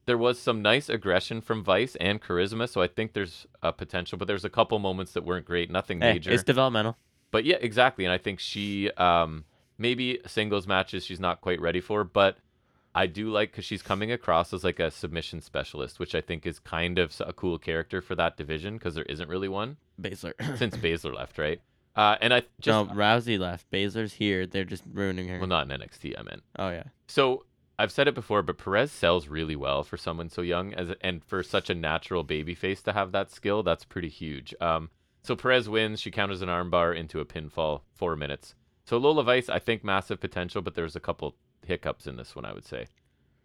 Speaker 1: there was some nice aggression from Vice and charisma, so I think there's a potential. But there's a couple moments that weren't great, nothing
Speaker 3: Hey,
Speaker 1: major.
Speaker 3: Eh, it's developmental.
Speaker 1: But yeah, exactly. And I think she um maybe singles matches she's not quite ready for, but I do like because she's coming across as like a submission specialist, which I think is kind of s- a cool character for that division because there isn't really one
Speaker 3: [CLEARS THROAT] Baszler. [LAUGHS]
Speaker 1: since Baszler left, right? Uh, and I just
Speaker 3: no, Rousey left. Baszler's here. They're just ruining her.
Speaker 1: well not in NXT, I meant.
Speaker 3: oh yeah.
Speaker 1: So I've said it before, but Perez sells really well for someone so young as and for such a natural baby face to have that skill. That's pretty huge. Um, so Perez wins. She counters an armbar into a pinfall. Four minutes. So Lola Vice, I think massive potential, but there's a couple hiccups in this one. I would say.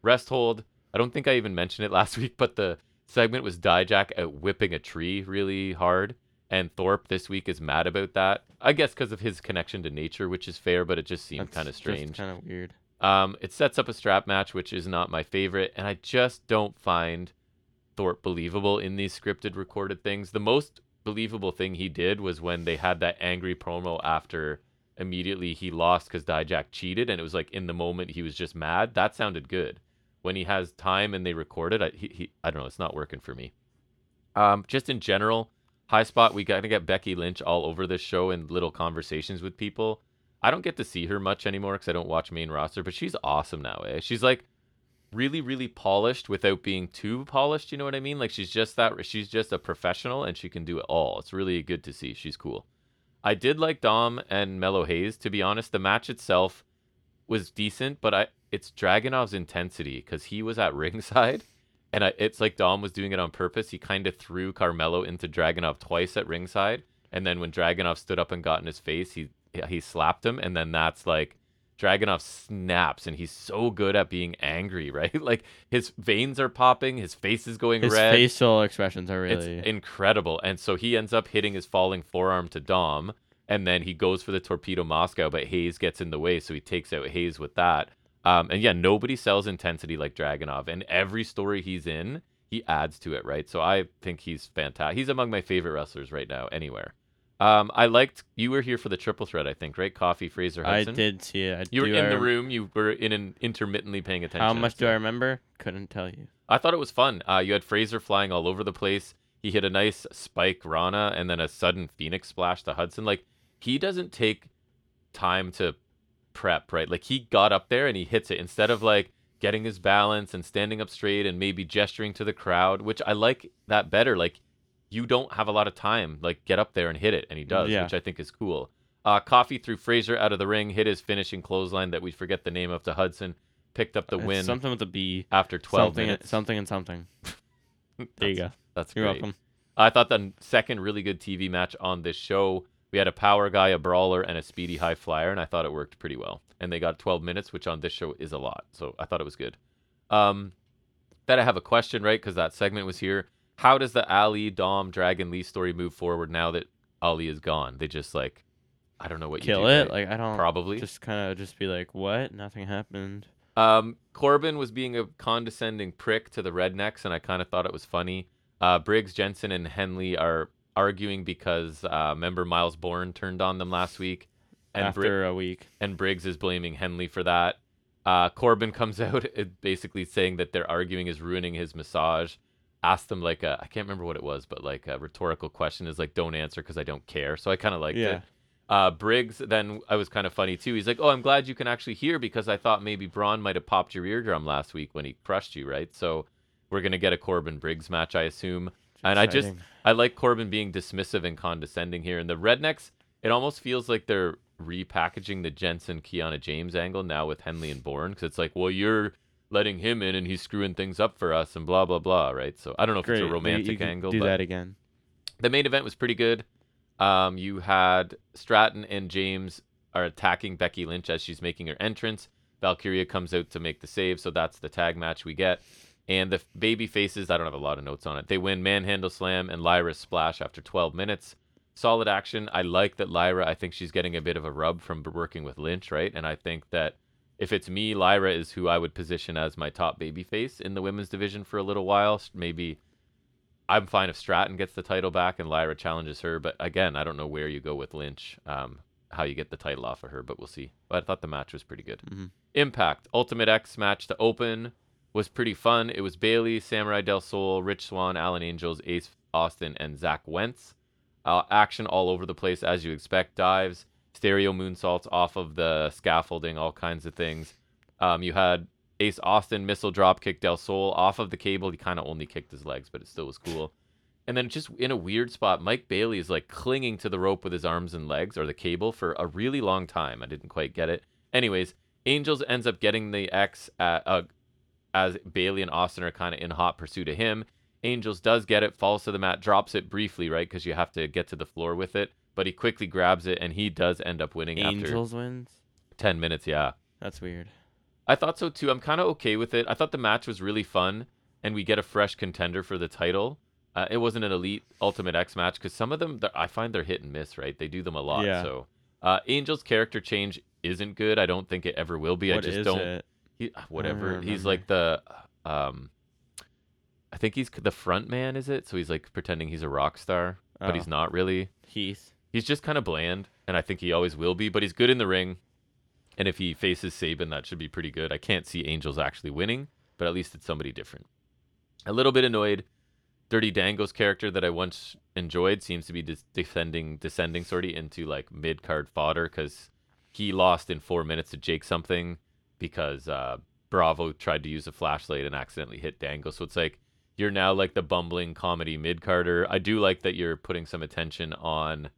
Speaker 1: Rest hold. I don't think I even mentioned it [LAUGHS] last week, but the segment was Dijak out whipping a tree really hard. And Thorpe this week is mad about that. I guess because of his connection to nature, which is fair, but it just seemed kind of strange.
Speaker 3: Kind of weird.
Speaker 1: Um, it sets up a strap match, which is not my favorite, and I just don't find Thorpe believable in these scripted recorded things. The most believable thing he did was when they had that angry promo after immediately he lost because Dijak cheated, and it was like in the moment he was just mad. That sounded good. When he has time and they record it, I, he, he, I don't know, it's not working for me. Um, just in general, high spot, we got to get Becky Lynch all over this show in little conversations with people. I don't get to see her much anymore because I don't watch main roster, but she's awesome now. Eh? She's like really, really polished without being too polished. You know what I mean? Like she's just that. She's just a professional and she can do it all. It's really good to see. She's cool. I did like Dom and Mello Hayes. To be honest, the match itself was decent, but I it's Dragonov's intensity because he was at [LAUGHS] ringside, and I, it's like Dom was doing it on purpose. He kind of threw Carmelo into Dragonov twice at ringside, and then when Dragonov stood up and got in his face, he he slapped him, and then that's like Dragonov snaps, and he's so good at being angry, [LAUGHS] right? Like his veins are popping, his face is going
Speaker 3: His
Speaker 1: red.
Speaker 3: facial expressions are
Speaker 1: It's
Speaker 3: really
Speaker 1: incredible. And so he ends up hitting his falling forearm to Dom, and then he goes for the torpedo Moscow, but Hayes gets in the way, so he takes out Hayes with that. Um, and yeah, nobody sells intensity like Dragonov, and every story he's in, he adds to it, right? So I think he's fantastic. He's among my favorite wrestlers right now, anywhere. Um, I liked you were here for the triple threat, I think, right? Coffee, Fraser,
Speaker 3: I
Speaker 1: Hudson.
Speaker 3: did see it. I
Speaker 1: You were
Speaker 3: do
Speaker 1: in
Speaker 3: I
Speaker 1: the
Speaker 3: rem-
Speaker 1: room. You were in an intermittently paying attention.
Speaker 3: How much
Speaker 1: so-
Speaker 3: do I remember? Couldn't tell you.
Speaker 1: I thought it was fun. Uh, you had Fraser flying all over the place. He hit a nice spike Rana and then a sudden Phoenix splash to Hudson. Like he doesn't take time to prep, right? Like he got up there and he hits it instead of like getting his balance and standing up straight and maybe gesturing to the crowd, which I like that better. Like you don't have a lot of time. Like get up there and hit it, and he does,
Speaker 3: Mm, Yeah.
Speaker 1: which I think is cool. Uh, Coffee threw Fraser out of the ring, hit his finishing clothesline that we forget the name of to Hudson, picked up the
Speaker 3: It's
Speaker 1: win
Speaker 3: Something with a B.
Speaker 1: after 12
Speaker 3: something,
Speaker 1: minutes.
Speaker 3: something and something. There you go.
Speaker 1: [LAUGHS] That's
Speaker 3: You're
Speaker 1: great.
Speaker 3: welcome.
Speaker 1: I thought the second really good TV match on this show, we had a power guy, a brawler, and a speedy high flyer, and I thought it worked pretty well. And they got 12 minutes, which on this show is a lot. So I thought it was good. Um, then I have a question, right? Because that segment was here. How does the Ali, Dom, Dragon, Lee story move forward now that Ali is gone? They just like, I don't know what you
Speaker 3: Kill
Speaker 1: do,
Speaker 3: it.
Speaker 1: right?
Speaker 3: Like I don't
Speaker 1: Probably.
Speaker 3: just kind of just be like, what? Nothing happened.
Speaker 1: Um, Corbin was being a condescending prick to the rednecks, and I kind of thought it was funny. Uh, Briggs, Jensen, and Henley are arguing because uh, member Miles Bourne turned on them last week, and Bri-
Speaker 3: after a week.
Speaker 1: and Briggs is blaming Henley for that. Uh, Corbin comes [LAUGHS] out uh, basically saying that their arguing is ruining his massage. Asked them like a, I can't remember what it was, but like a rhetorical question is like, don't answer because I don't care. So I kind of liked
Speaker 3: Yeah.
Speaker 1: it. Uh, Briggs then I was kind of funny too. He's like, oh, I'm glad you can actually hear because I thought maybe Braun might have popped your eardrum last week when he crushed you, right? So we're gonna get a Corbin Briggs match, I assume. And I just
Speaker 3: Exciting.
Speaker 1: I like Corbin being dismissive and condescending here. And the rednecks, it almost feels like they're repackaging the Jensen Kiana James angle now with Henley and Bourne because it's like, well, you're letting him in and he's screwing things up for us and blah blah blah, right? So I don't know if
Speaker 3: Great.
Speaker 1: it's
Speaker 3: You-
Speaker 1: a romantic
Speaker 3: you can
Speaker 1: angle,
Speaker 3: Do
Speaker 1: but
Speaker 3: that again.
Speaker 1: the main event was pretty good. Um, you had Stratton and James are attacking Becky Lynch as she's making her entrance. Valkyria comes out to make the save, so that's the tag match we get. And the baby faces, I don't have a lot of notes on it. They win Manhandle Slam and Lyra's Splash after 12 minutes. Solid action. I like that Lyra, I think she's getting a bit of a rub from b- working with Lynch, right? And I think that if it's me, Lyra is who I would position as my top baby face in the women's division for a little while. S- Maybe I'm fine if Stratton gets the title back and Lyra challenges her, but again, I don't know where you go with Lynch, um, how you get the title off of her, but we'll see. But I thought the match was pretty good.
Speaker 3: Mhm.
Speaker 1: Impact Ultimate X match to open was pretty fun. It was Bailey, Samurai Del Sol, Rich Swan, Alan Angels, Ace Austin, and Zach Wentz. Uh, action all over the place as you expect. Dives, stereo moonsaults off of the scaffolding, all kinds of things. Um, you had Ace Austin missile drop kick Del Sol off of the cable. He kind of only kicked his legs, but it still was cool. And then just in a weird spot, Mike Bailey is like clinging to the rope with his arms and legs or the cable for a really long time. I didn't quite get it. Anyways, Angels ends up getting the X at, uh, as Bailey and Austin are kind of in hot pursuit of him. Angels does get it, falls to the mat, drops it briefly, right? Because you have to get to the floor with it. But he quickly grabs it and he does end up winning
Speaker 3: Angels wins.
Speaker 1: after 10 minutes. Yeah.
Speaker 3: That's weird.
Speaker 1: I thought so too. I'm kind of okay with it. I thought the match was really fun, and we get a fresh contender for the title. Uh, it wasn't an elite Ultimate X match because some of them they're- I find they're hit and miss. Right, they do them a lot.
Speaker 3: Yeah.
Speaker 1: So uh, Angel's character change isn't good. I don't think it ever will be. I
Speaker 3: What
Speaker 1: just
Speaker 3: is
Speaker 1: don't
Speaker 3: it?
Speaker 1: he, ah, whatever. He's
Speaker 3: remember.
Speaker 1: like the um I think he's c- the front man, is it? So he's like pretending he's a rock star, but he's
Speaker 3: Oh,
Speaker 1: not really.
Speaker 3: Heath.
Speaker 1: He's just kind of bland, and I think he always will be, but he's good in the ring. And if he faces Saban, that should be pretty good. I can't see Angels actually winning, but at least it's somebody different. A little bit annoyed. Dirty Dango's character that I once enjoyed seems to be dis- defending, descending sort of into like mid card fodder because he lost in four minutes to Jake something because uh, Bravo tried to use a flashlight and accidentally hit Dango. So it's like you're now like the bumbling comedy mid carder. I do like that you're putting some attention on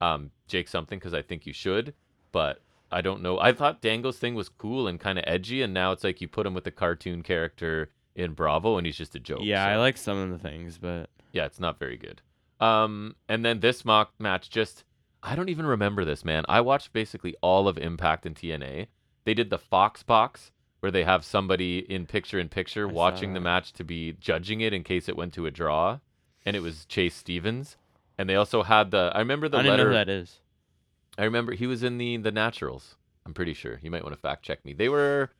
Speaker 1: um, Jake something because I think you should, but I don't know. I thought Dango's thing was cool and kind of edgy, and now it's like you put him with a cartoon character in Bravo, and he's just a joke.
Speaker 3: yeah,
Speaker 1: so-
Speaker 3: I like some of the things, but
Speaker 1: yeah, it's not very good. Um, and then this mock match just I don't even remember this, man. I watched basically all of Impact and TNA. They did the Fox box where they have somebody in picture in picture
Speaker 3: I saw
Speaker 1: watching the
Speaker 3: that.
Speaker 1: match to be judging it in case it went to a draw. And it was Chase Stevens. And they also had the I remember the
Speaker 3: I don't know
Speaker 1: letter
Speaker 3: who that is.
Speaker 1: I remember he was in the the Naturals. I'm pretty sure. You might want to fact check me. They were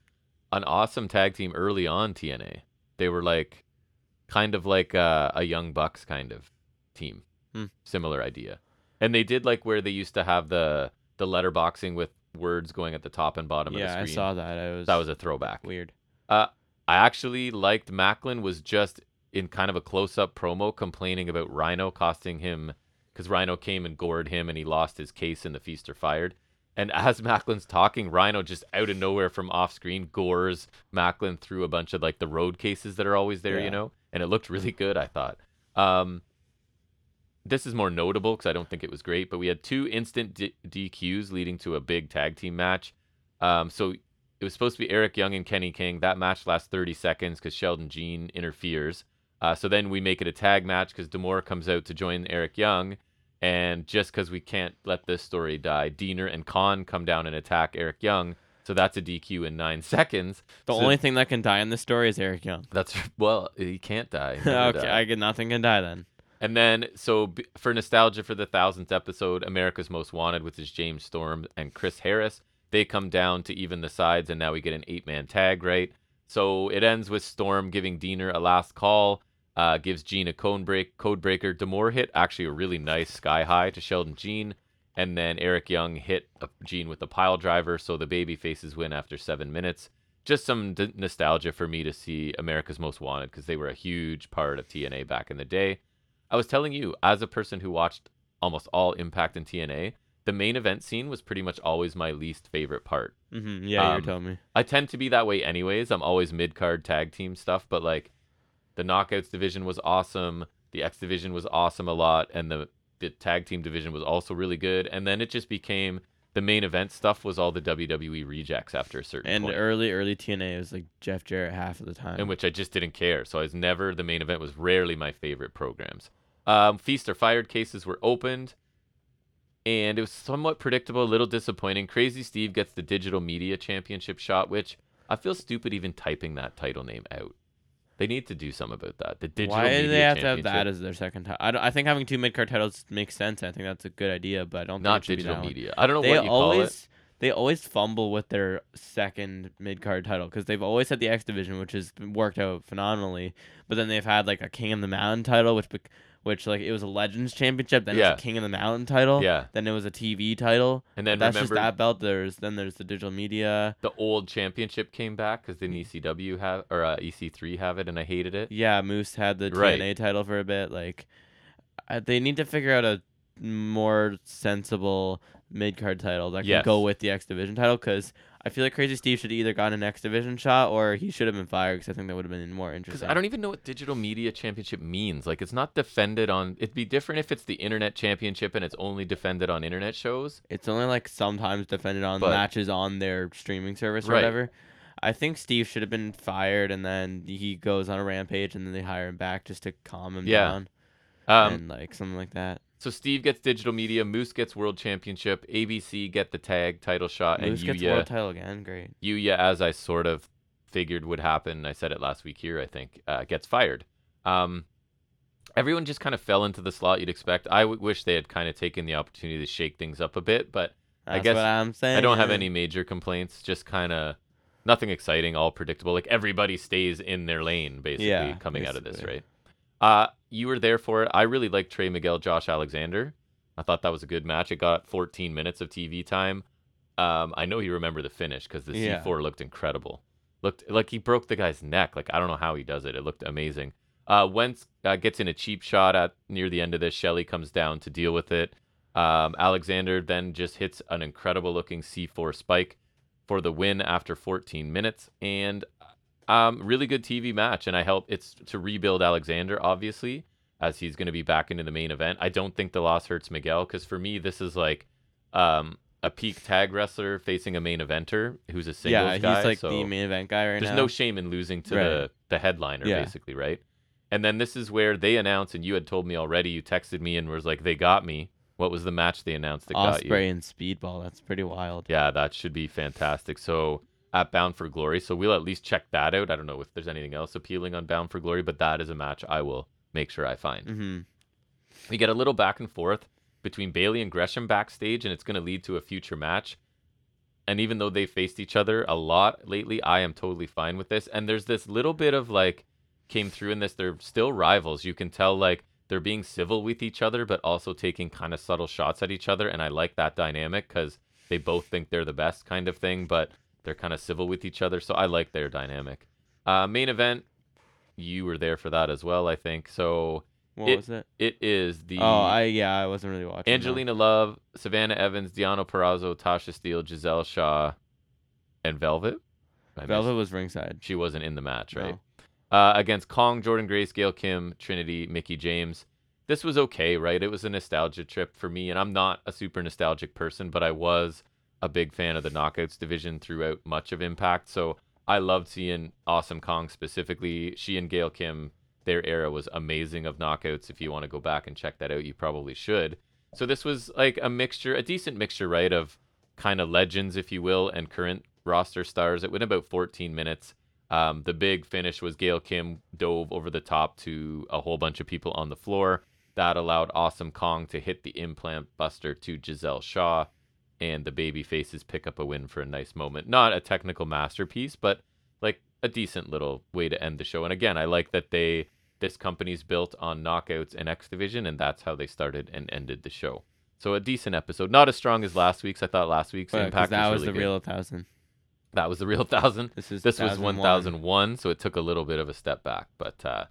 Speaker 1: an awesome tag team early on TNA. They were like kind of like uh, a, a young bucks kind of team.
Speaker 3: Hmm.
Speaker 1: Similar idea. And they did like where they used to have the the letterboxing with words going at the top and bottom of
Speaker 3: Yeah,
Speaker 1: the
Speaker 3: I
Speaker 1: screen.
Speaker 3: saw that. I was
Speaker 1: that was a throwback.
Speaker 3: weird.
Speaker 1: I actually liked Macklin was just in kind of a close up promo complaining about Rhino costing him because Rhino came and gored him and he lost his case in the feast or fired. And [LAUGHS] as Macklin's talking, Rhino just out of nowhere from off screen gores Macklin through a bunch of like the road cases that are always there, you
Speaker 3: Yeah.
Speaker 1: know? And it looked really good, I thought. Um, this is more notable because I don't think it was great, but we had two instant D- DQs leading to a big tag team match. Um, so it was supposed to be Eric Young and Kenny King. That match lasts 30 seconds because Sheldon Jean interferes. Uh, so then we make it a tag match because Demore comes out to join Eric Young. And just because we can't let this story die, Diener and Khan come down and attack Eric Young. So that's a DQ in nine [LAUGHS] seconds.
Speaker 3: The
Speaker 1: So-
Speaker 3: only thing that can die in this story is Eric Young. [LAUGHS]
Speaker 1: That's well, he can't die. He never
Speaker 3: okay,
Speaker 1: died.
Speaker 3: I get nothing can die then.
Speaker 1: And then, so b- for nostalgia for the thousandth episode, America's Most Wanted, which is James Storm and Chris Harris, they come down to even the sides, and now we get an eight man tag, right? So it ends with Storm giving Diener a last call, uh, gives Gene a cone break, code breaker. Demore hit actually a really nice sky high to Sheldon Gene, and then Eric Young hit uh, Gene with a pile driver, so the baby faces win after seven minutes. Just some d- nostalgia for me to see America's Most Wanted because they were a huge part of TNA back in the day. I was telling you, as a person who watched almost all Impact and TNA, the main event scene was pretty much always my least favorite part.
Speaker 3: hmm yeah,
Speaker 1: Um,
Speaker 3: you told me.
Speaker 1: I tend to be that way anyways. I'm always mid card tag team stuff, but like the knockouts division was awesome. The X division was awesome a lot, and the the tag team division was also really good. And then it just became the main event stuff was all the WWE rejects after a certain
Speaker 3: And
Speaker 1: point,
Speaker 3: early, early TNA was like Jeff Jarrett half of the time.
Speaker 1: in which I just didn't care. So I was never the main event was rarely my favorite programs. Um, Feast or fired cases were opened, and it was somewhat predictable, a little disappointing. Crazy Steve gets the digital media championship shot, which I feel stupid even typing that title name out. They need to do something about that. The digital
Speaker 3: Why
Speaker 1: media
Speaker 3: do they have to have that
Speaker 1: championship,
Speaker 3: as their second title? I, don't- I think having two mid card titles makes sense. I think that's a good idea, but I don't
Speaker 1: not
Speaker 3: think it should
Speaker 1: digital
Speaker 3: be that one.
Speaker 1: media. I don't know
Speaker 3: They
Speaker 1: what you call it.
Speaker 3: always they always fumble with their second mid card title because they've always had the X division, which has been- worked out phenomenally. But then they've had like a King of the Mountain title, which bec- which like it was a Legends Championship, then it
Speaker 1: Yeah.
Speaker 3: was a King of the Mountain title,
Speaker 1: Yeah,
Speaker 3: then it was a TV title.
Speaker 1: and then
Speaker 3: that's
Speaker 1: remember
Speaker 3: just that belt. There's then there's the digital media.
Speaker 1: the old championship came back because
Speaker 3: Mm.
Speaker 1: didn't ECW have or uh, EC3 have it, and I hated it.
Speaker 3: Yeah, Moose had the TNA
Speaker 1: Right.
Speaker 3: title for a bit. Like, I, they need to figure out a more sensible mid card title that can
Speaker 1: Yes.
Speaker 3: go with the X Division title. Because I feel like Crazy Steve should have either gotten an X Division shot or he should have been fired. Because I think that would have been more
Speaker 1: Because
Speaker 3: interesting.
Speaker 1: I don't even know what digital media championship means. Like, it's not defended on. It'd be different if it's the internet championship and it's only defended on internet shows.
Speaker 3: It's only like sometimes defended on
Speaker 1: But-
Speaker 3: matches on their streaming service or
Speaker 1: Right.
Speaker 3: whatever. I think Steve should have been fired, and then he goes on a rampage, and then they hire him back just to calm him
Speaker 1: Yeah.
Speaker 3: down
Speaker 1: Um,
Speaker 3: and like something like that.
Speaker 1: so Steve gets digital media, Moose gets world championship, ABC get the tag title shot,
Speaker 3: Moose
Speaker 1: uh, and
Speaker 3: gets
Speaker 1: Yuya,
Speaker 3: world title again. Great.
Speaker 1: Yuya, as I sort of figured would happen, I said it last week here, I think, uh, gets fired. Um, everyone just kind of fell into the slot you'd expect. I w- wish they had kind of taken the opportunity to shake things up a bit, but I
Speaker 3: That's
Speaker 1: guess
Speaker 3: what I'm saying.
Speaker 1: I don't have any major complaints. Just kind of nothing exciting, all predictable. Like everybody stays in their lane basically
Speaker 3: Yeah,
Speaker 1: coming out of this,
Speaker 3: basically.
Speaker 1: right? Uh, you were there for it. I really liked Trey Miguel, Josh Alexander. I thought that was a good match. It got 14 minutes of TV time. Um, I know you remember the finish because the
Speaker 3: Yeah.
Speaker 1: C4 looked incredible. Looked like he broke the guy's neck. Like I don't know how he does it. It looked amazing. Uh, Wentz uh, gets in a cheap shot at near the end of this. Shelley comes down to deal with it. Um, Alexander then just hits an incredible looking C4 spike for the win after 14 minutes and um, really good TV match. And I help it's to rebuild Alexander, obviously, as he's going to be back into the main event. I don't think the loss hurts Miguel because for me, this is like um, a peak tag wrestler facing a main eventer who's a singles
Speaker 3: Yeah,
Speaker 1: guy.
Speaker 3: he's like
Speaker 1: so
Speaker 3: the main event guy right
Speaker 1: there's
Speaker 3: now.
Speaker 1: no shame in losing to the,
Speaker 3: Right.
Speaker 1: the headliner,
Speaker 3: Yeah.
Speaker 1: basically, right? And then this is where they announce, and you had told me already, you texted me and was like, they got me. What was the match they announced that got you?
Speaker 3: Osprey and Speedball. That's pretty wild.
Speaker 1: Yeah, that should be fantastic. So at Bound for Glory, so we'll at least check that out. I don't know if there's anything else appealing on Bound for Glory, but that is a match I will make sure I find.
Speaker 3: Mm-hmm.
Speaker 1: We get a little back and forth between Bailey and Gresham backstage, and it's going to lead to a future match. And even though they faced each other a lot lately, I am totally fine with this. And there's this little bit of like came through in this. They're still rivals. You can tell like they're being civil with each other, but also taking kind of subtle shots at each other. And I like that dynamic because they both think they're the best kind of thing, but they're kind of civil with each other. So I like their dynamic. Uh, main event, you were there for that as well, I think. So
Speaker 3: What
Speaker 1: It-
Speaker 3: was it?
Speaker 1: it is the
Speaker 3: Oh, I yeah, I wasn't really watching. no.
Speaker 1: Angelina Love, Savannah Evans, Deanna Perrazzo, Tasha Steele, Giselle Shaw, and Velvet. I missed-
Speaker 3: Velvet was ringside.
Speaker 1: She wasn't in the match, right?
Speaker 3: No.
Speaker 1: Uh, against Kong, Jordan Grace, Gail Kim, Trinity, Mickey James. This was okay, right? It was a nostalgia trip for me, and I'm not a super nostalgic person, but I was a big fan of the knockouts division throughout much of Impact. So I loved seeing Awesome Kong specifically. She and Gail Kim, their era was amazing of knockouts. If you want to go back and check that out, you probably should. So this was like a mixture, a decent mixture, right, of kind of legends, if you will, and current roster stars. It went about 14 minutes. Um, the big finish was Gail Kim dove over the top to a whole bunch of people on the floor. That allowed Awesome Kong to hit the implant buster to Giselle Shaw, and the baby faces pick up a win for a nice moment. Not a technical masterpiece, but like a decent little way to end the show. And again, I like that they this company's built on knockouts and X Division, and that's how they started and ended the show. So a decent episode, not as strong as last week's. I thought last week's
Speaker 3: But, 'cause
Speaker 1: impact
Speaker 3: that was
Speaker 1: really
Speaker 3: the
Speaker 1: good.
Speaker 3: real thousand.
Speaker 1: that was the real [LAUGHS] thousand
Speaker 3: This is
Speaker 1: this was
Speaker 3: 1001.
Speaker 1: 1001 so it took a little bit of a step back but uh,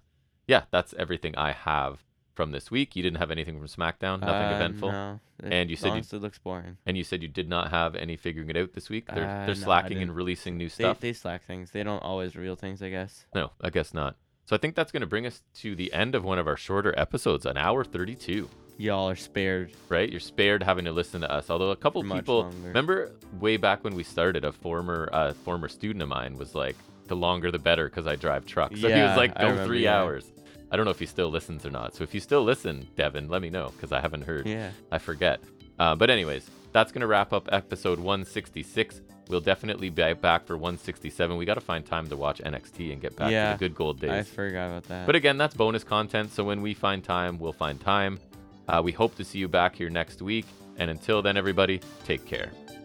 Speaker 1: yeah that's everything i have from this week you didn't have anything from smackdown nothing
Speaker 3: Uh,
Speaker 1: eventful
Speaker 3: No. It-
Speaker 1: And you said you-
Speaker 3: honestly looks boring.
Speaker 1: and you said you did not have any figuring it out this week they're,
Speaker 3: Uh, no, I
Speaker 1: they're slacking in
Speaker 3: didn't.
Speaker 1: releasing new
Speaker 3: They,
Speaker 1: stuff
Speaker 3: they slack things. They don't always reveal things, I guess.
Speaker 1: no i guess not so i think that's going to bring us to the end of one of our shorter episodes an hour 32
Speaker 3: Y'all are spared.
Speaker 1: right? You're spared having to listen to us. Although a couple
Speaker 3: For much
Speaker 1: people
Speaker 3: longer.
Speaker 1: remember way back when we started, a former uh, former student of mine was like, "The longer the better," because I drive trucks. So he
Speaker 3: Yeah,
Speaker 1: was like,
Speaker 3: I
Speaker 1: "Go
Speaker 3: remember,
Speaker 1: three
Speaker 3: yeah.
Speaker 1: hours." I don't know if he still listens or not. So if you still listen, Devin, let me know because I haven't heard.
Speaker 3: Yeah.
Speaker 1: I forget. Uh, but anyways, that's gonna wrap up episode 166. We'll definitely be back for 167. We gotta find time to watch NXT and get back
Speaker 3: Yeah.
Speaker 1: to the good gold days.
Speaker 3: I forgot about that.
Speaker 1: But again, that's bonus content. So when we find time, we'll find time. Uh, we hope to see you back here next week. And until then, everybody, take care.